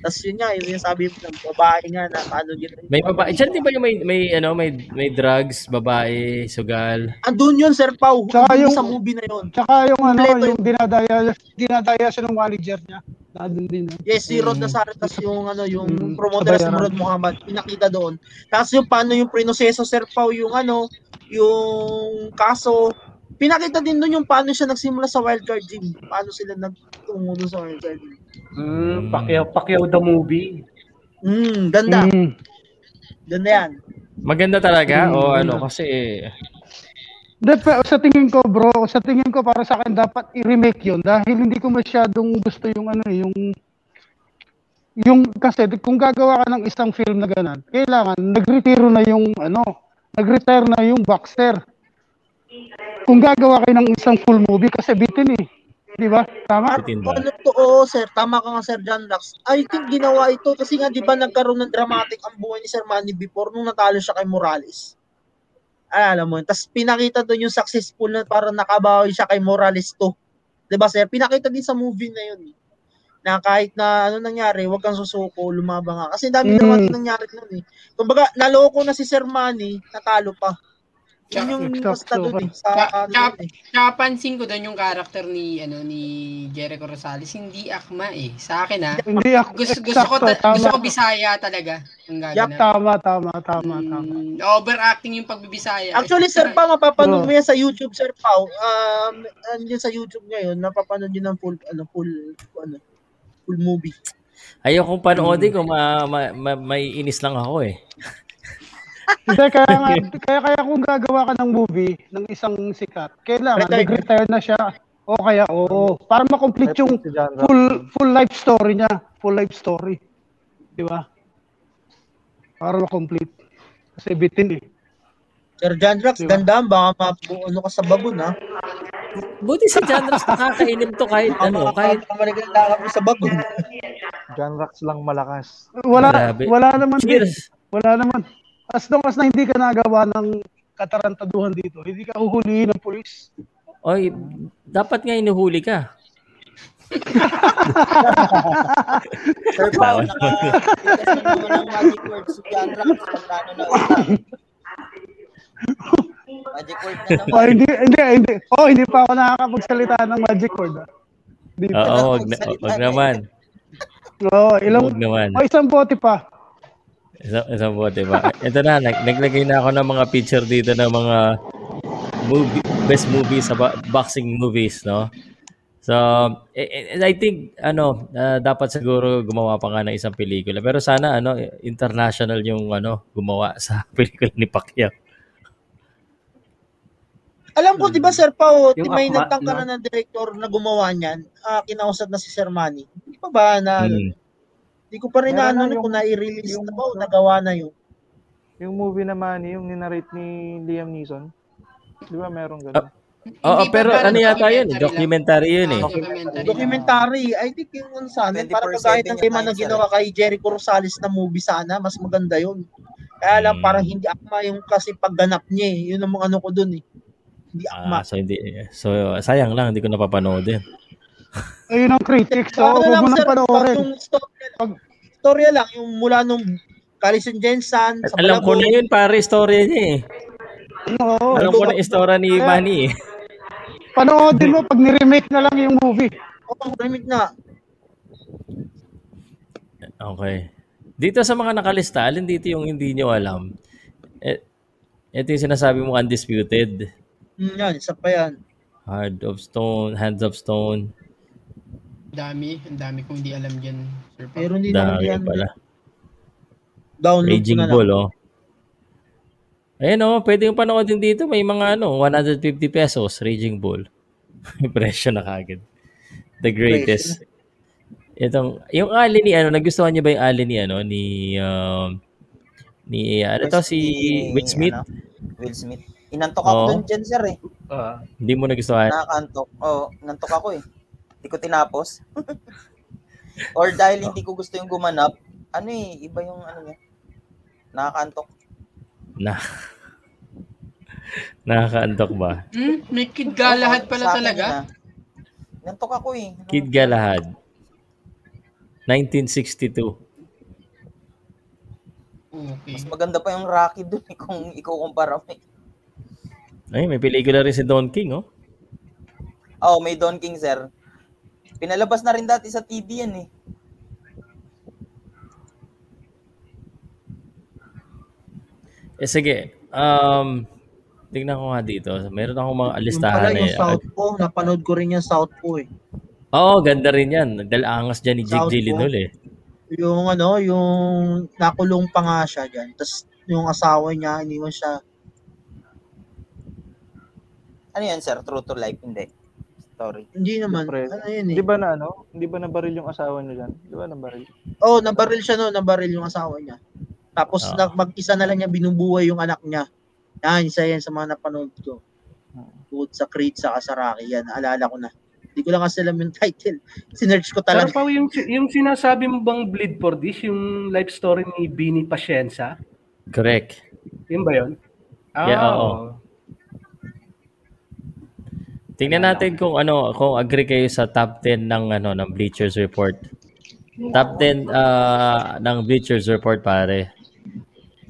Speaker 6: tapos yun nga, yun yung sabi ng babae nga na paano yun.
Speaker 1: May babae. Diyan di ba yung may, may, ano, may, may drugs, babae, sugal?
Speaker 6: Andun yun, Sir Pau.
Speaker 7: Tsaka
Speaker 6: Andun
Speaker 7: yung-
Speaker 6: sa movie na yun.
Speaker 7: Tsaka yung ano,
Speaker 6: Kompleto
Speaker 7: yung dinadaya, dinadaya siya ng manager niya. Nandun din. yun.
Speaker 6: Yes, si Rod
Speaker 7: Mm.
Speaker 6: Nazario, tapos yung, ano, yung
Speaker 7: Mm,
Speaker 6: promoter
Speaker 7: sabay
Speaker 6: si
Speaker 7: yan.
Speaker 6: Rod Muhammad, pinakita doon. Tapos yung paano yung prinoseso, Sir Pau, yung ano, yung kaso, pinakita din doon yung paano siya nagsimula sa wildcard gym. Paano sila nagtungo doon sa wildcard gym.
Speaker 1: Hmm.
Speaker 4: Mm, Pacquiao, Pacquiao the movie.
Speaker 6: Hmm, ganda.
Speaker 7: Mm.
Speaker 6: Ganda yan.
Speaker 1: Maganda talaga?
Speaker 7: Hmm,
Speaker 1: o ano?
Speaker 7: maganda.
Speaker 1: Kasi,
Speaker 7: Hindi, pero sa tingin ko bro, sa tingin ko para sa akin dapat i-remake yun dahil hindi ko masyadong gusto yung ano eh, yung yung kasi kung gagawa ka ng isang film na ganun, kailangan nagretiro na yung ano, nag-retire na yung boxer. Kung gagawa kayo ng isang full movie kasi bitin eh. Di ba? Tama?
Speaker 6: At
Speaker 1: Bitin ba?
Speaker 6: ano to, oo sir, tama ka nga sir John Lux. I think ginawa ito kasi nga di ba nagkaroon ng dramatic ang buhay ni Sir Manny before nung natalo siya kay Morales. Ay, alam mo yun. Tapos pinakita doon yung successful na parang nakabawi siya kay Morales to. Di ba sir? Pinakita din sa movie na yun. eh. Na kahit na ano nangyari, huwag kang susuko, lumabang ka. Kasi dami
Speaker 7: Mm.
Speaker 6: naman nangyari nun eh. Kumbaga, naloko na si Sir Manny, natalo pa. Yun yung basta
Speaker 7: Exacto.
Speaker 6: doon eh. Sa,
Speaker 2: Tsaka-
Speaker 6: ano,
Speaker 2: tsaka-
Speaker 6: yun eh.
Speaker 2: Tsaka pansin ko doon yung character ni ano ni Jericho Rosales, hindi akma eh. Sa akin ha,
Speaker 7: Hindi ako
Speaker 2: gusto, gusto ko
Speaker 7: exacto,
Speaker 2: ta-
Speaker 7: tama.
Speaker 2: gusto ko Bisaya talaga ang
Speaker 7: Yak,
Speaker 2: gaganap.
Speaker 7: tama, tama, tama, tama.
Speaker 2: Mm, overacting yung pagbibisaya.
Speaker 6: Actually, Sir Pao, mapapanood
Speaker 7: Bro.
Speaker 6: mo yan sa YouTube, Sir Pao. Um, andyan sa YouTube ngayon, napapanood yun ng full, ano, full, ano, full movie.
Speaker 1: ayokong panoodin ko. Ma, ma, ma, may inis lang ako eh.
Speaker 7: Hindi, kaya nga, kaya, kaya kung gagawa ka ng movie, ng isang sikat, kailangan
Speaker 6: Retire.
Speaker 7: nag-retire na siya. O kaya, oo. Para makomplete yung
Speaker 5: Si John Rock.
Speaker 7: full full life story niya. Full life story. Di ba? Para makomplete. Kasi bitin eh.
Speaker 6: Sir John Rax,
Speaker 7: Diba?
Speaker 6: ganda, baka mapu- ano ka sa babon, ha?
Speaker 1: Buti si John Ross nakakainim to kahit
Speaker 6: Baka
Speaker 1: ano, kahit
Speaker 6: mapapamalaganda ka sa babon.
Speaker 5: John Rock lang malakas.
Speaker 7: Wala,
Speaker 1: Grabe.
Speaker 7: wala naman eh. din.
Speaker 1: Cheers.
Speaker 7: Wala naman. As long as na hindi ka nagawa ng katarantaduhan dito, hindi ka huhulihin ng pulis.
Speaker 1: Oy, dapat nga inuhuli ka.
Speaker 6: Sir Pao, naka-itas na naman ng magic word si John Rax. Pagkano na ulit.
Speaker 3: Magic word na naman.
Speaker 7: Oh, hindi, hindi, hindi. Oh, hindi pa ako nakakapagsalita ng magic word. ah. Dito.
Speaker 1: Oo, wag, na, wag naman.
Speaker 7: Oo, eh. ilang,
Speaker 1: Huwag naman.
Speaker 7: o isang bote pa.
Speaker 1: Isang, isang bote ba? Ito na, nag, naglagay na ako ng mga picture dito ng mga movie, best movies sa ba- boxing movies, no? So, eh, eh, I think, ano, ah, dapat siguro gumawa pa nga ng isang pelikula. Pero sana, ano, international yung, ano, gumawa sa pelikula ni Pacquiao.
Speaker 6: Alam ko, di ba, Sir Pao,
Speaker 4: Yung
Speaker 6: may
Speaker 4: akma,
Speaker 6: nagtangka
Speaker 4: no?
Speaker 6: na ng director na gumawa niyan, ah, kinausap na si Sir Manny. Hindi pa ba na,
Speaker 1: Mm.
Speaker 6: Hindi ko pa rin
Speaker 5: Meron
Speaker 6: ano
Speaker 5: na yung-
Speaker 6: kung nai-release
Speaker 5: yung-
Speaker 6: na ba o nagawa na yun.
Speaker 5: Yung movie naman, yung ninarate ni Liam Neeson. Di ba meron
Speaker 6: Ah,
Speaker 5: ganun?
Speaker 1: Oo,
Speaker 2: Hindi ba
Speaker 1: pero
Speaker 2: parang
Speaker 1: ano yata yun? eh,
Speaker 2: documentary
Speaker 1: Documentary yun eh.
Speaker 2: lang? Ah, documentary lang.
Speaker 6: Documentary, I think yung ano sana, para
Speaker 3: 24/7
Speaker 6: kagaya ng
Speaker 3: yung
Speaker 6: lima na
Speaker 3: time, sir,
Speaker 6: ginawa kay Jericho Rosales na movie sana, mas maganda yun. Kaya
Speaker 1: Mm.
Speaker 6: lang parang hindi akma yung kasi pagganap niya eh. Yun ang mga ano ko dun eh. Hindi
Speaker 1: Ah,
Speaker 6: akma.
Speaker 1: so hindi so sayang lang hindi ko napapanood din.
Speaker 7: Ayun ang critics. So,
Speaker 6: Pero ano
Speaker 7: oh, huwag
Speaker 6: lang
Speaker 7: mo nang
Speaker 6: sir, pag
Speaker 7: panoorin.
Speaker 6: yung storya lang,
Speaker 7: Pag-
Speaker 6: storya lang, yung mula nung Carlison Jensen sa
Speaker 1: Alam ko
Speaker 6: Malabo,
Speaker 1: na yun pare istorya niya eh.
Speaker 7: Oo.
Speaker 1: Alam ko na istorya ni
Speaker 7: Oh, Kaya-
Speaker 1: Manny eh.
Speaker 7: Panoodin mo pag niremake na lang yung movie.
Speaker 6: oh, remake na.
Speaker 1: Okay. Dito sa mga nakalista, alin dito yung hindi nyo alam? Eh, Ito yung sinasabi mo, Undisputed.
Speaker 6: Mm, yan, isa pa yan.
Speaker 1: Heart of Stone, Hands of Stone.
Speaker 2: Dami, ang dami kong hindi alam dyan, Sir Pao.
Speaker 6: Pero hindi naman
Speaker 1: Dami
Speaker 6: yan.
Speaker 1: pala.
Speaker 6: Download ko
Speaker 1: Raging
Speaker 6: na lang.
Speaker 1: Bull, oh. Ayan, oh, pwede yung panoodin dito. May mga ano, 150 pesos, Raging Bull. May Presyo na kagad. The greatest. Itong, yung ali ni ano, nagustuhan niyo ba yung ali ni ano, ni, um, ni, ano to, si Will Smith?
Speaker 3: Ano? Will Smith. Inantok ako
Speaker 1: Oo.
Speaker 3: dun dyan, sir eh.
Speaker 4: Ah,
Speaker 1: Hindi mo nagustuhan?
Speaker 3: Nakakantok. Oo, oh, nantok ako eh. Hindi ko tinapos. Or dahil hindi ko gusto yung gumanap, ano eh, iba yung ano niya. Nakakantok.
Speaker 1: Na. Nakakaantok ba?
Speaker 2: Hmm? May kid galahat
Speaker 3: Oo,
Speaker 2: pala
Speaker 3: sa akin
Speaker 2: talaga?
Speaker 3: na. Nantok ako eh.
Speaker 1: Kid Galahad. 1962.
Speaker 2: Okay.
Speaker 3: Mas maganda pa yung Rocky dun eh, kung ikukumpara mo eh.
Speaker 1: Ay, may pelikula rin si Don King, oh.
Speaker 3: Oo, Oh, may Don King, sir. Pinalabas na rin dati sa TV yan eh.
Speaker 1: Eh, sige. Um, tignan ko nga dito. Meron akong mga
Speaker 6: Yung pala
Speaker 1: listahan
Speaker 6: yung
Speaker 1: eh.
Speaker 6: Southpaw, napanood ko rin yung Southpaw eh.
Speaker 1: Oo, oh, ganda rin yan. Dahil angas dyan ni Jake
Speaker 6: Southpaw.
Speaker 1: Gyllenhaal eh.
Speaker 6: Yung ano, yung nakulong pa nga siya dyan. Tapos yung asawa niya, iniwan siya.
Speaker 3: Ano yan, sir? True to life? Hindi. Story.
Speaker 6: Hindi naman,
Speaker 5: Depressed.
Speaker 6: ano yun eh.
Speaker 5: Di ba na ano? Di ba nabaril yung asawa niya dyan? Di ba nabaril?
Speaker 6: Oo, oh, nabaril siya no, nabaril yung asawa niya. Tapos
Speaker 1: Ah.
Speaker 6: na, mag-isa na lang niya binubuhay yung anak niya. Yan, isa yan sa mga napanood ko. Bukod sa Creed, sa Kasaraki, yan, naalala ko na. Hindi ko lang kasi alam yung title. Sinerge ko
Speaker 4: Sir
Speaker 6: talaga.
Speaker 4: Pao, yung, yung sinasabi mo bang Bleed for This, yung life story ni Bini Pasyensa,
Speaker 1: Correct.
Speaker 4: yun ba yun? Ah,
Speaker 1: Yeah, oo. Tingnan natin kung ano, kung agree kayo sa top 10 ng ano ng Bleachers Report. Top 10 ah, ng Bleachers Report pare.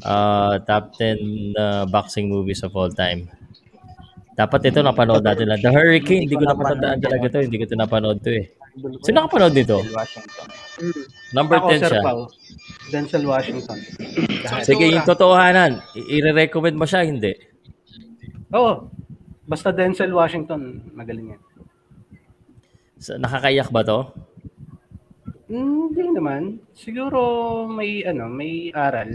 Speaker 1: Ah, top 10 na boxing movies of all time. Dapat ito napanood natin lang. The Hurricane, hindi ko napatandaan talaga to. Hindi ko ito napanood to eh. Sino nakapanood nito?
Speaker 6: Mm.
Speaker 1: Number
Speaker 4: Hmm. Ako,
Speaker 1: 10
Speaker 4: Sir
Speaker 1: siya.
Speaker 4: Pao, Denzel Washington. Lahat.
Speaker 1: Sige, yung totohanan. i- I-recommend mo siya, hindi.
Speaker 4: Oo, basta Denzel Washington, magaling yan.
Speaker 1: Sa- Nakakayak ba to?
Speaker 4: Hmm, Hindi naman. Siguro may ano, may aral.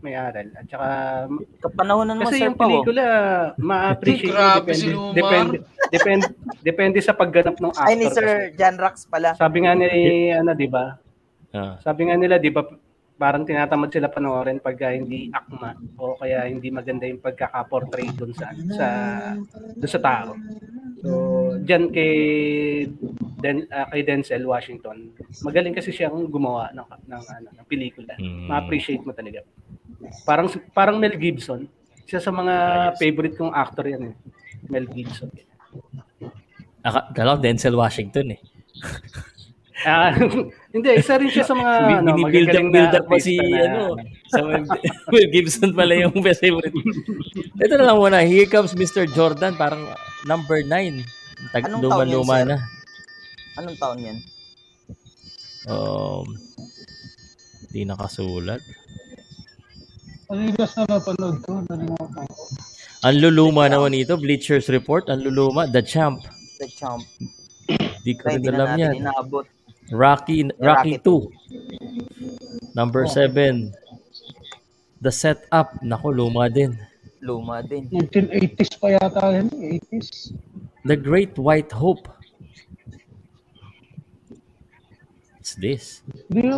Speaker 4: May aral. At saka,
Speaker 3: Kapanahonan mo,
Speaker 4: kasi
Speaker 3: sir,
Speaker 4: yung
Speaker 3: pa oh.
Speaker 4: pelikula, ma-appreciate mo.
Speaker 2: Grabe si
Speaker 4: Depende,
Speaker 2: Lumar.
Speaker 4: depende, depende, depende sa pagganap ng actor.
Speaker 3: Ay, ni
Speaker 4: kasi.
Speaker 3: sir Jan Rax pala.
Speaker 4: Sabi nga ni, ano, di ba?
Speaker 1: Ah.
Speaker 4: Sabi nga nila, di ba, parang tinatamad sila panoorin pag ah, hindi akma o kaya hindi maganda yung pagkakaportray dun sa, sa, dun sa tao. So, dyan kay, Den, ah, kay Denzel Washington, magaling kasi siyang gumawa ng, ng, ano, ng pelikula.
Speaker 1: Mm.
Speaker 4: Ma-appreciate mo talaga. Parang, parang Mel Gibson. Siya sa mga favorite kong actor yan eh. Mel Gibson.
Speaker 1: Naka, kala ko Denzel Washington eh.
Speaker 4: Ah, hindi, isa rin siya sa mga
Speaker 1: Bi-
Speaker 4: ano,
Speaker 1: Binibuild up,
Speaker 4: magagaling
Speaker 1: build
Speaker 4: na
Speaker 1: up mo si,
Speaker 4: artista na-
Speaker 1: ano, sa Will Will Gibson pala yung best favorite. Ito na lang muna, Here Comes Mr. Jordan, parang number 9. Tag
Speaker 3: Anong taon yun,
Speaker 1: luma
Speaker 3: sir?
Speaker 1: na.
Speaker 3: Anong taon yan?
Speaker 1: Um, di nakasulat.
Speaker 7: Ano yung last na napanood ko? Nalimutan ko.
Speaker 1: Ang luluma naman ito, Bleachers Report, ang luluma, The Champ.
Speaker 3: The Champ.
Speaker 1: Di ko
Speaker 3: Na,
Speaker 1: rin
Speaker 3: hindi
Speaker 1: alam
Speaker 3: na natin
Speaker 1: yan.
Speaker 3: inaabot.
Speaker 1: Rocky, Rocky
Speaker 3: Rocky Oh.
Speaker 1: 2. Number 7. The Setup. Nako, luma din.
Speaker 3: Luma din.
Speaker 7: 1980s pa yata yun. 80s.
Speaker 1: The Great White Hope. What's this?
Speaker 7: Hindi,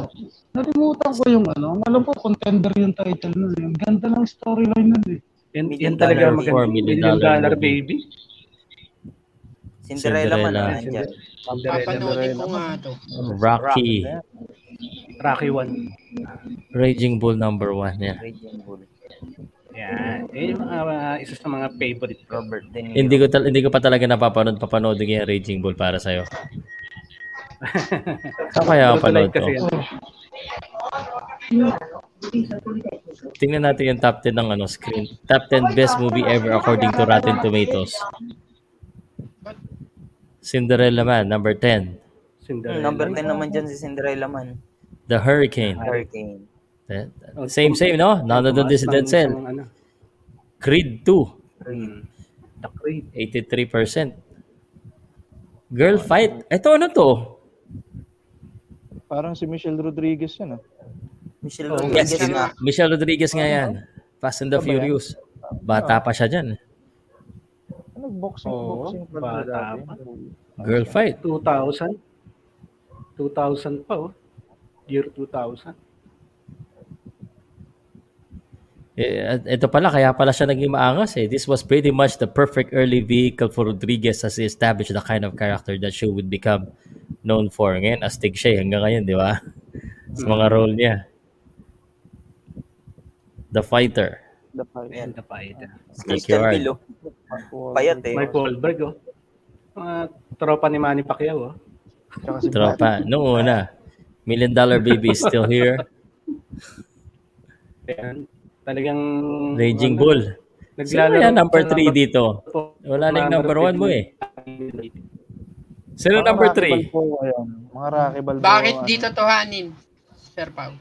Speaker 7: nalimutan ko yung ano. Alam ko, contender yung title nun. eh. Ang ganda ng storyline nun eh.
Speaker 4: Yan,
Speaker 3: Million
Speaker 4: yan talaga
Speaker 1: dollar
Speaker 4: maganda.
Speaker 1: for
Speaker 4: Million,
Speaker 1: million dollar
Speaker 4: dollar,
Speaker 1: movie.
Speaker 4: baby.
Speaker 3: Cinderella, man.
Speaker 1: Cinderella.
Speaker 3: ah, nandyan.
Speaker 2: Papanoodin ko nga to.
Speaker 1: Rocky.
Speaker 4: Rocky 1.
Speaker 1: Raging Bull number 1. Yeah.
Speaker 3: Raging Bull.
Speaker 4: Yan. Yan yung uh, isa sa mga favorite ko.
Speaker 3: Robert De Niro.
Speaker 1: Hindi ko tal- hindi ko pa talaga napapanood papanood ko yung Raging Bull para sa iyo. Saan Ano kaya
Speaker 4: Tulad
Speaker 1: mapanood
Speaker 4: kasi
Speaker 1: to?
Speaker 4: yan.
Speaker 1: Tingnan natin yung top 10 ng ano screen. Top 10 best movie ever according to Rotten Tomatoes. Cinderella Man number 10.
Speaker 3: Hmm,
Speaker 4: Cinderella.
Speaker 3: Number 10 naman dyan si Cinderella, man.
Speaker 1: The Hurricane.
Speaker 3: Hurricane.
Speaker 4: Ah. Oh,
Speaker 1: Same same no? Nanonood din si
Speaker 4: Tumaas lang
Speaker 1: Denzel.
Speaker 4: isang ano.
Speaker 1: Creed 2,
Speaker 4: Mm. The Creed.
Speaker 1: 83%. Girl Fight. Ito ano to?
Speaker 5: Parang si Michelle Rodriguez yun ah.
Speaker 3: Michelle
Speaker 4: Oh,
Speaker 3: Rodriguez
Speaker 2: yes,
Speaker 3: na.
Speaker 1: Michelle Rodriguez nga yan. Fast and the
Speaker 5: Ano ba yan?
Speaker 1: Furious. Bata pa siya dyan.
Speaker 5: Ah, Nag-boxing,
Speaker 4: Oo,
Speaker 1: Oh,
Speaker 5: boxing pa
Speaker 4: bata
Speaker 5: daw dati.
Speaker 4: pa.
Speaker 1: Girl Fight.
Speaker 4: 2000. 2000 pa oh. Year 2000.
Speaker 1: Eh, at ito pala, kaya pala siya naging maangas eh. This was pretty much the perfect early vehicle for Rodriguez as he established the kind of character that she would become known for. Ngayon, astig siya eh, hanggang ngayon, di ba? Sa
Speaker 5: Mm.
Speaker 1: mga role niya. The Fighter.
Speaker 5: The fight.
Speaker 3: Ayan.
Speaker 4: And the Paida.
Speaker 3: Si
Speaker 1: Thank
Speaker 3: Christian
Speaker 1: you, Art.
Speaker 3: Pilo.
Speaker 5: Pacquiao,
Speaker 3: Payat eh.
Speaker 4: Mark Wahlberg oh. Mga tropa ni Manny Pacquiao oh.
Speaker 5: tsaka si
Speaker 1: Tropa. Noong una, Million Dollar Baby is still here.
Speaker 4: Ayan. Talagang
Speaker 1: Raging
Speaker 4: ano,
Speaker 1: Bull. Sino kaya number 3 dito? Wala na yung number one mo eh. Sino
Speaker 5: Mga
Speaker 1: number 3?
Speaker 5: Rocky Balboa yan. Mga Rocky Balboa.
Speaker 2: Bakit
Speaker 5: ano.
Speaker 2: dito tohanin, Sir Pao?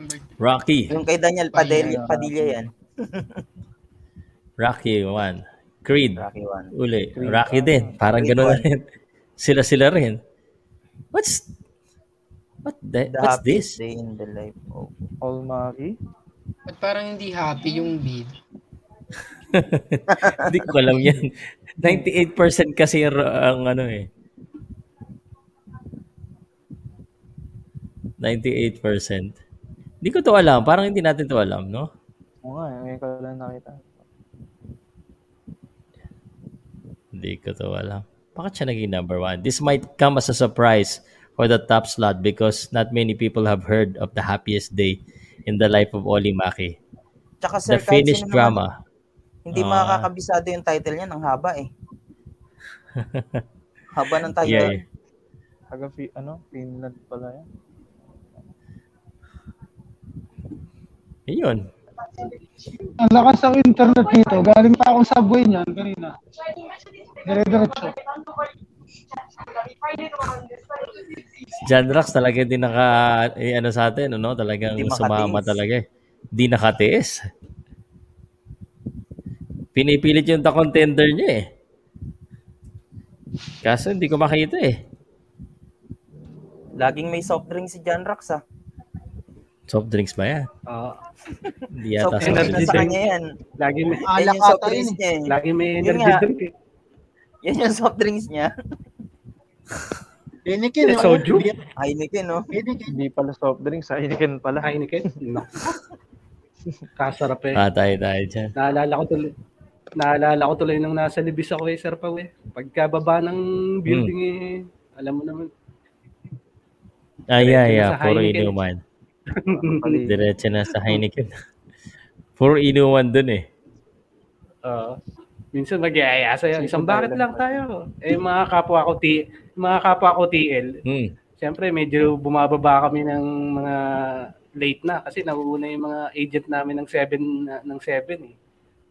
Speaker 2: Number two.
Speaker 1: Rocky.
Speaker 3: Yung kay Daniel Padilla, Padilla yan.
Speaker 1: Rocky 1. Creed.
Speaker 3: Rocky 1.
Speaker 1: Uli. Rocky din. Parang
Speaker 3: Creed
Speaker 1: gano'n
Speaker 3: one.
Speaker 1: rin. Sila-sila rin. What's What the,
Speaker 3: The
Speaker 1: what's
Speaker 3: happiest
Speaker 1: this?
Speaker 3: day in the life of...
Speaker 5: ano, Almaki.
Speaker 2: Ba't parang hindi happy yung bid?
Speaker 1: Hindi ko alam yan. 98% kasi yung ro- ang ano eh. 98%. Hindi ko to alam. Parang hindi natin to alam, no?
Speaker 5: Oo nga, eh, ngayon ko lang nakita.
Speaker 1: Hindi ko to alam. Bakit siya naging number one? This might come as a surprise for the top slot because not many people have heard of the happiest day in the life of Oli Maki.
Speaker 3: Tsaka
Speaker 1: The
Speaker 3: sir, kahit
Speaker 1: Finnish
Speaker 3: sino naman,
Speaker 1: drama.
Speaker 3: hindi
Speaker 1: Ah.
Speaker 3: makakabisado yung title niya ng haba eh. haba ng title.
Speaker 1: Yeah, yeah.
Speaker 5: Taga Fi- ano, Finland pala yan.
Speaker 1: Yun.
Speaker 7: Ang lakas ng internet dito. Galing pa akong subway niyan kanina. Dire-diretso.
Speaker 1: John Rax talaga din naka, eh, ano sa atin, ano? Talagang
Speaker 3: Hindi
Speaker 1: sumama
Speaker 3: makatiis.
Speaker 1: talaga eh. Di nakatiis. Pinipilit yung the contender niya eh. Kaso hindi ko makita eh.
Speaker 3: Laging may soft drink si John Rox ah.
Speaker 1: Soft drinks ba yan?
Speaker 4: Oo.
Speaker 1: Hindi yata
Speaker 3: Soft
Speaker 1: soft
Speaker 3: drink na
Speaker 1: drinks.
Speaker 3: sa
Speaker 4: drink.
Speaker 3: kanya yan.
Speaker 4: lagi may
Speaker 3: Yan
Speaker 6: Alak
Speaker 3: yung soft
Speaker 6: ata
Speaker 3: drinks
Speaker 6: yun eh.
Speaker 3: niya eh.
Speaker 4: lagi may
Speaker 3: Yun
Speaker 4: energy
Speaker 3: nga.
Speaker 4: drink eh.
Speaker 3: Yan yung soft drinks niya.
Speaker 6: Hinikin,
Speaker 4: Eh, soju?
Speaker 6: beer.
Speaker 3: Heineken no?
Speaker 6: Hinikin.
Speaker 5: Hindi pala soft drinks, Heineken pala.
Speaker 4: Heineken. No. Kasarap eh.
Speaker 1: Ah, tayo tayo dyan.
Speaker 4: Naalala ko tuloy Naalala ko tuloy nung nasa Libis ako eh, Sir Pau eh. Pagkababa ng building
Speaker 1: Hmm.
Speaker 4: eh, alam mo naman.
Speaker 1: Ah, yeah,
Speaker 4: Diretso na
Speaker 1: yeah.
Speaker 4: sa
Speaker 1: Puro
Speaker 4: Heineken.
Speaker 1: inuman.
Speaker 5: Mali.
Speaker 1: Diretso na sa Heineken. Puro inuman dun eh.
Speaker 4: Oo. minsan mag-iaya sa'yo. Isang bakit lang tayo. Eh, mga kapwa ko, T, mga kapwa ko TL,
Speaker 1: Hmm.
Speaker 4: Siyempre, medyo bumababa kami ng mga late na kasi nauuna yung mga agent namin ng 7 na- ng 7 eh.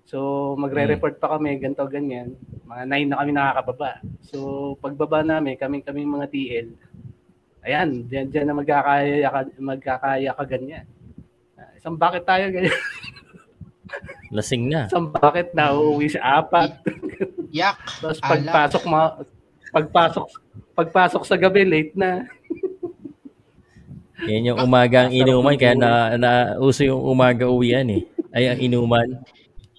Speaker 4: So, magre-report pa kami, ganto ganyan. Mga 9 na kami nakakababa. So, pagbaba namin, kami kami mga TL. Ayan, diyan diyan na magkakaya ka, magkakaya ka ganyan. Ah, Isang bakit tayo ganyan?
Speaker 1: Lasing na.
Speaker 4: Isang bakit na uuwi sa apat.
Speaker 2: Yak!
Speaker 4: Tapos
Speaker 2: Ala.
Speaker 4: pagpasok ma pagpasok pagpasok sa gabi late na.
Speaker 1: Yan yung umaga ang inuman. Kaya na, na uso yung umaga uwian eh. Ay, ang inuman.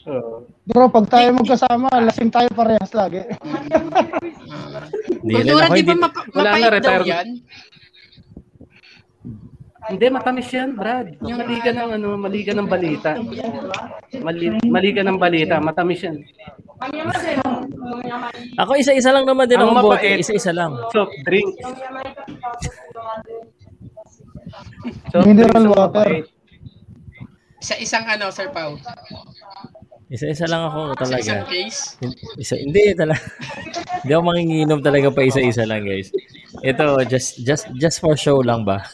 Speaker 4: Oo.
Speaker 7: Bro, pag tayo magkasama, lasing tayo parehas lagi.
Speaker 2: Ah.
Speaker 1: Hindi rin
Speaker 2: Kultura,
Speaker 1: ako.
Speaker 2: di ba
Speaker 1: Hindi,
Speaker 2: mapa-
Speaker 4: wala na,
Speaker 2: mapait daw
Speaker 4: retirement.
Speaker 2: yan?
Speaker 4: Hindi, matamis yan, Brad. Yung mali ka ng, ano, mali ka ng balita. Mali, mali ka ng balita, matamis yan.
Speaker 1: ako isa-isa lang naman din
Speaker 4: Ang
Speaker 1: ako bote.
Speaker 4: mapait.
Speaker 1: Isa-isa lang.
Speaker 4: Soft drinks. Soft
Speaker 7: Mineral
Speaker 4: drinks ang
Speaker 7: water.
Speaker 4: mapait.
Speaker 2: Sa isang ano, Sir Pao?
Speaker 1: Isa-isa lang ako
Speaker 2: Sa isang
Speaker 1: talaga.
Speaker 2: case?
Speaker 1: Isa, hindi talaga. hindi ako manginginom talaga pa isa-isa lang, guys. Ito, just just just for show lang ba?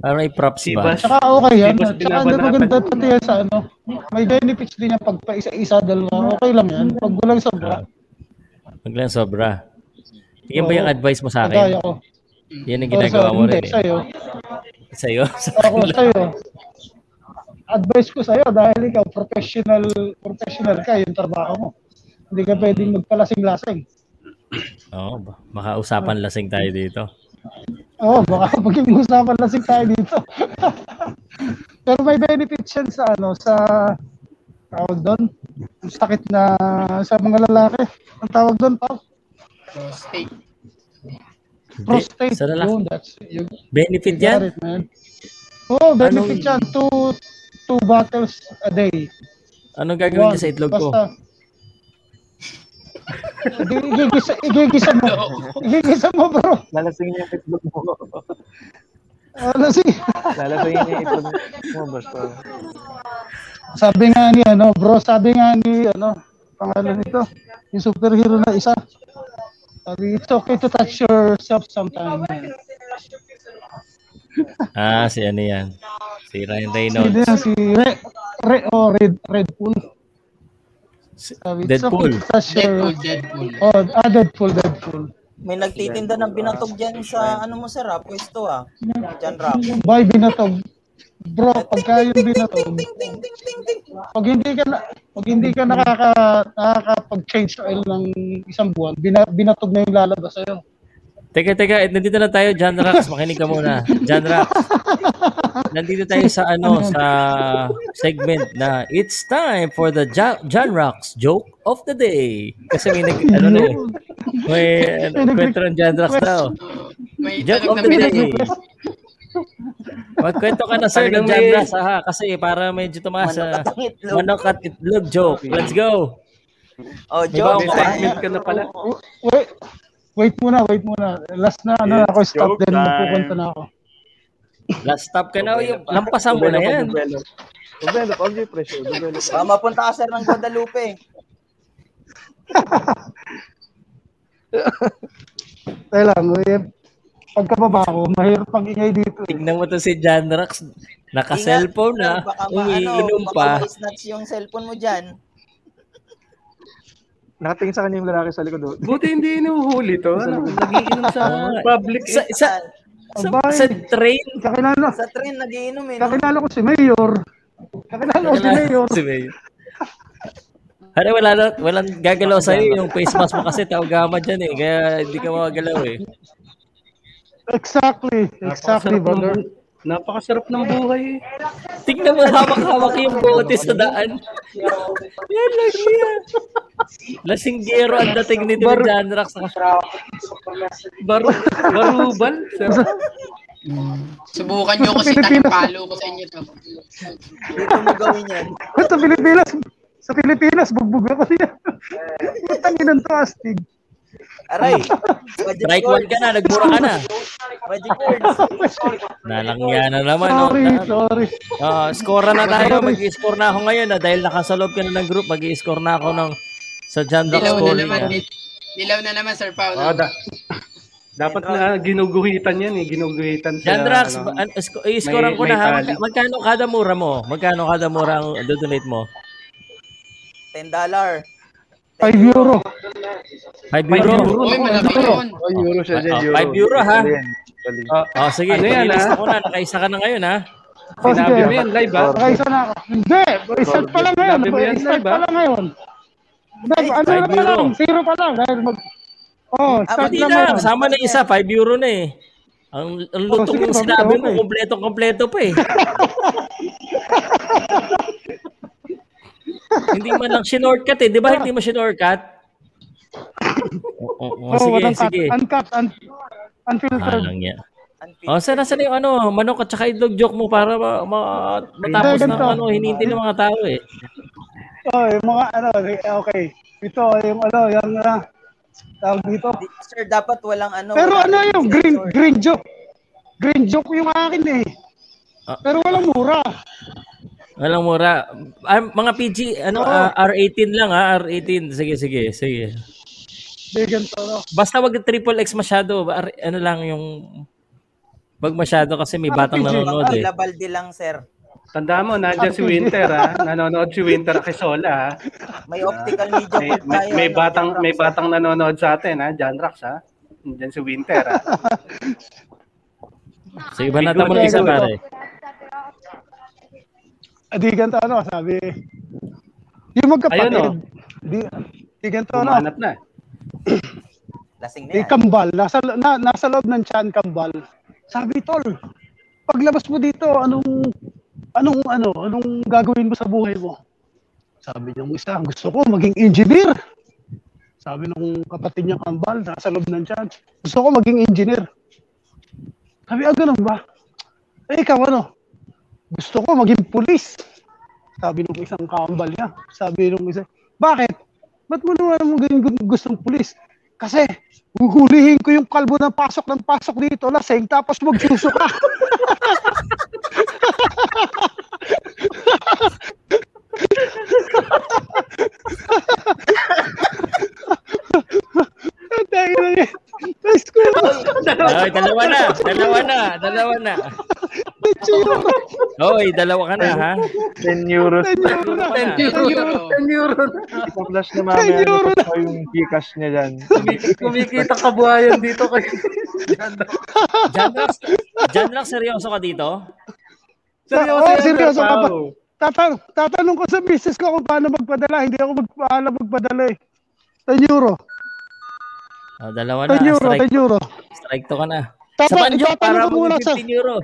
Speaker 1: Para may props ba?
Speaker 4: Sibas.
Speaker 7: Tsaka okay yan.
Speaker 4: Di ba
Speaker 7: Tsaka ano,
Speaker 4: binabanakan?
Speaker 7: maganda pati yan sa ano. May benefits din yan pag paisa-isa dalawa. Okay lang yan. Pag walang sobra.
Speaker 1: Huwag lang sobra. Yan ba yung
Speaker 7: Oo.
Speaker 1: advice mo sa akin?
Speaker 7: Kagaya ko.
Speaker 1: Yan ang
Speaker 7: Oo,
Speaker 1: ginagawa
Speaker 7: sa-
Speaker 1: mo eh.
Speaker 7: hindi,
Speaker 1: rin eh.
Speaker 7: Sa'yo.
Speaker 1: Sa'yo?
Speaker 7: Ako sa'yo. advice ko sa'yo dahil ikaw professional professional ka yung trabaho mo. Hindi ka pwedeng magpalasing-lasing.
Speaker 1: Oo, ba- baka usapan lasing tayo dito.
Speaker 7: Oo, baka maging usapan lasing tayo dito. Pero may benefits yan sa ano, sa tawag doon, ang sakit na sa mga lalaki. Ang tawag doon, pa,
Speaker 2: prostate.
Speaker 1: Hindi,
Speaker 7: prostate.
Speaker 1: sa lalaki.
Speaker 7: Yun, that's, you,
Speaker 1: Benefit
Speaker 7: you
Speaker 1: yan?
Speaker 7: got it, man. Oo, benefit yan. Two, two bottles a day.
Speaker 1: Anong gagawin niya
Speaker 7: One,
Speaker 1: sa itlog ko?
Speaker 7: basta. Igi- igigisa, igigisa mo. Igigisa mo, bro.
Speaker 5: Lalasing niya yung itlog mo.
Speaker 7: Ano si?
Speaker 5: Lalasing niya yung itlog mo, basta.
Speaker 7: Sabi nga ni ano, bro, sabi nga ni ano, pangalan nito, yung superhero na isa. Sabi, it's okay to touch yourself sometime. man."
Speaker 1: Ah, si ano yan? Si Ryan Reynolds.
Speaker 7: Sino yan? Si Re, Re, oh, Red, Redpool. Sabi, it's okay
Speaker 1: Deadpool.
Speaker 7: to touch your...
Speaker 2: Deadpool, Deadpool.
Speaker 7: Oh, ah, Deadpool, Deadpool.
Speaker 3: May nagtitinda ng binatog dyan sa ano mo sir ah, pwesto ah. Dyan rap.
Speaker 7: Boy, binatog. Bro, pagka yung binatog, pag hindi ka na, pag hindi ka nakaka, nakakapag-change oil ng isang buwan, bina, binatog na yung lalabas sa'yo.
Speaker 1: Teka, teka, eh, nandito na tayo, John Rax. Makinig ka muna. John Rax. Nandito tayo sa ano, sa segment na It's time for the Jo- John Rax joke of the day. Kasi may nag, ano na eh. May ano, kwento ng John Rax daw.
Speaker 2: May
Speaker 1: Joke of
Speaker 2: tanong eh. na
Speaker 1: the day.
Speaker 2: pinag-
Speaker 1: Magkwento ka na, sir, ng
Speaker 4: Talagang
Speaker 1: John
Speaker 4: may-
Speaker 1: Rax, ha? Kasi para medyo tumaas. ah.
Speaker 3: Manok at ang itlog.
Speaker 1: Manok at itlog joke. Let's go.
Speaker 3: Oh,
Speaker 1: bagong
Speaker 3: joke.
Speaker 4: May segment ka na pala.
Speaker 7: Wait, wait muna, wait muna. Last na ano
Speaker 8: It's
Speaker 7: ako, stop
Speaker 8: joke
Speaker 7: then
Speaker 8: time.
Speaker 7: magpupunta na ako.
Speaker 1: Last stop ka na. Yung, lampasan mo na yan.
Speaker 5: Develop. Develop. Object pressure. Develop.
Speaker 3: Baka mapunta ka sir ng Guadalupe.
Speaker 7: Tayo lang, eh, pagkababa ko, mahirap ang ingay dito. eh.
Speaker 1: Tignan mo to si John Rax. Naka-cellphone na.
Speaker 3: Ingat, Baka ma, ano,
Speaker 1: ah. Umiinom
Speaker 3: baka
Speaker 1: pa.
Speaker 3: ma-snatch yung cellphone mo dyan.
Speaker 5: Nakatingin sa kanya yung lalaki sa likod. oh.
Speaker 4: Buti hindi inuhuli to. Ano, nagiinom sa public.
Speaker 1: Sa, sa, sa,
Speaker 7: Abay.
Speaker 1: sa train.
Speaker 7: Kakilala,
Speaker 3: Sa train, nagiinom eh. No?
Speaker 7: kakilala ko si Mayor. Kakilala ko Oh, si Mayor.
Speaker 1: Si Mayor. Ano, wala na, walang gagalaw sa'yo yung face mask mo kasi taugama dyan eh. Kaya hindi ka magagalaw eh.
Speaker 7: Exactly,
Speaker 4: Napakasarap
Speaker 7: exactly,
Speaker 4: ng
Speaker 7: brother.
Speaker 4: bu- Napakasarap ng buhay. eh.
Speaker 1: Tingnan mo, hawak-hawak yung bote sa daan. Yan lang niya. Lasinggero ang dating nito ni John Rax.
Speaker 4: Baru, barubal. Sir.
Speaker 2: Subukan nyo kasi
Speaker 7: Pilipinas.
Speaker 2: takipalo ko sa inyo to.
Speaker 3: Dito mo gawin yan.
Speaker 7: Sa Pilipinas, sa Pilipinas, bugbog ako niya. Putang inang to, astig.
Speaker 3: Aray. Magic
Speaker 1: Strike one
Speaker 3: words.
Speaker 1: ka na, nagmura ka na.
Speaker 3: Magic words.
Speaker 1: Nalangyan na naman. No?
Speaker 4: Ano,
Speaker 7: Sorry, sorry.
Speaker 1: Ah, score na tayo. Mag-score na ako ngayon. Ah. Dahil nakasalob ka na ng group, mag-score na ako ng sa John Rax
Speaker 2: Dilaw na
Speaker 1: scoring.
Speaker 2: naman.
Speaker 1: ah.
Speaker 2: di- Dilaw na naman, Sir Pao.
Speaker 4: Ah, da- dapat na ginuguhitan yan eh. Ginuguhitan sa...
Speaker 1: John Rax,
Speaker 4: ano.
Speaker 1: ba- an- isko- i-scorean
Speaker 4: May-
Speaker 1: ko na
Speaker 4: may
Speaker 1: ha.
Speaker 4: tali.
Speaker 1: Magka- magkano kada mura mo? Magkano kada mura ang dodonate mo?
Speaker 3: 10 dollar.
Speaker 7: 5 euro.
Speaker 1: 5
Speaker 4: Five
Speaker 1: euro.
Speaker 4: euro.
Speaker 2: Uy, malaki yun.
Speaker 8: Oh, euro siya
Speaker 1: Ah,
Speaker 8: dyan, euro.
Speaker 1: five euro, ha?
Speaker 8: Alin, alin.
Speaker 1: Oh, oh, sige.
Speaker 4: Ano yan,
Speaker 1: Pinilis
Speaker 4: ha?
Speaker 1: ako na. Nakaisa ka na ngayon ha.
Speaker 4: Sinabi mo yan live ah.
Speaker 7: Okay, isa na ako. Hindi, start pa lang ngayon.
Speaker 4: Sabi mo yan,
Speaker 7: Start
Speaker 4: diba?
Speaker 7: pa lang ngayon. Hindi, ano na pa
Speaker 1: euro.
Speaker 7: lang, zero pa lang. Dahil mag... Oh,
Speaker 4: Ah,
Speaker 7: start
Speaker 1: Hindi
Speaker 7: na
Speaker 1: na.
Speaker 7: ngayon.
Speaker 1: Kasama na isa. 5 euro na eh. Ang, ang lutong
Speaker 7: Oh, sige, eh.
Speaker 1: ng
Speaker 7: Bobby,
Speaker 1: sinabi mo,
Speaker 7: okay.
Speaker 1: kompleto-kompleto pa eh. hindi man lang sinortcut eh. Di ba hindi mo sinortcut? Oo, oo,
Speaker 7: Oh,
Speaker 1: sige,
Speaker 7: walang cut.
Speaker 1: sige.
Speaker 7: Uncut, un-
Speaker 4: Ah,
Speaker 7: unfiltered.
Speaker 1: Alang yan.
Speaker 3: Unfit.
Speaker 1: Oh, sir, nasa na yung ano, manok at saka itlog joke mo para ma- ma- matapos ng
Speaker 7: Hindi, ganito.
Speaker 1: ano, hinintay ng mga tao eh.
Speaker 7: Oh, yung mga ano, okay. Ito, yung ano, yung... Uh, tawag dito.
Speaker 3: Sir, dapat walang ano.
Speaker 7: Pero
Speaker 3: walang
Speaker 7: ano yung green,
Speaker 3: sensor.
Speaker 7: green joke? Green joke yung akin eh.
Speaker 1: Ah.
Speaker 7: Pero walang mura.
Speaker 1: Walang mura. Ah, mga PG, ano, ah, R18 lang ha, R18. Sige, sige, sige.
Speaker 7: Hindi ganito. ano? no?
Speaker 1: Basta wag triple X masyado. R- ano lang yung... Wag masyado kasi may batang
Speaker 7: RPG.
Speaker 1: nanonood eh.
Speaker 7: ah,
Speaker 3: Bakla balde ah, lang, sir.
Speaker 4: Tandaan mo, nandiyan si Winter ah. Nanonood si Winter Akisola ah.
Speaker 3: May optical media
Speaker 4: May,
Speaker 3: pool
Speaker 4: may,
Speaker 3: tayo.
Speaker 4: may
Speaker 3: ano,
Speaker 4: batang
Speaker 3: Jack
Speaker 4: may
Speaker 3: Robson.
Speaker 4: batang nanonood sa atin ha, John Rax ha. Nandiyan si Winter ha.
Speaker 1: Sige, banata mo na
Speaker 4: Bigod,
Speaker 1: isa
Speaker 4: bigod.
Speaker 1: pare.
Speaker 7: Di ganito ano, sabi. Yung magkapatid.
Speaker 4: Ayun, oh.
Speaker 7: Di, di ganito ano.
Speaker 4: Tumanap na.
Speaker 3: Lasing na
Speaker 7: Di
Speaker 3: yan.
Speaker 7: kambal. Nasa, lo- na, nasa loob ng tiyan kambal. Sabi, tol, paglabas mo dito, anong, anong, ano, anong gagawin mo sa buhay mo? Sabi niyang isa, "Ang gusto ko maging engineer. Sabi nung kapatid niya kambal, nasa loob ng tiyan, gusto ko maging engineer. Sabi, ah, ganun ba? Eh, ikaw ano? Gusto ko maging pulis. Sabi nung isang kambal niya. Sabi nung isa, bakit? Ba't mo naman mo ganyan gu- gustong pulis? Kasi, huhulihin ko yung kalbo ng pasok ng pasok dito, laseng, tapos magsusuka. Ang dami na yun. Tapos ko,
Speaker 1: Ay, dalawa na. Dalawa na. Dalawa na.
Speaker 7: tsura.
Speaker 1: Oy, dalawa ka na, ha?
Speaker 5: 10 euros.
Speaker 7: Tenyo na.
Speaker 2: Euro.
Speaker 4: 10 euro na.
Speaker 5: Ipa-flash na mamaya.
Speaker 7: 10 euro
Speaker 5: Ano pa yung Gcash niya dyan?
Speaker 4: Kumikita kabuhayan dito kay
Speaker 1: John Rox, John Rox, seryoso ka dito?
Speaker 4: Seryoso,
Speaker 7: Oo,
Speaker 4: yan,
Speaker 7: Oh, seryoso
Speaker 4: Sir
Speaker 7: ka ba?
Speaker 4: Pao.
Speaker 7: Tatanong, tatanong ko sa business ko kung paano magpadala. Hindi ako mag, alam magpadala eh. 10 euro.
Speaker 1: Oh, dalawa na.
Speaker 7: 10 euro, 10
Speaker 1: Strike,
Speaker 7: euro.
Speaker 1: strike to ka na.
Speaker 7: Tapa-
Speaker 1: Sa banjo,
Speaker 7: tatanong
Speaker 1: para
Speaker 7: ko muna
Speaker 1: mo
Speaker 7: sa-
Speaker 1: 15 euro.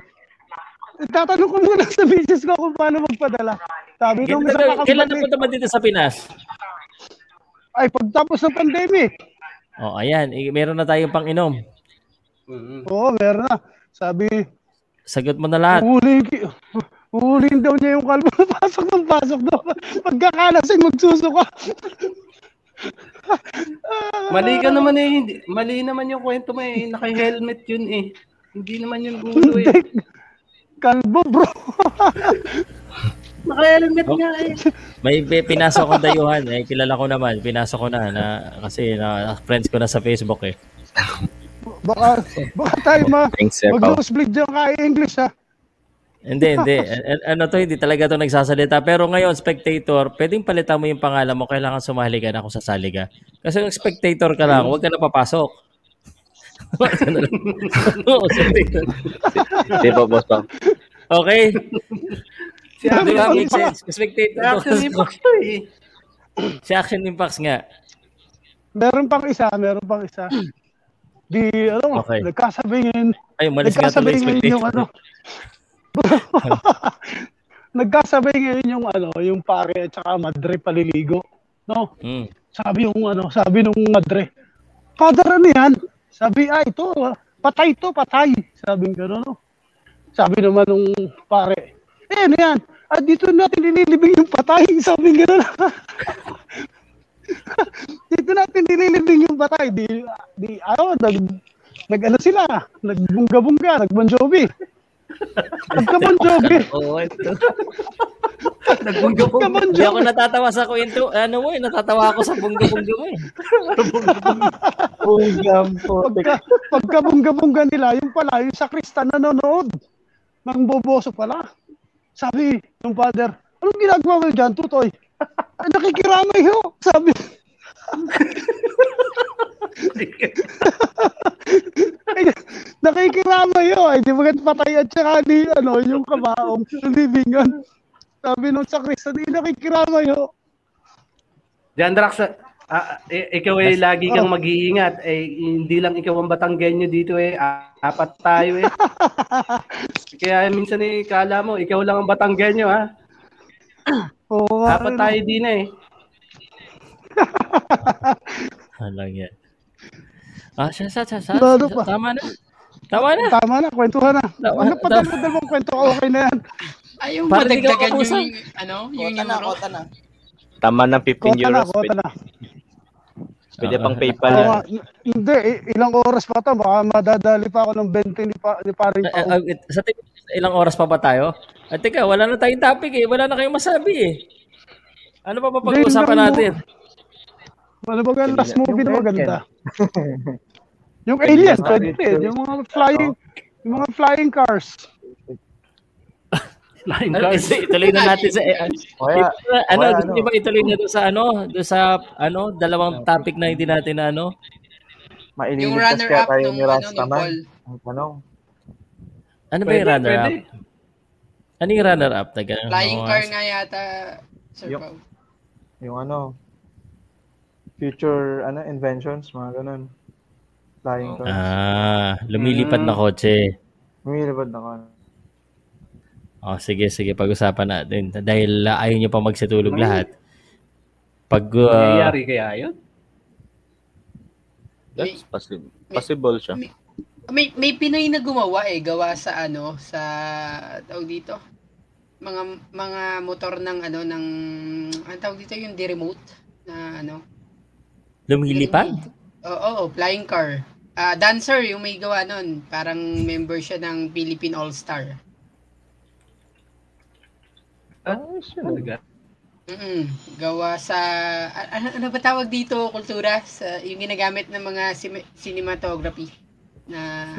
Speaker 7: Tatanong ko muna sa business ko kung paano magpadala. Sabi nung
Speaker 1: Ganito
Speaker 7: isa
Speaker 1: daw, Kailan
Speaker 7: kakabali,
Speaker 1: napunta ba dito sa Pinas?
Speaker 7: ay pagtapos ng pandemic,
Speaker 1: Oh, ayan. I- Meron na tayong pang-inom.
Speaker 4: Mm-mm.
Speaker 7: oo, meron na. Sabi,
Speaker 1: Sagot mo na lahat.
Speaker 7: huhulihin ki- huhulihin daw niya yung kalbo. Pasok ng pasok daw. Pagkakalasing magsusuka.
Speaker 4: Mali ka naman eh. Hindi, mali naman yung kwento mo eh. Naka-helmet yun eh. Hindi naman yun ulo eh.
Speaker 7: Kalbo bro.
Speaker 4: Naka-helmet nga eh.
Speaker 1: May may pinasok ko dayuhan eh kilala ko naman, pinasok ko na, na kasi na friends ko na sa Facebook eh.
Speaker 7: Baka, baka tayo ma,
Speaker 8: Thanks, Sir Pao.
Speaker 7: mag-nosebleed dyan kay English ha.
Speaker 1: Hindi, hindi. A- a- Ano to, hindi talaga to nagsasalita. Pero ngayon, spectator, pwedeng palitan mo yung pangalan mo. Kailangan sumali ka na kung sasali ka. Kasi yung spectator ka lang, huwag ka na papasok. Huwag ka na lang. Oo, spectator.
Speaker 8: Di ba, boss Pao?
Speaker 1: okay.
Speaker 4: Si
Speaker 1: Di
Speaker 4: Action
Speaker 1: ba,
Speaker 4: Impact.
Speaker 1: make sense. Spectator.
Speaker 4: Si Action Impact to eh.
Speaker 1: Si Action Impacts nga.
Speaker 7: Meron pang isa, meron pang isa. Di, ano,
Speaker 1: Okay.
Speaker 7: nagkasabingin,
Speaker 1: Ay, malis nga tuloy
Speaker 7: nagkasabingin
Speaker 1: spectator.
Speaker 7: yung ano, nagkasabingin yung ano, yung pare at saka madre paliligo. No?
Speaker 4: ano.
Speaker 1: Mm.
Speaker 7: Sabi yung ano, sabi nung madre, father ano yan? Sabi, ah, ito, ah, patay to, patay. Sabi ng gano'n, no? Sabi naman nung pare, eh, ano yan? At dito natin nililibing yung patay. Sabi ng gano'n. dito natin nililibing yung patay. Di, di, ano, nag, nag ano sila, nagbungga-bungga, nag-Bon Jovi. Nagka-Bon Jovi.
Speaker 1: Oo, ito.
Speaker 4: Nagbungga po.
Speaker 7: Nagka-Bon
Speaker 1: Hindi ako
Speaker 7: Jovi.
Speaker 1: natatawa sa kwento. Ano mo eh, natatawa ako sa bunggo-bunggo mo eh.
Speaker 7: Pagka, pagkabungga-bungga nila, yung pala, yung sa Kristan nanonood. Nang boboso pala. Sabi ng father, anong ginagawa mo dyan, tutoy? Ay, nakikiramay ho. Sabi, Ay, "Eh, nakikiramay ho. Ay, di ba kat patay at saka ni, ano, yung kabaong, yung libingan. Sabi nung sa Kristan, ay, nakikiramay ho.
Speaker 4: Jan Drax, ah, ah, eh, ikaw eh, lagi kang
Speaker 7: oh.
Speaker 4: mag-iingat. Eh, hindi lang ikaw ang Batanggenyo dito eh. A- Apat tayo eh. Kaya minsan eh, kala mo, ikaw lang ang Batanggenyo ha.
Speaker 7: Oo, nga,
Speaker 4: Apat
Speaker 7: ano.
Speaker 4: tayo din eh.
Speaker 1: Alang Ano yan. Ah, siya, siya, siya, siya.
Speaker 7: Lalo pa.
Speaker 1: Tama na. Tama na.
Speaker 7: Tama na, kwentuhan na.
Speaker 1: Tama-
Speaker 7: Ano pa
Speaker 1: tama.
Speaker 7: dalawang kwento ko, okay na yan.
Speaker 2: Ay, yung
Speaker 1: Parang ikaw
Speaker 2: madagdagan
Speaker 1: kapusa.
Speaker 2: yung, ano, yung
Speaker 3: Kota na,
Speaker 2: euro.
Speaker 3: kota na.
Speaker 8: Tama ng 15
Speaker 7: Kota ano na,
Speaker 8: euros.
Speaker 7: kota
Speaker 8: Pwede,
Speaker 7: na.
Speaker 8: pwede pang PayPal
Speaker 7: Oo ano
Speaker 8: yan.
Speaker 7: nga. Hindi, i- ilang oras pa to. Baka madadali pa ako ng 20 ni, pa, ni
Speaker 4: Eh,
Speaker 7: paring
Speaker 1: Ah,
Speaker 7: pa.
Speaker 1: ah, it- sa tingin, ilang oras pa ba tayo? At teka, wala na tayong topic eh. Wala na kayong masabi eh. Ano pa pa pag-uusapan
Speaker 7: Hindi, hindi.
Speaker 1: natin?
Speaker 7: Ano ba yung last movie na
Speaker 5: Yung
Speaker 7: maganda? yung Alien, pwede rin. Yung mga flying, yung mga flying cars.
Speaker 4: Flying
Speaker 1: Ano,
Speaker 4: cars.
Speaker 1: ito- ituloy na natin sa... eh,
Speaker 5: Kaya,
Speaker 1: eh, ano,
Speaker 5: Wala,
Speaker 1: gusto
Speaker 5: ano.
Speaker 1: niyo ba ituloy na doon sa ano? Doon sa ano? Dalawang topic na hindi natin na ano?
Speaker 2: Yung
Speaker 5: maililigtas kaya
Speaker 2: runner-up
Speaker 5: tayo
Speaker 2: nung,
Speaker 5: ni
Speaker 2: ano,
Speaker 5: Rasta
Speaker 2: nung
Speaker 5: man.
Speaker 2: Paul.
Speaker 5: Ang tanong.
Speaker 1: Ano ba yung runner-up? Ano yung runner-up? Taga,
Speaker 2: Flying
Speaker 1: ano,
Speaker 2: car nga yata, Sir
Speaker 5: Yup.
Speaker 2: Pao.
Speaker 5: Yung ano, future ano inventions, mga ganun.
Speaker 2: Oh.
Speaker 5: Flying cars.
Speaker 1: Ah, lumilipad na
Speaker 5: Mm.
Speaker 1: kotse.
Speaker 5: Humilibad na ano. ka.
Speaker 1: Oh, sige, sige. Pag-usapan natin. Dahil ah, ayaw nyo pa magsitulog lahat. Pag, ah,
Speaker 4: Nangyayari kaya yun?
Speaker 8: That's possible. Possible siya.
Speaker 2: May, may Pinoy na gumawa eh, gawa sa ano, sa, tawag dito, mga mga motor ng ano ng ang tawag dito yung remote na ano
Speaker 1: lumilipad?
Speaker 2: Oo, oo, flying car. Ah, dancer yung may gawa nun. Parang member siya ng Philippine All-Star.
Speaker 4: Talaga?
Speaker 2: mm Gawa sa... a- Ano, ano ba tawag dito, kultura? Sa, yung ginagamit ng mga sim- cinematography. Na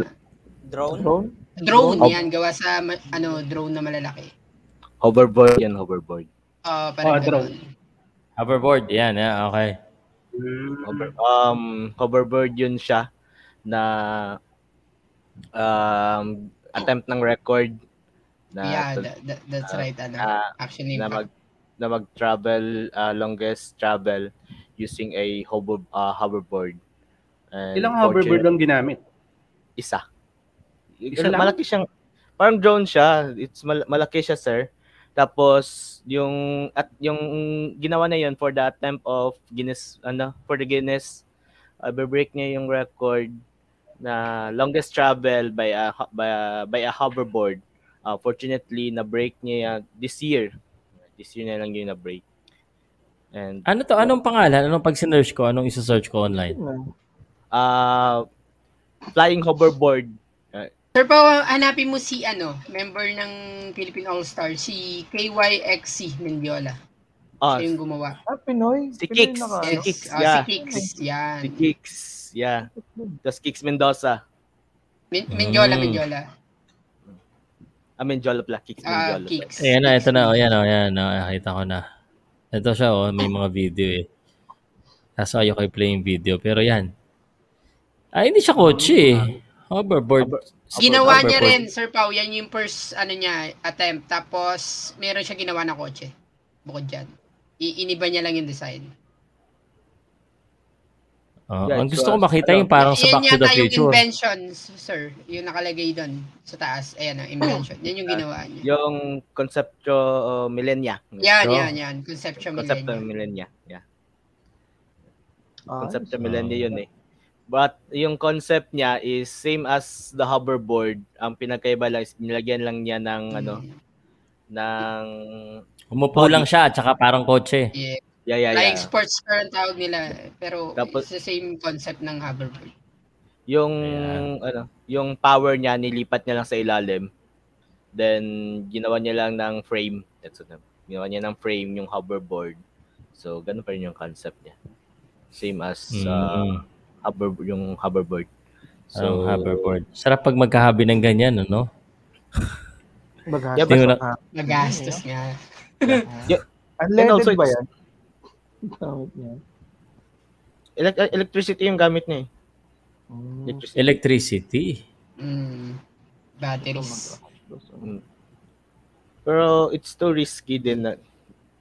Speaker 3: Drone?
Speaker 5: Drone?
Speaker 2: drone,
Speaker 8: Drone?
Speaker 2: yan. Gawa sa ma- ano drone na malalaki.
Speaker 8: Hoverboard yan, hoverboard.
Speaker 2: Ah,
Speaker 4: Ah,
Speaker 8: Oh,
Speaker 2: parang
Speaker 4: drone.
Speaker 2: ganun.
Speaker 1: Hoverboard, yan. ah, okay.
Speaker 7: Mm.
Speaker 8: Hover, um, hoverboard yun siya na um, attempt ng record na
Speaker 2: yeah, tha- tha- that's
Speaker 8: ah,
Speaker 2: right. Ano,
Speaker 8: ah,
Speaker 2: action
Speaker 8: na
Speaker 2: impact.
Speaker 8: mag na mag-travel uh, longest travel using a hover uh, hoverboard. And
Speaker 4: Ilang hoverboard
Speaker 8: fortunate-
Speaker 4: ang ginamit?
Speaker 8: Isa.
Speaker 4: Isa lang?
Speaker 8: malaki siyang parang drone siya. It's mal- malaki siya, sir. Tapos yung at yung ginawa na yun for the attempt of Guinness ano for the Guinness uh, break niya yung record na longest travel by a ho- by a, by a hoverboard. Uh, fortunately na break niya yan this year. This year na lang yun na break. And
Speaker 1: Ano to? Anong pangalan? Anong pag sinearch ko? Anong isa-search ko online?
Speaker 8: uh flying hoverboard
Speaker 2: Sir Pao, hanapin mo si ano, member ng Philippine All-Star, si KYXC Mendiola.
Speaker 8: uh,
Speaker 2: Siya yung gumawa.
Speaker 5: Ah, Pinoy?
Speaker 8: Si
Speaker 5: Pinoy
Speaker 8: Kicks.
Speaker 5: na ka,
Speaker 2: Yes.
Speaker 5: ano?
Speaker 8: Si Kicks,
Speaker 2: ah,
Speaker 8: yeah.
Speaker 2: Si Kicks, yan.
Speaker 8: si Kicks. Yeah. Tapos Kicks Mendoza.
Speaker 2: Min- Mendiola,
Speaker 1: Mm.
Speaker 2: Mendiola.
Speaker 8: I mean, Jolo Black Kicks
Speaker 2: Ah,
Speaker 8: Mendoza.
Speaker 2: Kicks.
Speaker 1: Ayan na, ito na. O, yan, o, yan. O, nakita ko na. Ito siya, o. May mga video, eh. Kaso ayoko i-play yung video. Pero yan. Ah, hindi siya kotse, eh. Hoverboard.
Speaker 2: Ginawa niya
Speaker 1: Hoverboard.
Speaker 2: rin, Sir Pao, yan yung first ano niya, attempt. Tapos, meron siya ginawa na kotse. Bukod dyan. Iiniba niya lang yung design.
Speaker 1: Oo, Ah,
Speaker 8: Yeah,
Speaker 1: ang
Speaker 8: it's,
Speaker 1: gusto ko
Speaker 8: uh,
Speaker 1: makita
Speaker 8: ano,
Speaker 1: yung parang sa
Speaker 2: Yan
Speaker 1: Back to the
Speaker 2: yata yung
Speaker 1: Future.
Speaker 2: invention, sir. Yung nakalagay doon sa taas. Ayan ang invention. Yan yung ginawa niya.
Speaker 8: Yung Concepto uh, Millennia.
Speaker 2: Yan,
Speaker 1: So,
Speaker 2: yan, yan. Conception
Speaker 8: Concepto
Speaker 2: millennium.
Speaker 8: Millennia. Yeah.
Speaker 5: Ah,
Speaker 8: Concepto
Speaker 1: so-
Speaker 8: Millennia yun eh. But yung concept niya is same as the hoverboard. Ang pinagkaiba lang is nilagyan lang niya ng ano
Speaker 2: Hmm.
Speaker 8: ng
Speaker 1: Umupo lang siya, at saka parang kotse.
Speaker 2: Yeah.
Speaker 8: yeah yeah
Speaker 2: Flying
Speaker 8: yeah.
Speaker 2: sports car ang tawag nila. eh. Pero
Speaker 8: Tapos-
Speaker 2: it's the same concept ng hoverboard.
Speaker 8: Yung
Speaker 1: Ayan.
Speaker 8: ano, yung power niya nilipat niya lang sa ilalim. Then ginawa niya lang ng frame. That's what. Ginawa niya ng frame yung hoverboard. So ganun pa rin yung concept niya. Same as uh,
Speaker 1: Mm.
Speaker 8: hover yung hoverboard.
Speaker 1: So,
Speaker 8: So
Speaker 1: hoverboard. Sarap pag magkahabi ng ganyan, ano?
Speaker 5: Baghasa.
Speaker 8: Yeah,
Speaker 1: Hindi mo na,
Speaker 5: Ah,
Speaker 2: Magastos nga.
Speaker 5: Unleaded
Speaker 8: And also,
Speaker 5: ba
Speaker 8: it's-
Speaker 5: yan? Tawag niya.
Speaker 8: elec- uh, electricity yung gamit niya. eh.
Speaker 5: Mm,
Speaker 8: Electricity.
Speaker 1: electricity.
Speaker 2: Mm. Batteries.
Speaker 8: Mm. Pero it's too risky din na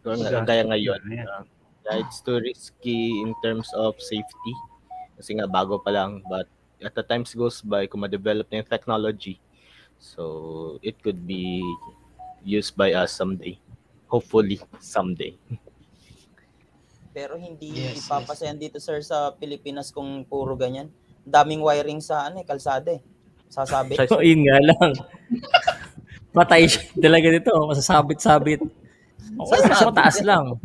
Speaker 8: kung kaya ngayon.
Speaker 4: Ayan.
Speaker 8: Yeah, it's too risky in terms of safety. Kasi nga bago pa lang but at the times goes by kung ma-develop na yung technology. So it could be used by us someday. Hopefully someday.
Speaker 3: Pero hindi
Speaker 2: Yes,
Speaker 3: ipapasayan dito sir sa Pilipinas kung puro ganyan. Daming wiring sa ano, eh, kalsada eh. Sasabi.
Speaker 8: Sa-
Speaker 1: So, yun nga lang. Patay siya talaga dito. Masasabit-sabit. Okay, sa taas lang.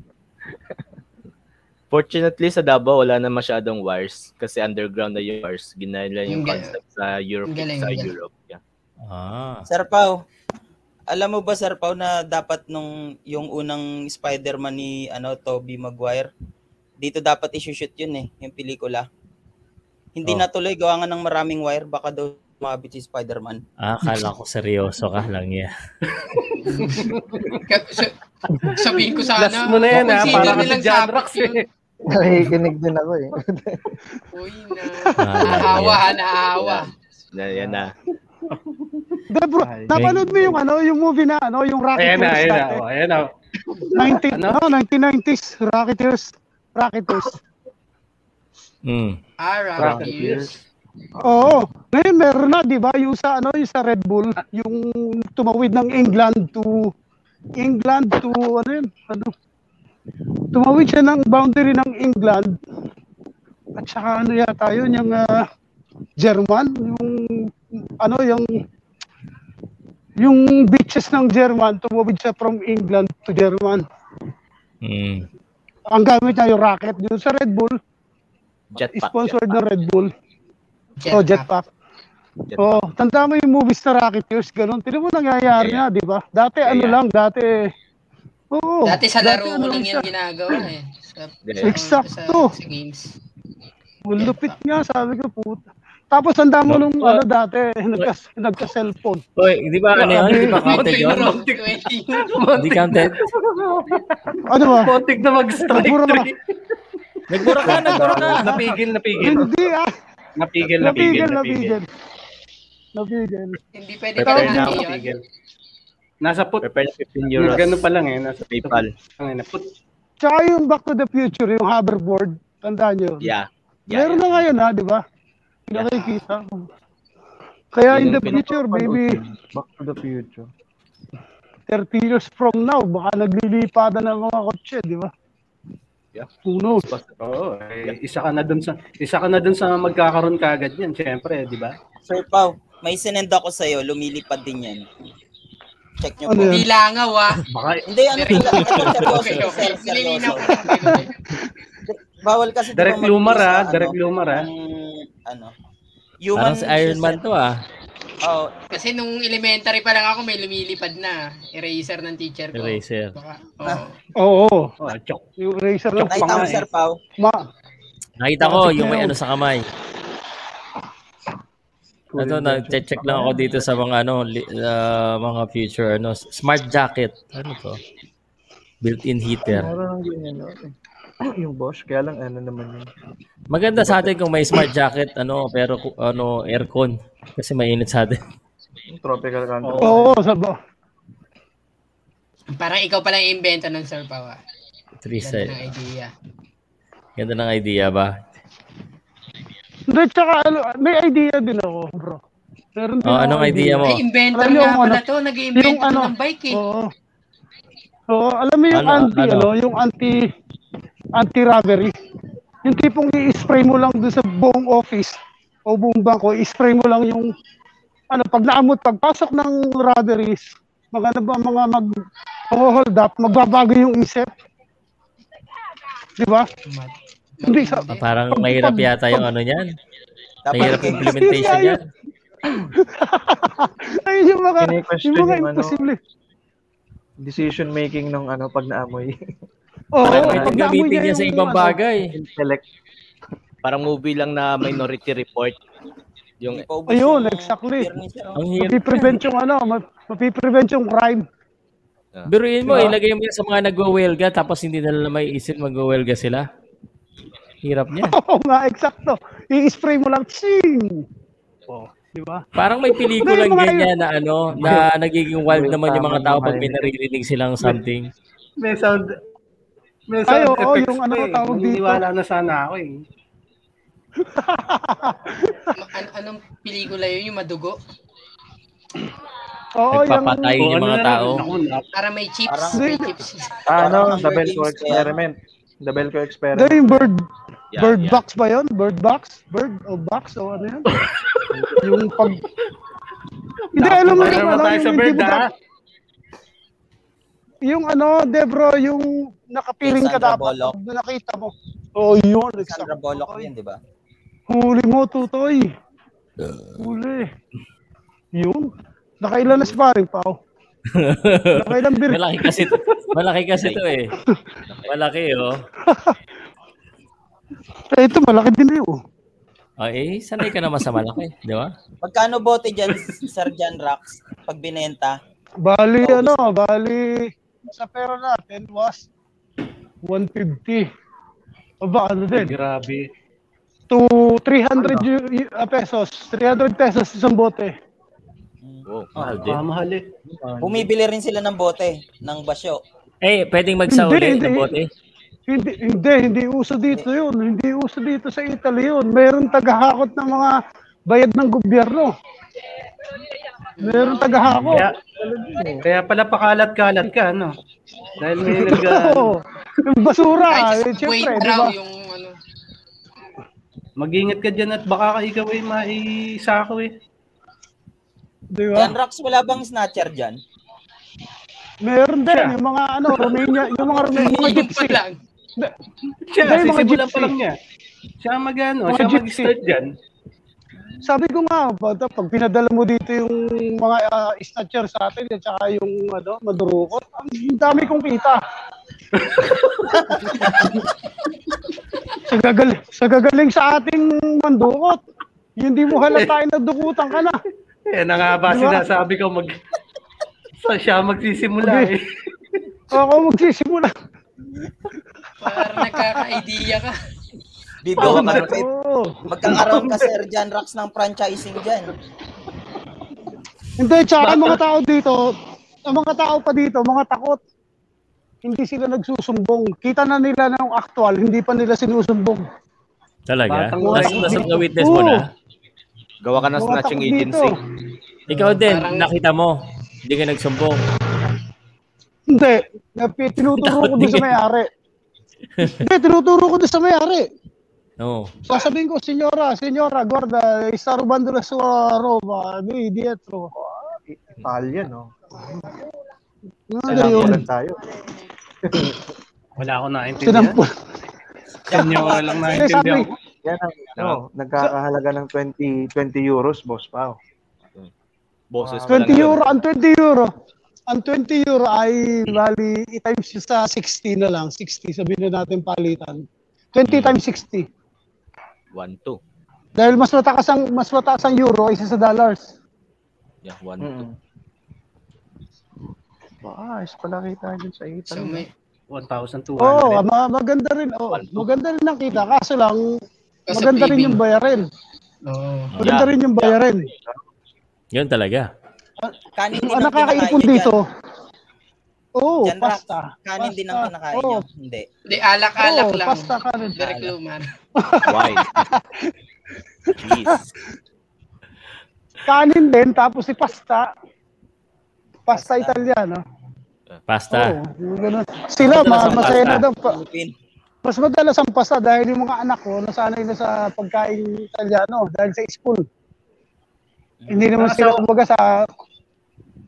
Speaker 8: Fortunately sa Davao wala na masyadong wires kasi underground na yung wires. Ginala
Speaker 2: Ang galing.
Speaker 8: yung concept sa Europe
Speaker 2: Ang galing,
Speaker 8: sa
Speaker 2: ang galing.
Speaker 8: Europe. Yeah.
Speaker 1: Ah.
Speaker 3: Sir Pau, alam mo ba Sir Pau na dapat nung yung unang Spider-Man ni ano Tobey Maguire, dito dapat isushoot yun eh, yung pelikula. Hindi
Speaker 1: Oh.
Speaker 3: natuloy gawa nga ng maraming wire baka daw mabit si Spider-Man.
Speaker 1: Ah, akala ko seryoso ka lang yan.
Speaker 2: Ka- sa- Sabihin ko sana.
Speaker 4: Last mo na yan ah.
Speaker 2: kung
Speaker 4: ha,
Speaker 2: Ano? sino
Speaker 4: para kasi
Speaker 2: nilang
Speaker 4: John
Speaker 2: sabak
Speaker 4: Rox
Speaker 2: yun.
Speaker 4: eh.
Speaker 5: Nakikinig din ako eh.
Speaker 2: Uy, na. ah,
Speaker 1: Ah,
Speaker 2: Naawa, ha, naawa.
Speaker 7: Ah.
Speaker 8: Na, yan na.
Speaker 7: De bro,
Speaker 4: Ay,
Speaker 7: napanood mo yung ano, yung movie na ano, yung Rocky
Speaker 4: Ayan na,
Speaker 7: Horse
Speaker 4: ayan na.
Speaker 7: dati.
Speaker 4: oh, Ayan na.
Speaker 7: 19, ano? 1990s, Rocky Horse, Rocky Horse.
Speaker 1: Mm.
Speaker 2: Ah,
Speaker 4: Rocket
Speaker 2: Rocky
Speaker 4: Gears.
Speaker 2: Years.
Speaker 7: Oo. Ngayon meron na, 'di ba? Yung sa ano, yung sa Red Bull, yung tumawid ng England to England to ano yun? Ano? Tumawid siya ng boundary ng England. At saka ano yata yun, yung ah, German, yung ano, yung yung beaches ng German, tumawid siya from England to German.
Speaker 1: Mm.
Speaker 7: Ang gamit niya yung rocket. Yung sa Red Bull,
Speaker 8: Jetpack.
Speaker 7: sponsored ng Red Bull.
Speaker 2: Jetpack.
Speaker 7: Oh, jetpack.
Speaker 8: Jetpack.
Speaker 7: Oo, oh, tanda mo yung movies na Rocketeers, ganun. Tinan mo nangyayari
Speaker 8: Yeah,
Speaker 7: na, di ba? Dati ano
Speaker 8: yeah.
Speaker 7: lang, dati... Oo.
Speaker 2: Dati sa laro ko
Speaker 7: ano
Speaker 2: lang
Speaker 7: siya.
Speaker 2: yan ginagawa eh. Sa,
Speaker 8: Yeah.
Speaker 2: sa-
Speaker 7: Eksakto.
Speaker 2: Sa, sa games.
Speaker 7: Ang lupit nga, sabi ko, puta. Tapos ang dami nung
Speaker 1: Oh.
Speaker 7: ano dati, nagka, nagka-cellphone.
Speaker 1: Oy, di ba ano yun? Di ba counted
Speaker 2: 20
Speaker 1: yun?
Speaker 2: euro. 20 euro.
Speaker 1: Hindi counted.
Speaker 7: Ano ba?
Speaker 4: Kontik na mag-strike
Speaker 7: Nagmura ka.
Speaker 4: three.
Speaker 1: Nagbura ka, nagbura ka.
Speaker 4: Napigil, napigil.
Speaker 7: Hindi ah.
Speaker 4: Napigil, napigil,
Speaker 7: Napigil,
Speaker 4: napigil.
Speaker 7: napigil. Napigil.
Speaker 2: Hindi pwede ka
Speaker 4: Prepare na,
Speaker 2: lang yun.
Speaker 4: napigil. Nasa put.
Speaker 8: Prepare na 15 euros.
Speaker 4: Ganun pa lang eh. Nasa
Speaker 8: PayPal.
Speaker 4: Ang ina, put.
Speaker 7: Tsaka yung Back to the Future, yung hoverboard. Tandaan nyo.
Speaker 8: Yeah. yeah.
Speaker 7: Meron na ngayon ha, di ba? Nakikita. Kaya in the future, maybe
Speaker 5: Back to the future.
Speaker 7: 30 years from now, baka naglilipada ng mga kotse, di ba?
Speaker 8: Yeah.
Speaker 7: Who knows?
Speaker 4: Oo, eh, isa ka na dun sa isa ka na dun sa magkakaroon kaagad niyan, syempre, 'di ba?
Speaker 3: Sir Pau, may sinend ako sa'yo, lumilipad din yan. Check nyo po.
Speaker 7: Ano yun?
Speaker 2: Hindi langaw ah.
Speaker 4: Baka
Speaker 3: Hindi, ano pala, ano seryoso,
Speaker 2: Okay, okay.
Speaker 3: sir, seryoso.
Speaker 2: Nililinaw ko lang. Pero,
Speaker 3: Bawal kasi di ba
Speaker 4: direct lumar
Speaker 3: mag-use
Speaker 4: ah,
Speaker 3: ng
Speaker 4: direct
Speaker 3: ano,
Speaker 4: lumar ah.
Speaker 3: ng, ano, Oh,
Speaker 1: Parang si Iron
Speaker 3: issues,
Speaker 1: Man
Speaker 3: sir.
Speaker 1: to ah.
Speaker 3: Oo,
Speaker 2: Kasi nung elementary pa lang ako, may lumilipad na. Eraser ng teacher ko.
Speaker 1: Eraser.
Speaker 2: Baka, oo.
Speaker 7: Oo.
Speaker 4: Oh, chok.
Speaker 7: Yung razor lang.
Speaker 3: nakita
Speaker 4: eh.
Speaker 3: mo, Sir Pau.
Speaker 7: Ma,
Speaker 1: Nakita ko yung may ano sa kamay. Ito, nag-check lang ako dito sa mga ano li- ah, mga future ano smart jacket. Ano to? Built-in heater.
Speaker 5: Meron ng ganyan. no? Ah, Yung Bosch, kaya lang ano naman yun.
Speaker 1: Maganda sa atin kung may smart jacket ano pero ku- ano aircon kasi mainit sa atin.
Speaker 5: Yung tropical country.
Speaker 7: oo, sa ba?
Speaker 2: Parang ikaw pala yung invento nun, Sir Pawa.
Speaker 1: Three
Speaker 2: Ganda
Speaker 1: side.
Speaker 2: ng idea.
Speaker 1: eh. Ganda ng idea ba?
Speaker 7: Hindi, tsaka ano, may idea din ako, bro. Meron din
Speaker 1: Oh,
Speaker 7: ako
Speaker 1: anong idea mo?
Speaker 2: Ay, inventor
Speaker 7: Alam niyo
Speaker 2: nga
Speaker 7: kung
Speaker 2: pala
Speaker 7: ano?
Speaker 2: to. Nag-invento
Speaker 7: Yung ano?
Speaker 2: ng bike eh.
Speaker 7: Oo. Oo, alam mo yung
Speaker 1: Ano,
Speaker 7: anti,
Speaker 1: ano?
Speaker 7: ano? yung anti, anti-robbery. Yung tipong i-spray mo lang doon sa buong office o buong bangko, i-spray mo lang yung, ano, pag naamot, pagpasok ng robberies, mga ano ba, mga mag, hold up, magbabago yung isip. Di ba? Hindi, sa,
Speaker 1: Ah, Parang mahirap yata yung ano niyan.
Speaker 3: Dapat
Speaker 1: Mahirap
Speaker 3: kay
Speaker 1: implementation
Speaker 7: Kasi
Speaker 1: niyan.
Speaker 7: ayun yung mga,
Speaker 5: Kini-question
Speaker 7: yung mga
Speaker 5: yung ano.
Speaker 7: imposible.
Speaker 5: Decision making nung ano, pag naamoy.
Speaker 7: Oo,
Speaker 1: Parang
Speaker 7: pag
Speaker 1: pwedeng
Speaker 7: naamoy
Speaker 1: gamitin niya sa
Speaker 7: yung
Speaker 1: ibang
Speaker 7: ano,
Speaker 1: bagay.
Speaker 5: Intellect.
Speaker 8: Parang movie lang na minority report. Yung
Speaker 3: Paubos
Speaker 7: Ayun,
Speaker 3: yung
Speaker 7: exactly.
Speaker 3: beer ni Sir.
Speaker 1: Ang hirap.
Speaker 7: Mapiprevent yung ano, map- mapiprevent yung crime.
Speaker 1: Biruin mo,
Speaker 7: Diba?
Speaker 1: ilagay mo yan sa mga nagwawelga tapos hindi nila may isip magwawelga sila. Hirap niya.
Speaker 7: Oo nga, eksakto. I-spray mo lang, ching! Oh, di ba?
Speaker 1: Parang may pelikulang
Speaker 7: May mga-
Speaker 1: ganyan na ano, na nagiging wild
Speaker 5: May
Speaker 1: naman yung mga
Speaker 5: tamang
Speaker 1: tao pag
Speaker 5: makain.
Speaker 1: may naririnig silang something.
Speaker 4: May sound may
Speaker 7: Ay,
Speaker 4: sound
Speaker 7: oo,
Speaker 4: effects
Speaker 7: yung
Speaker 4: pa
Speaker 7: ano,
Speaker 4: eh.
Speaker 7: tawag dito.
Speaker 4: Naniniwala na sana ako eh.
Speaker 2: Ma- An- anong pelikula yun? Yung madugo?
Speaker 7: Oo, yung...
Speaker 1: Nagpapatay yung
Speaker 4: Oo,
Speaker 1: mga
Speaker 4: ano na
Speaker 1: tao.
Speaker 4: rin, Ako, na,
Speaker 2: Para may chips.
Speaker 3: Parang-
Speaker 2: may chips.
Speaker 5: Ah, ano,
Speaker 3: Parang
Speaker 5: the
Speaker 3: Hunger
Speaker 5: Belko
Speaker 3: Games,
Speaker 5: experiment. The Belko
Speaker 7: Hindi,
Speaker 5: experiment.
Speaker 7: Ano yung bird...
Speaker 8: Yeah,
Speaker 7: bird
Speaker 8: yeah.
Speaker 7: box ba yun? Bird box? Bird o box o ano yun? yung pag... Hindi, alam mo
Speaker 4: Tara
Speaker 7: yung
Speaker 4: na
Speaker 7: ano,
Speaker 4: tayo sa
Speaker 7: yung hindi
Speaker 4: bird
Speaker 7: mo...
Speaker 4: ah.
Speaker 7: dapat- Yung ano, Debro, yung nakapiring ka
Speaker 3: Sandra
Speaker 7: dapat.
Speaker 3: Bullock.
Speaker 7: Pag nakita mo. Oo, yun.
Speaker 3: Sandra
Speaker 7: eksakto.
Speaker 3: Bullock yun, di ba?
Speaker 7: Huli mo, tutoy. Huli. Yun. Nakailan na sparring, Pao? Nakailan beer?
Speaker 1: malaki kasi to. Malaki kasi to eh. Malaki oh.
Speaker 7: Eh, ito, malaki din yun. oh.
Speaker 1: Oh, eh, sanay ka naman sa malaki, di ba?
Speaker 3: Magkano bote dyan, Sir Jan Rax, pag binenta?
Speaker 7: Bali, ano, bali, sa pera natin was 150. O ba, ano din?
Speaker 4: Grabe.
Speaker 7: To 300 yu- yu- ah, pesos. 300 pesos isang bote.
Speaker 8: Wow,
Speaker 4: Ah,
Speaker 8: mahal din.
Speaker 4: mahal eh.
Speaker 3: Bumibili rin sila ng bote, ng basyo.
Speaker 1: Eh, pwedeng magsauli ng
Speaker 7: Hindi, hindi.
Speaker 1: bote.
Speaker 7: Hindi, hindi, hindi uso dito yun. Hindi uso dito sa Italy yun. Meron tagahakot ng mga bayad ng gobyerno. Meron tagahakot.
Speaker 4: Kaya, kaya pala pakalat-kalat ka, no? Dahil may nag...
Speaker 7: Oo. Yung basura.
Speaker 2: Kahit
Speaker 7: Eh,
Speaker 2: sa Kuwait
Speaker 7: syempre, di
Speaker 2: raw
Speaker 7: ba?
Speaker 2: yung ano.
Speaker 4: Mag-ingat ka dyan at baka ka ikaw ay maisako eh.
Speaker 7: Di ba?
Speaker 3: Yan, Rax, wala bang snatcher dyan?
Speaker 7: Meron din. Yung mga ano, Romania, yung mga Romania, mga eh.
Speaker 2: Yung pa
Speaker 7: gypsy.
Speaker 2: lang.
Speaker 4: Siya,
Speaker 7: Dahil mga
Speaker 4: sisimulan pa
Speaker 7: gypsy.
Speaker 4: lang niya. Siya mag-ano,
Speaker 7: Mga
Speaker 4: siya
Speaker 7: gypsy.
Speaker 4: mag-start dyan.
Speaker 7: Sabi ko nga, bata, pag pinadala mo dito yung mga ah, snatcher sa atin at saka yung ano, madurukot, ang dami kong kita. sa, gagal, sa gagaling sa ating mandukot, hindi mo halata na dukutan ka na.
Speaker 4: Eh, na nga ba
Speaker 7: Di ba?
Speaker 4: sinasabi ko mag... So, siya magsisimula eh.
Speaker 7: Okay. Ako magsisimula.
Speaker 2: Parang nagkaka-idea ka.
Speaker 3: Bibiyo ka
Speaker 4: Oo,
Speaker 3: mag-
Speaker 7: Oo.
Speaker 3: magkakaroon ka, Sir Jan Rax, ng franchising dyan.
Speaker 7: Hindi, tsaka ang mga tao dito, ang mga tao pa dito, mga takot. Hindi sila nagsusumbong. Kita na nila na yung actual, hindi pa nila sinusumbong.
Speaker 1: Talaga?
Speaker 4: Batang
Speaker 1: Nas,
Speaker 4: wala.
Speaker 1: nasab na witness mo
Speaker 7: oh.
Speaker 1: na.
Speaker 8: Gawa ka ng
Speaker 7: Mga
Speaker 8: snatching
Speaker 7: takot dito.
Speaker 8: agency.
Speaker 1: Ikaw din,
Speaker 2: Parang-
Speaker 1: nakita mo. Hindi ka nagsumbong.
Speaker 7: Hindi. Napi- Tinuturo ko doon sa may-ari. Hindi, tinuturo ko doon sa may-ari.
Speaker 1: Oo.
Speaker 7: Sasabihin ko, senyora, senyora, guarda, sta rubando la sua roba, di ano, dietro.
Speaker 9: Italian, no?
Speaker 7: Ano
Speaker 9: Kailangan
Speaker 7: yun?
Speaker 9: lang tayo.
Speaker 4: Wala ako naintindihan.
Speaker 7: Sinampol.
Speaker 4: Kanya lang
Speaker 7: Eh,
Speaker 4: naintindihan
Speaker 7: sabi,
Speaker 4: ko.
Speaker 9: Yan ang, ano,
Speaker 5: Oh.
Speaker 9: nagkakahalaga ng 20, 20 euros, boss Pao.
Speaker 8: Boses ko lang
Speaker 7: 20
Speaker 8: yun.
Speaker 7: euro, ang 20 euro. Ang 20 euro ay, bali, i-times yun sa 60 na lang. 60, sabihin na natin palitan. 20 times 60.
Speaker 8: One, two.
Speaker 7: Dahil mas mataas ang, mas mataas ang euro isa sa dollars.
Speaker 8: Yeah, one,
Speaker 7: Hmm.
Speaker 8: two.
Speaker 9: Mm. Wow, is pala kita dyan sa
Speaker 2: So
Speaker 5: Ano?
Speaker 9: Italy.
Speaker 2: may
Speaker 4: 1,200.
Speaker 7: Oo, oh, maganda rin. Oh, maganda rin ang kita. Kaso lang,
Speaker 2: Kaso
Speaker 7: maganda rin
Speaker 2: paving.
Speaker 7: yung bayarin.
Speaker 2: oh,
Speaker 7: Maganda rin yung bayarin.
Speaker 1: Yun talaga.
Speaker 4: Ano
Speaker 3: Kanin din
Speaker 7: Ang
Speaker 3: ang kinakain
Speaker 7: Ah, nakakaipon
Speaker 3: nyo dyan.
Speaker 7: dito, oo,
Speaker 3: Dyan, Rax,
Speaker 7: pasta.
Speaker 3: kanin din ang
Speaker 7: Pasta.
Speaker 3: kinakain
Speaker 7: Oo,
Speaker 3: nyo. Hindi.
Speaker 2: di alak-alak
Speaker 7: oo,
Speaker 2: lang.
Speaker 7: pasta kanin.
Speaker 2: Direct luman.
Speaker 8: Wine. Jeez.
Speaker 7: Kanin din, tapos si pasta. Pasta Italiano.
Speaker 1: Pasta.
Speaker 7: Oo, ganun.
Speaker 1: Mas
Speaker 7: Sila,
Speaker 1: madalas
Speaker 7: ma-
Speaker 1: ang
Speaker 7: masaya
Speaker 1: pasta.
Speaker 7: na daw. Pa-
Speaker 3: Philippine.
Speaker 7: Mas madalas ang pasta dahil yung mga anak ko nasanay na sa pagkain Italiano dahil sa school. Hindi naman
Speaker 4: Mga
Speaker 7: sila
Speaker 4: asawa-
Speaker 7: kumbaga sa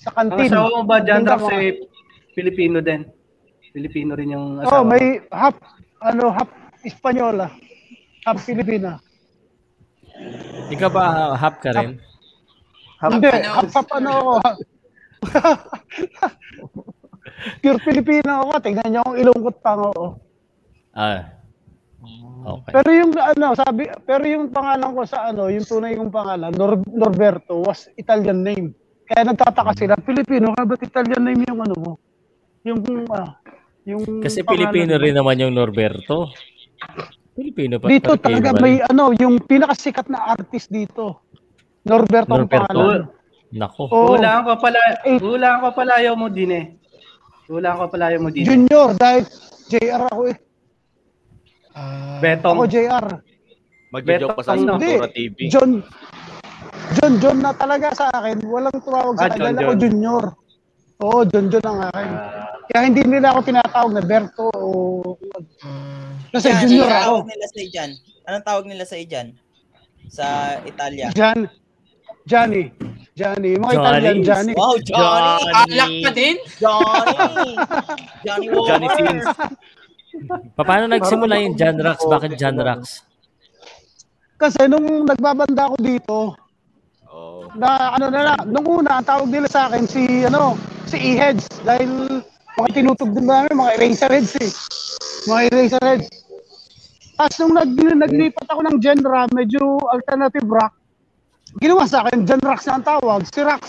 Speaker 7: sa
Speaker 4: Ang
Speaker 7: kantin.
Speaker 4: asawa mo ba dyan,
Speaker 7: Kantin
Speaker 4: Drax,
Speaker 7: mga-
Speaker 4: eh, Pilipino din? Pilipino rin yung asawa
Speaker 7: Oh,
Speaker 4: mo?
Speaker 7: may half ano half Espanyola, half Pilipina.
Speaker 1: Ikaw ba ha- hap ka rin?
Speaker 7: Hindi,
Speaker 2: ano?
Speaker 7: half, half ano ako. Pure Pilipino ako. Tingnan niyo ang ilong ko't pang oo.
Speaker 1: Ah. Okay.
Speaker 7: Mm. Pero yung ano, sabi, pero yung pangalan ko sa ano, yung tunay kong pangalan, Nor- Norberto was Italian name. Kaya nagtataka sila, Pilipino ka ba't Italian name yung ano mo? Yung ah, yung
Speaker 1: Kasi
Speaker 7: pangalan
Speaker 1: Pilipino
Speaker 7: mo.
Speaker 1: rin naman yung Norberto. Pilipino pa. Pilipino
Speaker 7: Dito talaga
Speaker 1: ba rin?
Speaker 7: may ano, yung pinakasikat na artist dito. Norberto, ang
Speaker 1: Norberto.
Speaker 7: pangalan.
Speaker 1: Nako.
Speaker 7: Oo.
Speaker 4: Hulaan ko pala,
Speaker 7: Eh.
Speaker 4: hulaan ko pala ayaw mo din eh. Hulaan ko pala ayaw mo din. eh.
Speaker 7: Junior dahil JR ako eh. Ako
Speaker 4: Betong.
Speaker 7: JR.
Speaker 8: Magjo-joke pa sa
Speaker 4: Betong,
Speaker 7: Hindi.
Speaker 8: Kultura TV.
Speaker 7: John. John John na talaga sa akin. Walang tumawag sa
Speaker 4: Ah,
Speaker 7: akin.
Speaker 4: John,
Speaker 7: Dahil
Speaker 4: John.
Speaker 7: ako
Speaker 4: Ah.
Speaker 7: junior. Oo, John John ang akin. Kaya hindi nila ako tinatawag na Berto o... Kasi
Speaker 3: Yan,
Speaker 7: junior
Speaker 3: anong
Speaker 7: ako.
Speaker 3: tawag nila sa Ijan? Anong tawag nila sa Ijan? Sa Italia.
Speaker 7: Jan. Johnny. Johnny. Yung Mga
Speaker 1: Johnny.
Speaker 7: Italian, Johnny.
Speaker 3: Wow, Johnny!
Speaker 2: Alak pa din?
Speaker 3: Johnny! Johnny Walker!
Speaker 8: Johnny Sins.
Speaker 1: Pa- Paano nagsimula yung John Rax? Bakit John Rax?
Speaker 7: Kasi nung nagbabanda ako dito,
Speaker 8: Oh.
Speaker 7: na ano na lang, nung una, ang tawag nila sa akin si, ano, si E-Heads. Dahil mga tinutog din namin, mga Eraserheads eh. Mga Eraserheads. Tapos nung nag, naglipat ako ng genre, medyo alternative rock, ginawa sa akin, John Rax na ang tawag, si Rax.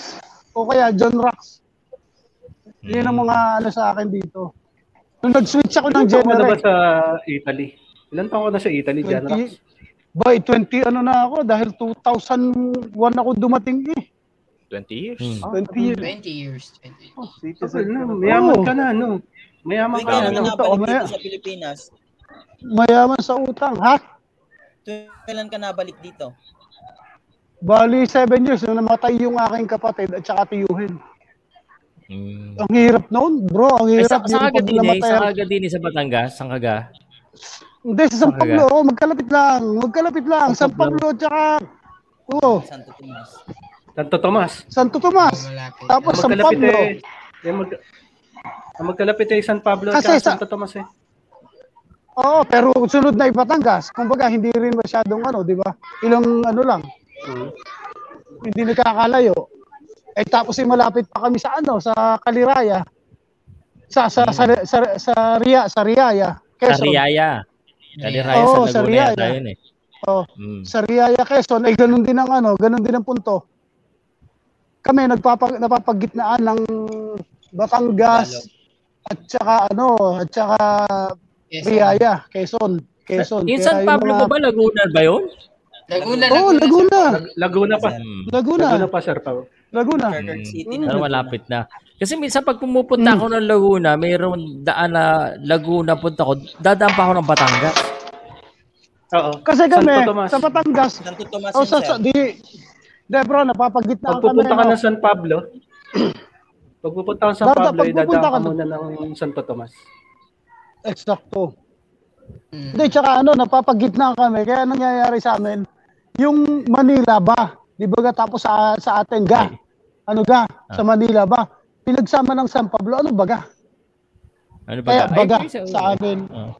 Speaker 7: O kaya John Rax. Yun ang mga ano sa akin dito. Nung nag-switch ako
Speaker 4: Ilan
Speaker 7: ng
Speaker 4: taon
Speaker 7: genre,
Speaker 4: ka na ba sa Italy? Ilan taon ka na sa Italy, Jan Rax?
Speaker 7: 20, boy, 20 ano na ako, dahil 2001 ako dumating eh.
Speaker 8: 20 years.
Speaker 1: Hmm.
Speaker 5: 20 years.
Speaker 2: 20 years. 20 years.
Speaker 5: Citizen
Speaker 4: na,
Speaker 5: ka na.
Speaker 4: mayaman
Speaker 7: Oo.
Speaker 4: ka na, no? Mayaman
Speaker 3: Uy,
Speaker 4: ka na, ano?
Speaker 3: kailan
Speaker 4: no?
Speaker 3: ka
Speaker 7: ano, totoo
Speaker 3: nabalik
Speaker 7: ba
Speaker 3: dito
Speaker 7: yan?
Speaker 3: sa Pilipinas?
Speaker 7: Mayaman sa utang, ha?
Speaker 3: Tuwing Kailan ka nabalik dito?
Speaker 7: Bali, seven years nung namatay yung aking kapatid at saka tiyuhin.
Speaker 1: Mm.
Speaker 7: Ang hirap noon, bro. Ang
Speaker 1: Ay, sa, sa
Speaker 7: hirap yung pag
Speaker 1: Agadine,
Speaker 7: namatay.
Speaker 1: sa Agadine sa Batangas, sa Kaga.
Speaker 7: Hindi, sa San Pablo. Oh, magkalapit lang. Magkalapit lang. San Pablo, tsaka... Oo,
Speaker 3: Santo Tomas.
Speaker 4: Santo Tomas.
Speaker 7: Santo Tomas.
Speaker 2: Malapit.
Speaker 7: Tapos Oh, San
Speaker 4: Magkalapit
Speaker 7: Pablo.
Speaker 4: eh. Yung mag, ang magkalapit eh, San Pablo at
Speaker 7: Kasi sa-
Speaker 4: Santo Tomas eh.
Speaker 7: Oo, pero sunod na Ibatangas. Kumbaga, hindi rin masyadong ano, di ba? Ilang ano lang. Hindi nagkakalayo. Eh tapos eh, malapit pa kami sa ano, sa Kaliraya. Sa sa sa sa, sa, Ria, sa Riaya.
Speaker 1: Sa
Speaker 7: Quezon.
Speaker 1: Riaya. Dali
Speaker 2: Riaya.
Speaker 1: Raya
Speaker 7: oh. Oo, Oh.
Speaker 1: sa
Speaker 7: sa
Speaker 1: Laguna
Speaker 7: Riaya.
Speaker 1: yata yun eh.
Speaker 7: Oo.
Speaker 1: Mm.
Speaker 7: Sa Riaya, Quezon, ay ganun din ang ano, ganun din ang punto. Kami nagpapag napapagitnaan ng Batangas at saka ano, at saka
Speaker 2: Yes,
Speaker 7: Riaya, Quezon, Quezon.
Speaker 1: Yung
Speaker 7: Kaya
Speaker 1: San Pablo
Speaker 7: mga-
Speaker 1: ba ba? Laguna ba yun?
Speaker 2: Laguna,
Speaker 7: Oo,
Speaker 2: Laguna.
Speaker 7: Laguna.
Speaker 4: Lag- Laguna pa.
Speaker 1: Mm.
Speaker 7: Laguna.
Speaker 4: Laguna pa, Sir Pao.
Speaker 7: Laguna.
Speaker 3: Quezon
Speaker 1: Mm.
Speaker 3: City
Speaker 1: Pero
Speaker 3: Laguna.
Speaker 1: malapit na. Kasi minsan pag pumupunta
Speaker 7: Hmm.
Speaker 1: ako ng Laguna, mayroon daan na Laguna punta ko, dadaan pa ako ng Batangas.
Speaker 4: Oo.
Speaker 7: Kasi kami,
Speaker 4: Santo Tomas.
Speaker 7: sa Batangas,
Speaker 3: Santo Tomas
Speaker 7: o
Speaker 3: yun,
Speaker 7: Oh, sa,
Speaker 3: sir.
Speaker 7: sa, di, di bro, napapagitnaan
Speaker 4: Pag
Speaker 7: kami.
Speaker 4: pupunta ka
Speaker 7: no?
Speaker 4: ng San Pablo, pag pupunta ka ng San
Speaker 7: Dada-
Speaker 4: Pablo, eh,
Speaker 7: pag pupunta
Speaker 4: dadaan
Speaker 7: ka
Speaker 4: ka
Speaker 7: na-
Speaker 4: muna ng Santo Tomas.
Speaker 7: Eksakto.
Speaker 2: Mm.
Speaker 7: Hindi, tsaka ano, napapagitnaan kami. Kaya anong nangyayari sa amin, yung Manila ba, di ba ga, tapos sa, sa atin ga, ano
Speaker 1: Ah.
Speaker 7: ga, sa Manila ba, pinagsama ng San Pablo, ano ba ga?
Speaker 1: Ano ba?
Speaker 7: Kaya
Speaker 1: Ay,
Speaker 7: baga
Speaker 1: ay,
Speaker 7: sa amin.
Speaker 1: Ah.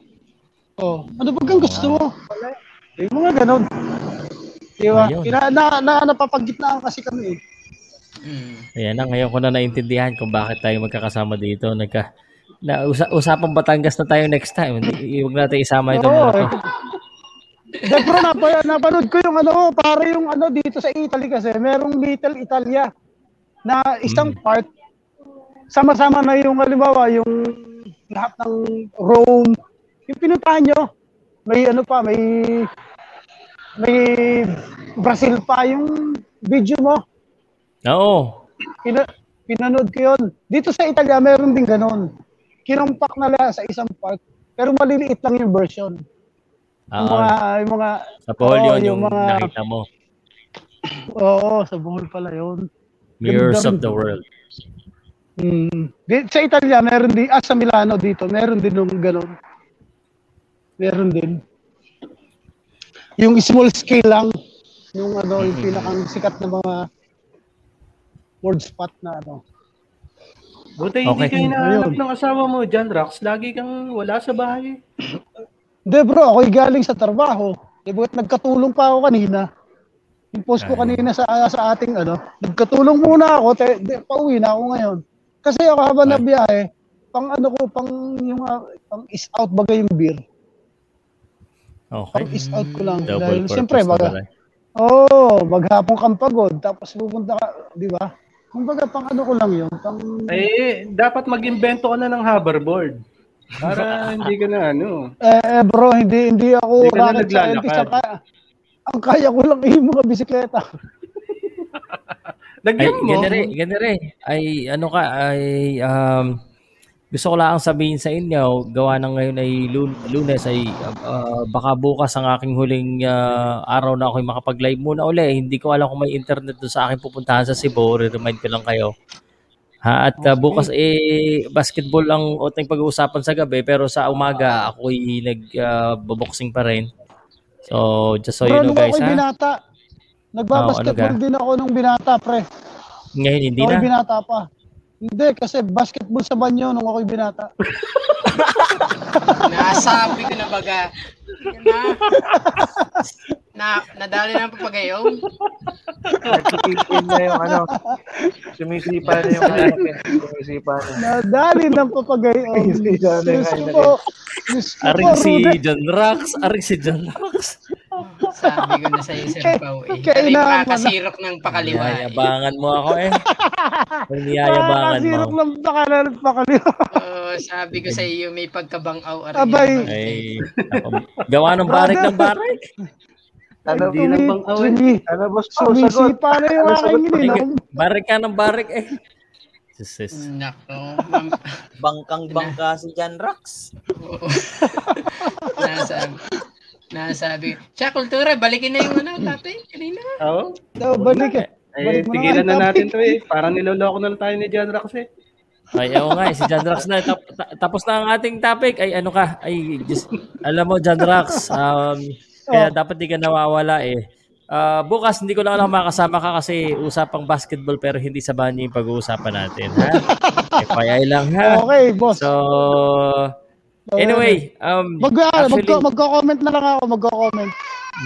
Speaker 7: Oh, ano ba kang gusto mo? Yung mga ganun. Di ba?
Speaker 1: Ayun.
Speaker 7: Kina, na, na, napapagitnaan kasi kami. eh.
Speaker 2: Mm.
Speaker 1: Ayan na, ngayon ko na naintindihan kung bakit tayo magkakasama dito. Nagka, na, usa, usapang Batangas na tayo next time. Hindi- Huwag natin isama itong
Speaker 7: Oo,
Speaker 1: mga to.
Speaker 7: eh. Dahil bro, napa, napanood ko yung ano, para yung ano dito sa Italy kasi, merong Little Italia na isang part, sama-sama na yung halimbawa, yung lahat ng Rome, yung pinuntahan nyo, may ano pa, may may Brazil pa yung video mo.
Speaker 1: Oo.
Speaker 7: Pina, pinanood ko yun. Dito sa Italia, meron din ganun. Kinumpak na lang sa isang part, pero maliliit lang yung version. Yung
Speaker 1: Ah, Oo.
Speaker 7: mga, yung mga,
Speaker 1: Sa Bohol
Speaker 7: oo,
Speaker 1: yun yung, nakita mo.
Speaker 7: Oo, sa Bohol pala yun.
Speaker 1: Mirrors of
Speaker 7: Ganda rin.
Speaker 1: the World.
Speaker 7: Mm. Di- Sa Italia, meron din, ah, sa Milano dito, meron din nung ganun. Meron din. Yung small scale lang, yung ano, yung pinakang sikat na mga world spot na ano.
Speaker 4: Buti hindi
Speaker 1: Okay.
Speaker 4: kayo nahanap
Speaker 7: Ayun.
Speaker 4: ng asawa mo dyan, Rax. Lagi kang wala sa bahay.
Speaker 7: Hindi bro, ako'y galing sa trabaho. Di ba't nagkatulong pa ako kanina? Yung post ko kanina sa sa ating ano, nagkatulong muna ako, te, di, pauwi na ako ngayon. Kasi ako habang
Speaker 1: Ay.
Speaker 7: nabiyahe, pang ano ko, pang yung ah, pang is out bagay yung beer.
Speaker 1: Okay.
Speaker 7: Pang is out ko lang.
Speaker 1: Double
Speaker 7: dahil
Speaker 1: purpose
Speaker 7: siyempre,
Speaker 1: na
Speaker 7: baga,
Speaker 1: pala.
Speaker 7: Oo, oh, maghapon kang pagod, tapos pupunta ka, di ba? Kumbaga, pang ano ko lang yun, pang...
Speaker 4: Eh, dapat mag-invento ka na ng hoverboard. Para hindi ka na ano.
Speaker 7: Eh, eh, bro, hindi, hindi ako
Speaker 4: Hindi ka na
Speaker 7: rocket scientist. Ang
Speaker 4: naglalakad.
Speaker 7: kaya, ang kaya ko lang yung mga bisikleta.
Speaker 1: Ay,
Speaker 4: Lagyan mo.
Speaker 1: ganun rin, ganun rin. Ay, ano ka, ay, um, gusto ko lang ang sabihin sa inyo, gawa ng ngayon ay lun- lunes, ay uh, baka bukas ang aking huling uh, araw na ako'y makapag-live muna uli. Hindi ko alam kung may internet doon sa aking pupuntahan sa Cebu. Remind ko lang kayo. Ha, at uh, bukas eh basketball ang ating pag-uusapan sa gabi pero sa umaga ako'y nag uh, boboxing pa rin. So just so you
Speaker 7: bro,
Speaker 1: know
Speaker 7: nung
Speaker 1: guys
Speaker 7: ako'y
Speaker 1: ha.
Speaker 7: binata,
Speaker 1: ano
Speaker 7: nagbabasketball din ako nung binata, pre.
Speaker 1: Ngayon hindi
Speaker 7: Nung ako'y
Speaker 1: na.
Speaker 7: binata pa. Hindi, kasi basketball sa banyo nung ako'y binata.
Speaker 2: Nasabi ko na baga. Yan Na, na, nadali na ang papagayong.
Speaker 9: Nagsisilipin na yung ano. Sumisipa na yung ano. Sumisipa na.
Speaker 7: Nadali ng papagay. Oh,
Speaker 9: Hindi siya ano yung
Speaker 7: Diyos ko
Speaker 9: ano.
Speaker 7: po. Diyos ko po,
Speaker 1: Aring si
Speaker 7: Rudy.
Speaker 1: John Rax, aring si John Rax.
Speaker 2: Sabi ko na sa iyo, Sir Pao. Eh.
Speaker 7: Kaya
Speaker 2: Aray,
Speaker 7: na-
Speaker 2: makakasirok ng pakaliwa. Eh.
Speaker 1: Yayabangan mo ako eh. Pag niyayabangan mo.
Speaker 7: Nakakasirok
Speaker 1: ako.
Speaker 7: ng bakalan at bakaliwa.
Speaker 2: Oo, sabi ko sa iyo, may pagkabangaw. Aray,
Speaker 7: Abay.
Speaker 2: abay.
Speaker 1: Ay, ako, gawa ng barik ng barik.
Speaker 9: Ano,
Speaker 4: Hindi na bang eh. awit?
Speaker 9: ano boss ko, sagot?
Speaker 7: Sumisipa na yung
Speaker 9: Ano
Speaker 7: aking
Speaker 9: sagot?
Speaker 7: ninong.
Speaker 1: Barik ka ng barik eh. Sis, sis.
Speaker 2: Nako, ma'am.
Speaker 3: Bangkang-bangka si Jan Rax.
Speaker 2: Oo. nasabi. Nasabi. Tsaka kultura, balikin na yung ano, tatay. Kanina.
Speaker 4: Oo.
Speaker 7: Daw, balik eh.
Speaker 4: Eh,
Speaker 7: Balik mo
Speaker 4: tigilan
Speaker 7: na
Speaker 4: na
Speaker 7: nga yung
Speaker 4: natin to eh. Parang niloloko na lang tayo ni John Rox eh.
Speaker 1: Ay, oo nga, eh, si John Rax na. Tap- ta- tapos na ang ating topic. Ay, ano ka? Ay, just, alam mo, John Rax, um, kaya dapat di ka nawawala eh. Ah, bukas, hindi ko lang alam kung makakasama ka kasi usapang basketball pero hindi sa banyo yung pag-uusapan natin. Ha? FYI lang ha.
Speaker 7: Okay, boss.
Speaker 1: So, anyway, um,
Speaker 7: Mag,
Speaker 1: actually,
Speaker 7: magko- magko-comment na lang ako, magko-comment.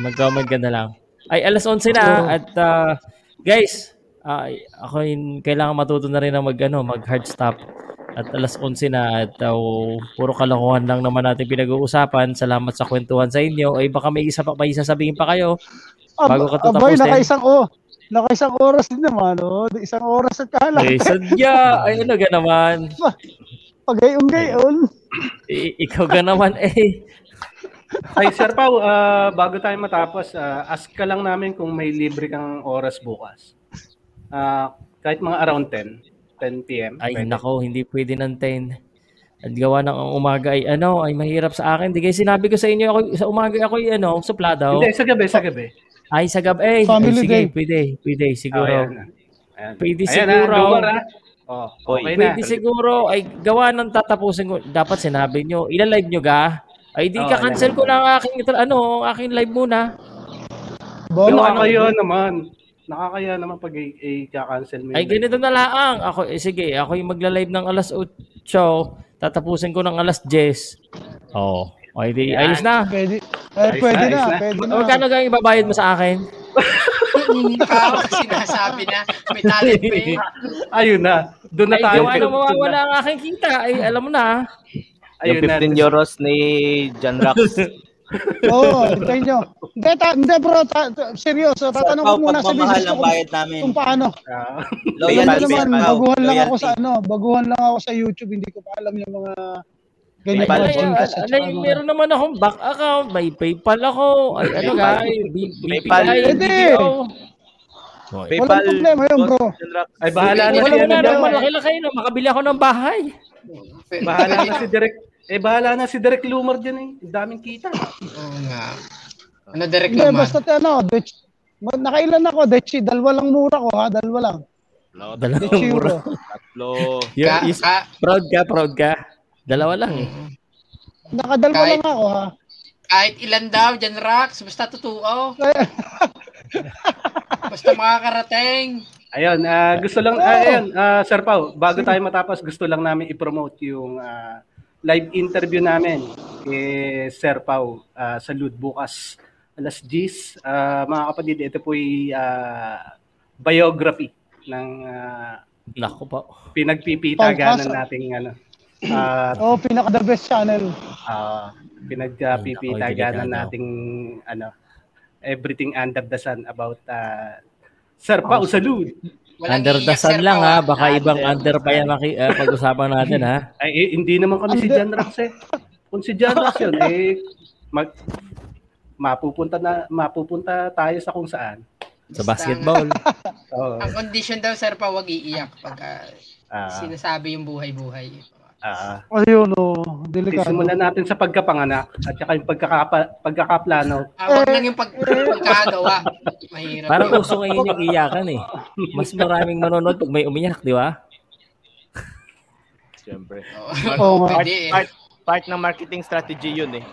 Speaker 1: mag-comment ka na lang. Ay, alas 11 na ha? at ah, guys, ay, ako yung kailangan matuto na rin na mag, ano, mag hard stop. At alas 11 na at ah, oh, puro kalokohan lang naman natin pinag-uusapan. Salamat sa kwentuhan sa inyo. Ay baka may isa pa may sasabihin pa kayo.
Speaker 7: Ab-
Speaker 1: Bago ka to tapusin.
Speaker 7: aboy, naka-isang, oh, naka-isang oras din naman, oh. Isang oras at kahalang.
Speaker 1: Ay sadya, ay ano ka naman.
Speaker 7: Pagayong-gayon.
Speaker 1: I- ikaw ka naman eh.
Speaker 4: Ay, Sir Pau, ah, bago tayo matapos, ah, ask ka lang namin kung may libre kang oras bukas. Ah, kahit mga around 10, 10 p.m.
Speaker 1: Ay
Speaker 4: pwede.
Speaker 1: nako, hindi pwede ng 10. At gawa ng umaga ay ano, ay mahirap sa akin. Di guys, sinabi ko sa inyo ako sa umaga ako ay, ano, supla daw.
Speaker 4: Hindi, sa gabi, sa gabi.
Speaker 1: Ay, sa gabi. Ay,
Speaker 7: Family
Speaker 1: sige,
Speaker 7: day.
Speaker 1: pwede. Pwede, siguro.
Speaker 4: Ah, ayan. Ayan.
Speaker 1: Pwede
Speaker 4: Ayan,
Speaker 1: siguro.
Speaker 4: ah, lugar, ah. Oh, okay na.
Speaker 1: pwede siguro. Ay, gawa ng tatapusin ko. Dapat sinabi nyo. Ilalive nyo ga? Ay, di
Speaker 4: Oo,
Speaker 1: ka-cancel
Speaker 4: ilalive.
Speaker 1: ko lang aking, ito- ano, aking live muna.
Speaker 7: Bon,
Speaker 4: Yung
Speaker 1: ano
Speaker 4: nakakaya naman. Nakakaya naman pag i- i-cancel mo yung
Speaker 1: Ay,
Speaker 4: live.
Speaker 1: ganito na lang. Ako, eh, sige, ako yung magla-live ng alas 8. Tatapusin ko ng alas 10. Oo. Oh. Ay, di, ayos na.
Speaker 7: pwede, ay,
Speaker 4: Ayos
Speaker 7: pwede
Speaker 4: na,
Speaker 7: na,
Speaker 4: ayos na.
Speaker 7: pwede na.
Speaker 1: Magkano gawin babayad mo sa akin?
Speaker 2: Nakaw, sinasabi na. May talent pa eh.
Speaker 4: Ayun na. Doon na
Speaker 1: Ay,
Speaker 4: tayo.
Speaker 1: gawa na
Speaker 4: Doon na.
Speaker 1: mawawala ang aking kita. Ay, alam mo na.
Speaker 8: Yung
Speaker 4: Ayun na.
Speaker 8: 15 euros ni John Rax.
Speaker 7: Oo, hintayin nyo. Hindi, ta- hindi bro, ta- ta- seryoso. Tatanong ko
Speaker 3: Pau,
Speaker 7: muna sa
Speaker 3: pagmamahal
Speaker 7: business
Speaker 3: ng
Speaker 7: ko kung,
Speaker 3: bayad namin.
Speaker 7: kung paano.
Speaker 4: Ah,
Speaker 7: Alam
Speaker 3: Loyalty,
Speaker 7: mo naman,
Speaker 3: Pau.
Speaker 7: baguhan lang ako sa
Speaker 3: Loyalty.
Speaker 7: ano, baguhan lang ako sa YouTube, hindi ko pa alam yung mga ganyan
Speaker 1: Ay,
Speaker 7: mga
Speaker 1: ay,
Speaker 7: chinkas
Speaker 1: ay,
Speaker 7: at
Speaker 1: ay,
Speaker 7: saka mga...
Speaker 1: meron naman akong back account. May PayPal ako. Ay, ano
Speaker 8: PayPal.
Speaker 1: ka? Ay, B-
Speaker 8: PayPal.
Speaker 1: BPI.
Speaker 7: Pwede.
Speaker 1: Hoy.
Speaker 8: PayPal,
Speaker 7: Walang problema yun,
Speaker 8: boss,
Speaker 7: bro.
Speaker 8: John Rax.
Speaker 4: Ay, bahala
Speaker 2: Wala
Speaker 4: na si
Speaker 1: Wala na
Speaker 2: Ayan,
Speaker 4: ano dyan.
Speaker 1: naman.
Speaker 2: ayan.
Speaker 1: Makilakay na. Makabili ako ng bahay.
Speaker 4: Bahala na si Derek. Eh, bahala na si Derek Lumer dyan eh. Ang daming kita.
Speaker 2: Oo nga. Ano, direct
Speaker 7: Hindi,
Speaker 2: naman.
Speaker 7: basta ano, Dutch, ma- nakailan ako, Dutch, dalawa lang mura ko ha, dalawa lang.
Speaker 1: Dalawang
Speaker 7: Dutch euro.
Speaker 8: Tatlo.
Speaker 1: Yeah,
Speaker 2: Ka-
Speaker 1: is-
Speaker 2: ka-
Speaker 1: proud ka, proud ka. Dalawa lang eh.
Speaker 7: Nakadalwa
Speaker 2: Kahit-
Speaker 7: lang ako ha.
Speaker 2: kahit ilan daw, dyan rocks, basta totoo.
Speaker 7: Kaya-
Speaker 2: Basta makakarating.
Speaker 4: Ayun, ah, gusto lang, ah, ayun, ah, Sir Pau, bago tayo matapos, gusto lang namin i-promote yung ah, live interview namin kay Sir Pau ah, sa Lud bukas alas 10. Ah, mga kapatid, ito po'y ah, biography ng ah,
Speaker 1: Naku po.
Speaker 4: pinagpipitaganan nating ano, ah,
Speaker 7: Oh, pinaka the best channel.
Speaker 1: Ay,
Speaker 4: Ah,
Speaker 1: naku,
Speaker 4: pinagpipitaganan
Speaker 1: delikado.
Speaker 4: nating ano everything under the sun about ah, Sir Pau Salud.
Speaker 2: Walang
Speaker 1: under the
Speaker 2: iiyak,
Speaker 1: sun
Speaker 2: Sir
Speaker 1: lang
Speaker 2: Pawan.
Speaker 1: ha. Baka
Speaker 8: Under
Speaker 1: ibang
Speaker 8: the
Speaker 1: under pa yan maki- ah, pag-usapan natin ha.
Speaker 4: Ay, eh, hindi naman kami si John Rax eh. Kung si John Rax yun, eh, mag, mapupunta na mapupunta tayo sa kung saan.
Speaker 1: Sa
Speaker 2: Basta-
Speaker 1: basketball.
Speaker 4: Oo.
Speaker 2: Ang condition daw, Sir Pawan, wag iiyak pag ah,
Speaker 4: ah,
Speaker 2: sinasabi yung buhay-buhay.
Speaker 4: ah.
Speaker 7: Ayun, oh, delikado.
Speaker 4: Sisimulan natin sa pagkapanganak at saka yung pagkakapa, pagkakaplano.
Speaker 2: Ah, wag lang yung pag, pagkagawa. Mahirap.
Speaker 1: Parang
Speaker 2: yun.
Speaker 1: uso ngayon yung iyakan eh. Mas maraming manonood pag may umiyak, di ba?
Speaker 8: Siyempre.
Speaker 7: Oo nga.
Speaker 2: Pwede eh.
Speaker 8: Part, part ng marketing strategy yun eh.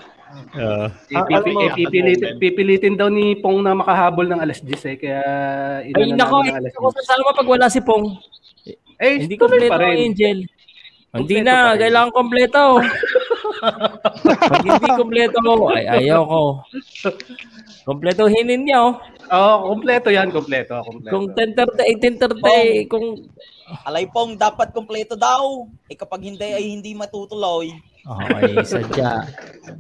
Speaker 4: Ipipi,
Speaker 8: Ah, alam mo,
Speaker 4: ipipilitin, eh, pipilitin daw ni Pong na makahabol ng alas 10 eh, kaya
Speaker 1: Ay,
Speaker 4: inano
Speaker 1: nako.
Speaker 4: namin ng
Speaker 1: Hindi
Speaker 4: alas
Speaker 1: ako sasama pag wala si Pong.
Speaker 4: 10. Eh,
Speaker 1: Hindi
Speaker 4: tuloy
Speaker 1: kompleto ang Angel. Hindi
Speaker 4: Kompleto pa
Speaker 1: na,
Speaker 4: rin.
Speaker 1: kailangan kompleto. Pag hindi kompleto ko, ay, ayaw ko. Kompletohinin niyo.
Speaker 4: Oo, kompleto yan, kompleto, kompleto.
Speaker 1: Kung 10.30, 18.30, kung...
Speaker 3: Alay pong, dapat kompleto daw. Eh kapag hindi, ay hindi matutuloy.
Speaker 1: Okay, sadya.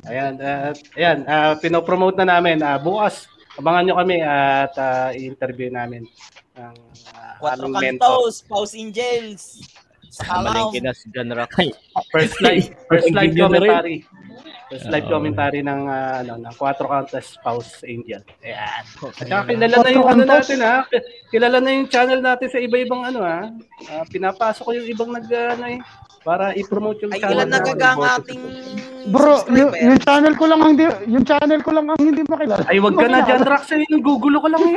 Speaker 4: Ayan, at ayan, ah, pinopromote na namin. Ah, bukas, abangan nyo kami at ah, i-interview namin ang ah,
Speaker 3: Quatro
Speaker 4: aming mentor.
Speaker 3: Cantos, Pause Angels. Sa
Speaker 8: Malengke
Speaker 3: Kalaw.
Speaker 8: na si John Rax.
Speaker 4: First live, first live
Speaker 1: Ang ganda na rin.
Speaker 4: commentary. Tapos live
Speaker 1: Oo.
Speaker 4: commentary ng ah, ano ng Cuatro Cantos Spouse Angel. Ayan. At saka
Speaker 2: Ayun.
Speaker 4: kilala na yung
Speaker 7: Cuatro
Speaker 4: ano
Speaker 7: Cantos?
Speaker 4: natin ha. Kilala na yung channel natin sa iba-ibang ano ha. Ah, pinapasok ko yung ibang nag ano eh para i-promote yung
Speaker 3: Ay,
Speaker 4: channel.
Speaker 3: ilan na
Speaker 4: natin.
Speaker 3: gagang ating
Speaker 7: Bro, yung,
Speaker 3: subscriber?
Speaker 7: yung channel ko lang ang hindi, yung channel ko lang ang hindi makilala.
Speaker 4: Ay, wag ka na dyan, Raxel. Gugulo ko lang eh.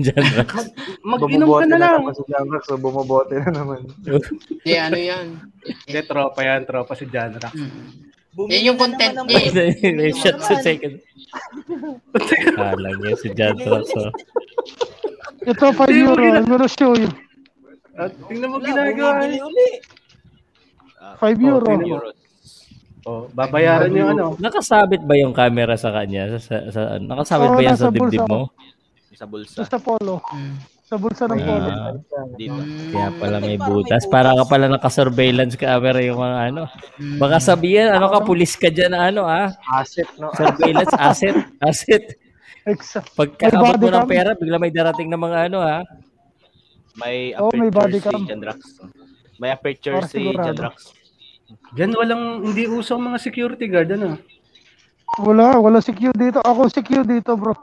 Speaker 1: Diyan lang.
Speaker 4: Mag-inom ka na lang.
Speaker 9: naman si Jamrax, so bumobote na naman.
Speaker 2: Hindi, ano yan.
Speaker 4: Hindi, tropa yan. Tropa si John Rax.
Speaker 3: Bumili
Speaker 2: Yan yung
Speaker 3: na naman
Speaker 2: content
Speaker 3: ng-
Speaker 2: niya eh.
Speaker 1: May shot sa second. Kala niya si John Rosso.
Speaker 7: Ito 5
Speaker 4: Hindi, wag
Speaker 7: euro,
Speaker 4: na.
Speaker 7: I'm gonna show you.
Speaker 4: At tingnan mo
Speaker 3: Wala,
Speaker 4: ginagawa.
Speaker 3: bumibili uli.
Speaker 7: 5 euro.
Speaker 4: Oh, euros. Oh, babayaran yung ano.
Speaker 1: Nakasabit ba yung camera sa kanya? Sa, sa, sa- nakasabit
Speaker 7: Oo,
Speaker 1: ba yan sa
Speaker 7: nasa bulsa
Speaker 1: dibdib
Speaker 7: ko.
Speaker 1: mo?
Speaker 8: sa bulsa
Speaker 7: Ito sa polo.
Speaker 2: Mm.
Speaker 7: Sa bulsa ng polo.
Speaker 1: Ah,
Speaker 8: dito.
Speaker 1: kaya pala may
Speaker 3: Parang may
Speaker 1: butas.
Speaker 3: butas.
Speaker 1: Para ka pala naka-surveillance camera yung mga ano.
Speaker 2: Mm.
Speaker 1: Baka
Speaker 7: Mm.
Speaker 1: sabihin, ano ka, pulis ka dyan na ano ah.
Speaker 9: Asset, no?
Speaker 1: Surveillance, asset, asset.
Speaker 7: Exact.
Speaker 1: Pagkakabot mo
Speaker 7: May body
Speaker 1: ng
Speaker 7: cam.
Speaker 1: pera, bigla may darating ng mga ano ha.
Speaker 8: May
Speaker 7: Oh,
Speaker 8: aperture
Speaker 7: may body
Speaker 8: si
Speaker 7: cam.
Speaker 8: Jandrax. May aperture
Speaker 7: Para
Speaker 8: si
Speaker 7: sigurado.
Speaker 8: Jandrax.
Speaker 4: Diyan walang, hindi uso ang mga security guard, ano?
Speaker 7: Wala, wala secure dito. Ako secure dito, bro.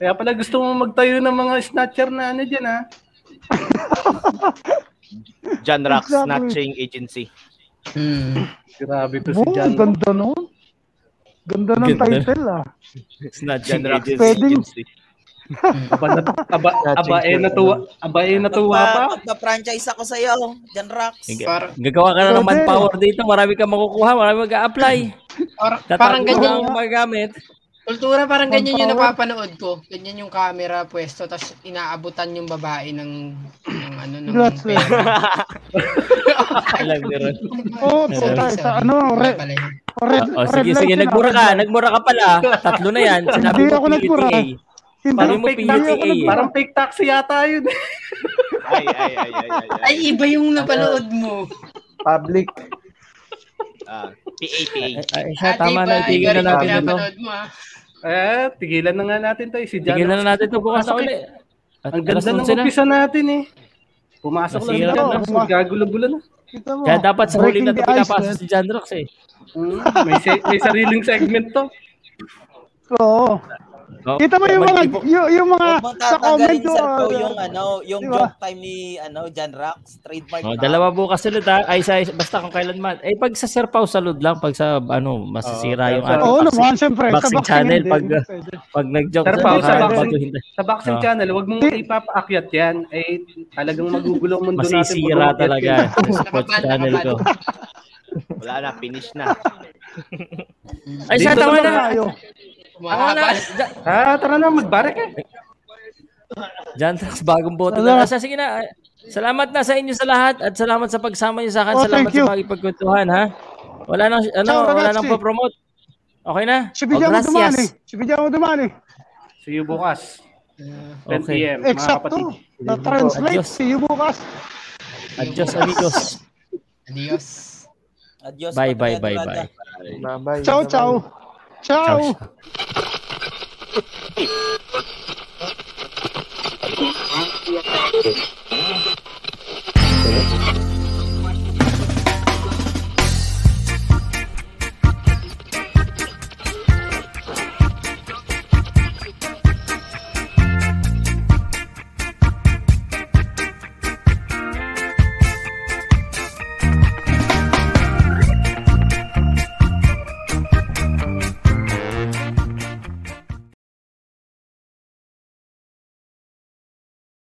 Speaker 4: Kaya pala gusto mo magtayo ng mga snatcher na ano dyan, ha?
Speaker 8: Jandrax
Speaker 7: Exactly.
Speaker 8: Snatching Agency.
Speaker 2: Mm.
Speaker 4: Grabe to si
Speaker 7: Oh,
Speaker 4: John.
Speaker 7: ang ganda nun. Ganda ng
Speaker 1: Ganda.
Speaker 7: title ah.
Speaker 1: Snatching
Speaker 8: Jandrax
Speaker 1: agency.
Speaker 7: Pwedeng-
Speaker 8: Agency.
Speaker 4: Aba, na, aba, aba, eh, natuwa, aba, eh, natuwa pa.
Speaker 3: Magpa- Magpa-franchise ako sa'yo, Jan Rax.
Speaker 1: Sige.
Speaker 2: Parang,
Speaker 1: Gagawa ka na ng
Speaker 7: Pwede.
Speaker 1: manpower dito. Marami kang makukuha. Marami mag-a-apply.
Speaker 2: parang, parang
Speaker 1: Parang
Speaker 2: ganyan.
Speaker 1: ganyan ang magagamit.
Speaker 2: Kultura parang ganyan yung
Speaker 7: Manpower.
Speaker 2: napapanood ko. Ganyan yung camera pwesto tapos inaabutan yung babae ng ng ano ng
Speaker 7: Congrats,
Speaker 2: pera.
Speaker 1: Alam niyo ron.
Speaker 7: Oh,
Speaker 2: Sorry,
Speaker 7: puta,
Speaker 2: sorry.
Speaker 7: sa ano, red,
Speaker 2: Pala yun.
Speaker 7: red,
Speaker 1: O,
Speaker 7: red
Speaker 1: Ah, oh, sige,
Speaker 7: light
Speaker 1: sige.
Speaker 7: yun,
Speaker 1: Nagmura
Speaker 7: ah.
Speaker 1: ka. Nagmura ka pala. Tatlo na yan. Sinabi
Speaker 7: Hindi
Speaker 1: mo
Speaker 7: ako nagmura.
Speaker 1: PUTA.
Speaker 7: Hindi,
Speaker 1: Parang
Speaker 7: ako
Speaker 1: mo
Speaker 7: nagmura.
Speaker 1: PUTA
Speaker 7: Hindi ako
Speaker 1: eh.
Speaker 7: nagmura.
Speaker 4: ano, Parang fake taxi yata yun.
Speaker 8: Ay, ay, ay, ay, ay. ay.
Speaker 2: Ay iba yung napanood mo.
Speaker 9: Public.
Speaker 8: Ah, PAPA.
Speaker 1: Ay,
Speaker 2: Ah,
Speaker 1: siya, tama na.
Speaker 2: iba
Speaker 1: Tigil na
Speaker 2: rin
Speaker 1: natin
Speaker 2: yung
Speaker 1: ito.
Speaker 2: diba? napanood mo ah.
Speaker 4: Eh, tigilan na nga natin tayo. Si John
Speaker 1: Tigil na
Speaker 4: Rax.
Speaker 1: natin ito bukas na
Speaker 4: Pasok
Speaker 1: uli. At
Speaker 4: Ang ganda
Speaker 1: alas
Speaker 4: ng
Speaker 1: 11 na.
Speaker 4: umpisa natin, eh. Pumasok lang si
Speaker 1: Nasira
Speaker 4: John
Speaker 7: na.
Speaker 4: Rax. Nagkagulo-gulo na.
Speaker 7: Kita mo.
Speaker 1: Kaya dapat sa huli
Speaker 7: Breaking
Speaker 1: na ito
Speaker 7: the ice,
Speaker 1: pinapasok
Speaker 7: man.
Speaker 1: si John Rox eh.
Speaker 4: Mm, may, se- may sariling segment to.
Speaker 7: Oo.
Speaker 1: No?
Speaker 7: Kita mo yung mga, yung, yung mga,
Speaker 3: Huwag mong
Speaker 7: ah, sa comment
Speaker 3: tatanggalin,
Speaker 7: ko.
Speaker 3: sir, po,
Speaker 7: ah,
Speaker 3: yung, ano, yung
Speaker 7: Diba?
Speaker 3: joke time ni ano, Jan Rax. Trademark
Speaker 1: Oh,
Speaker 3: na.
Speaker 1: dalawa bukas ulit ha. Ay, sa, basta kung kailan man. Eh, pag sa Sir Pau, salud lang. Pag sa, ano, masisira
Speaker 4: Oh,
Speaker 1: yung
Speaker 4: Sir
Speaker 1: ano.
Speaker 4: Pau.
Speaker 3: ah,
Speaker 7: Oo
Speaker 1: boxing-
Speaker 7: naman, syempre. sa
Speaker 1: boxing
Speaker 7: boxing
Speaker 1: channel,
Speaker 7: din,
Speaker 1: pag, ah,
Speaker 7: pwede.
Speaker 1: pag nag-joke.
Speaker 4: Sir
Speaker 1: Sir
Speaker 4: Pau,
Speaker 1: Pau,
Speaker 4: sa boxing-
Speaker 1: baguhin.
Speaker 4: Sa boxing
Speaker 1: Ah.
Speaker 4: channel, wag mong ipapaakyat yan. Eh, talagang magugulo ang mundo natin. pag
Speaker 1: Masisira
Speaker 4: umakyat
Speaker 1: talaga
Speaker 4: yan.
Speaker 1: yung sports
Speaker 2: Nakaban,
Speaker 1: channel ko.
Speaker 8: Wala na, finish na.
Speaker 1: Ay, siya,
Speaker 4: Dito
Speaker 1: tama
Speaker 4: naman
Speaker 1: na.
Speaker 7: Tayo.
Speaker 1: Tama na.
Speaker 2: Mahaba.
Speaker 1: Ja-
Speaker 4: Ah, tara na, magbarek eh.
Speaker 1: Jan Trax, bagong boto na.
Speaker 7: Salamat.
Speaker 1: Asa, sige na. Salamat na sa inyo sa lahat at salamat sa pagsama niyo sa akin.
Speaker 7: Oh,
Speaker 1: salamat
Speaker 7: thank you.
Speaker 1: sa pagkwentuhan, ha? Wala nang, ano,
Speaker 7: Ciao,
Speaker 1: wala
Speaker 7: ragazzi.
Speaker 1: nang pa-promote. Okay na?
Speaker 7: Si
Speaker 1: Oh,
Speaker 7: Bijan mo
Speaker 1: gracias.
Speaker 7: dumani. Si Bijan mo dumani.
Speaker 4: See you bukas. 10
Speaker 1: Okay.
Speaker 4: p.m. mga
Speaker 7: Exacto.
Speaker 4: kapatid.
Speaker 7: Na-translate.
Speaker 1: Adios.
Speaker 7: See you bukas.
Speaker 1: Adios, amigos.
Speaker 2: Adios.
Speaker 3: Adios,
Speaker 1: Bye, bye,
Speaker 3: Patria
Speaker 1: bye,
Speaker 3: Dorada.
Speaker 1: bye.
Speaker 9: Bye-bye.
Speaker 7: Ciao, ciao. Ciao.
Speaker 1: Ciao.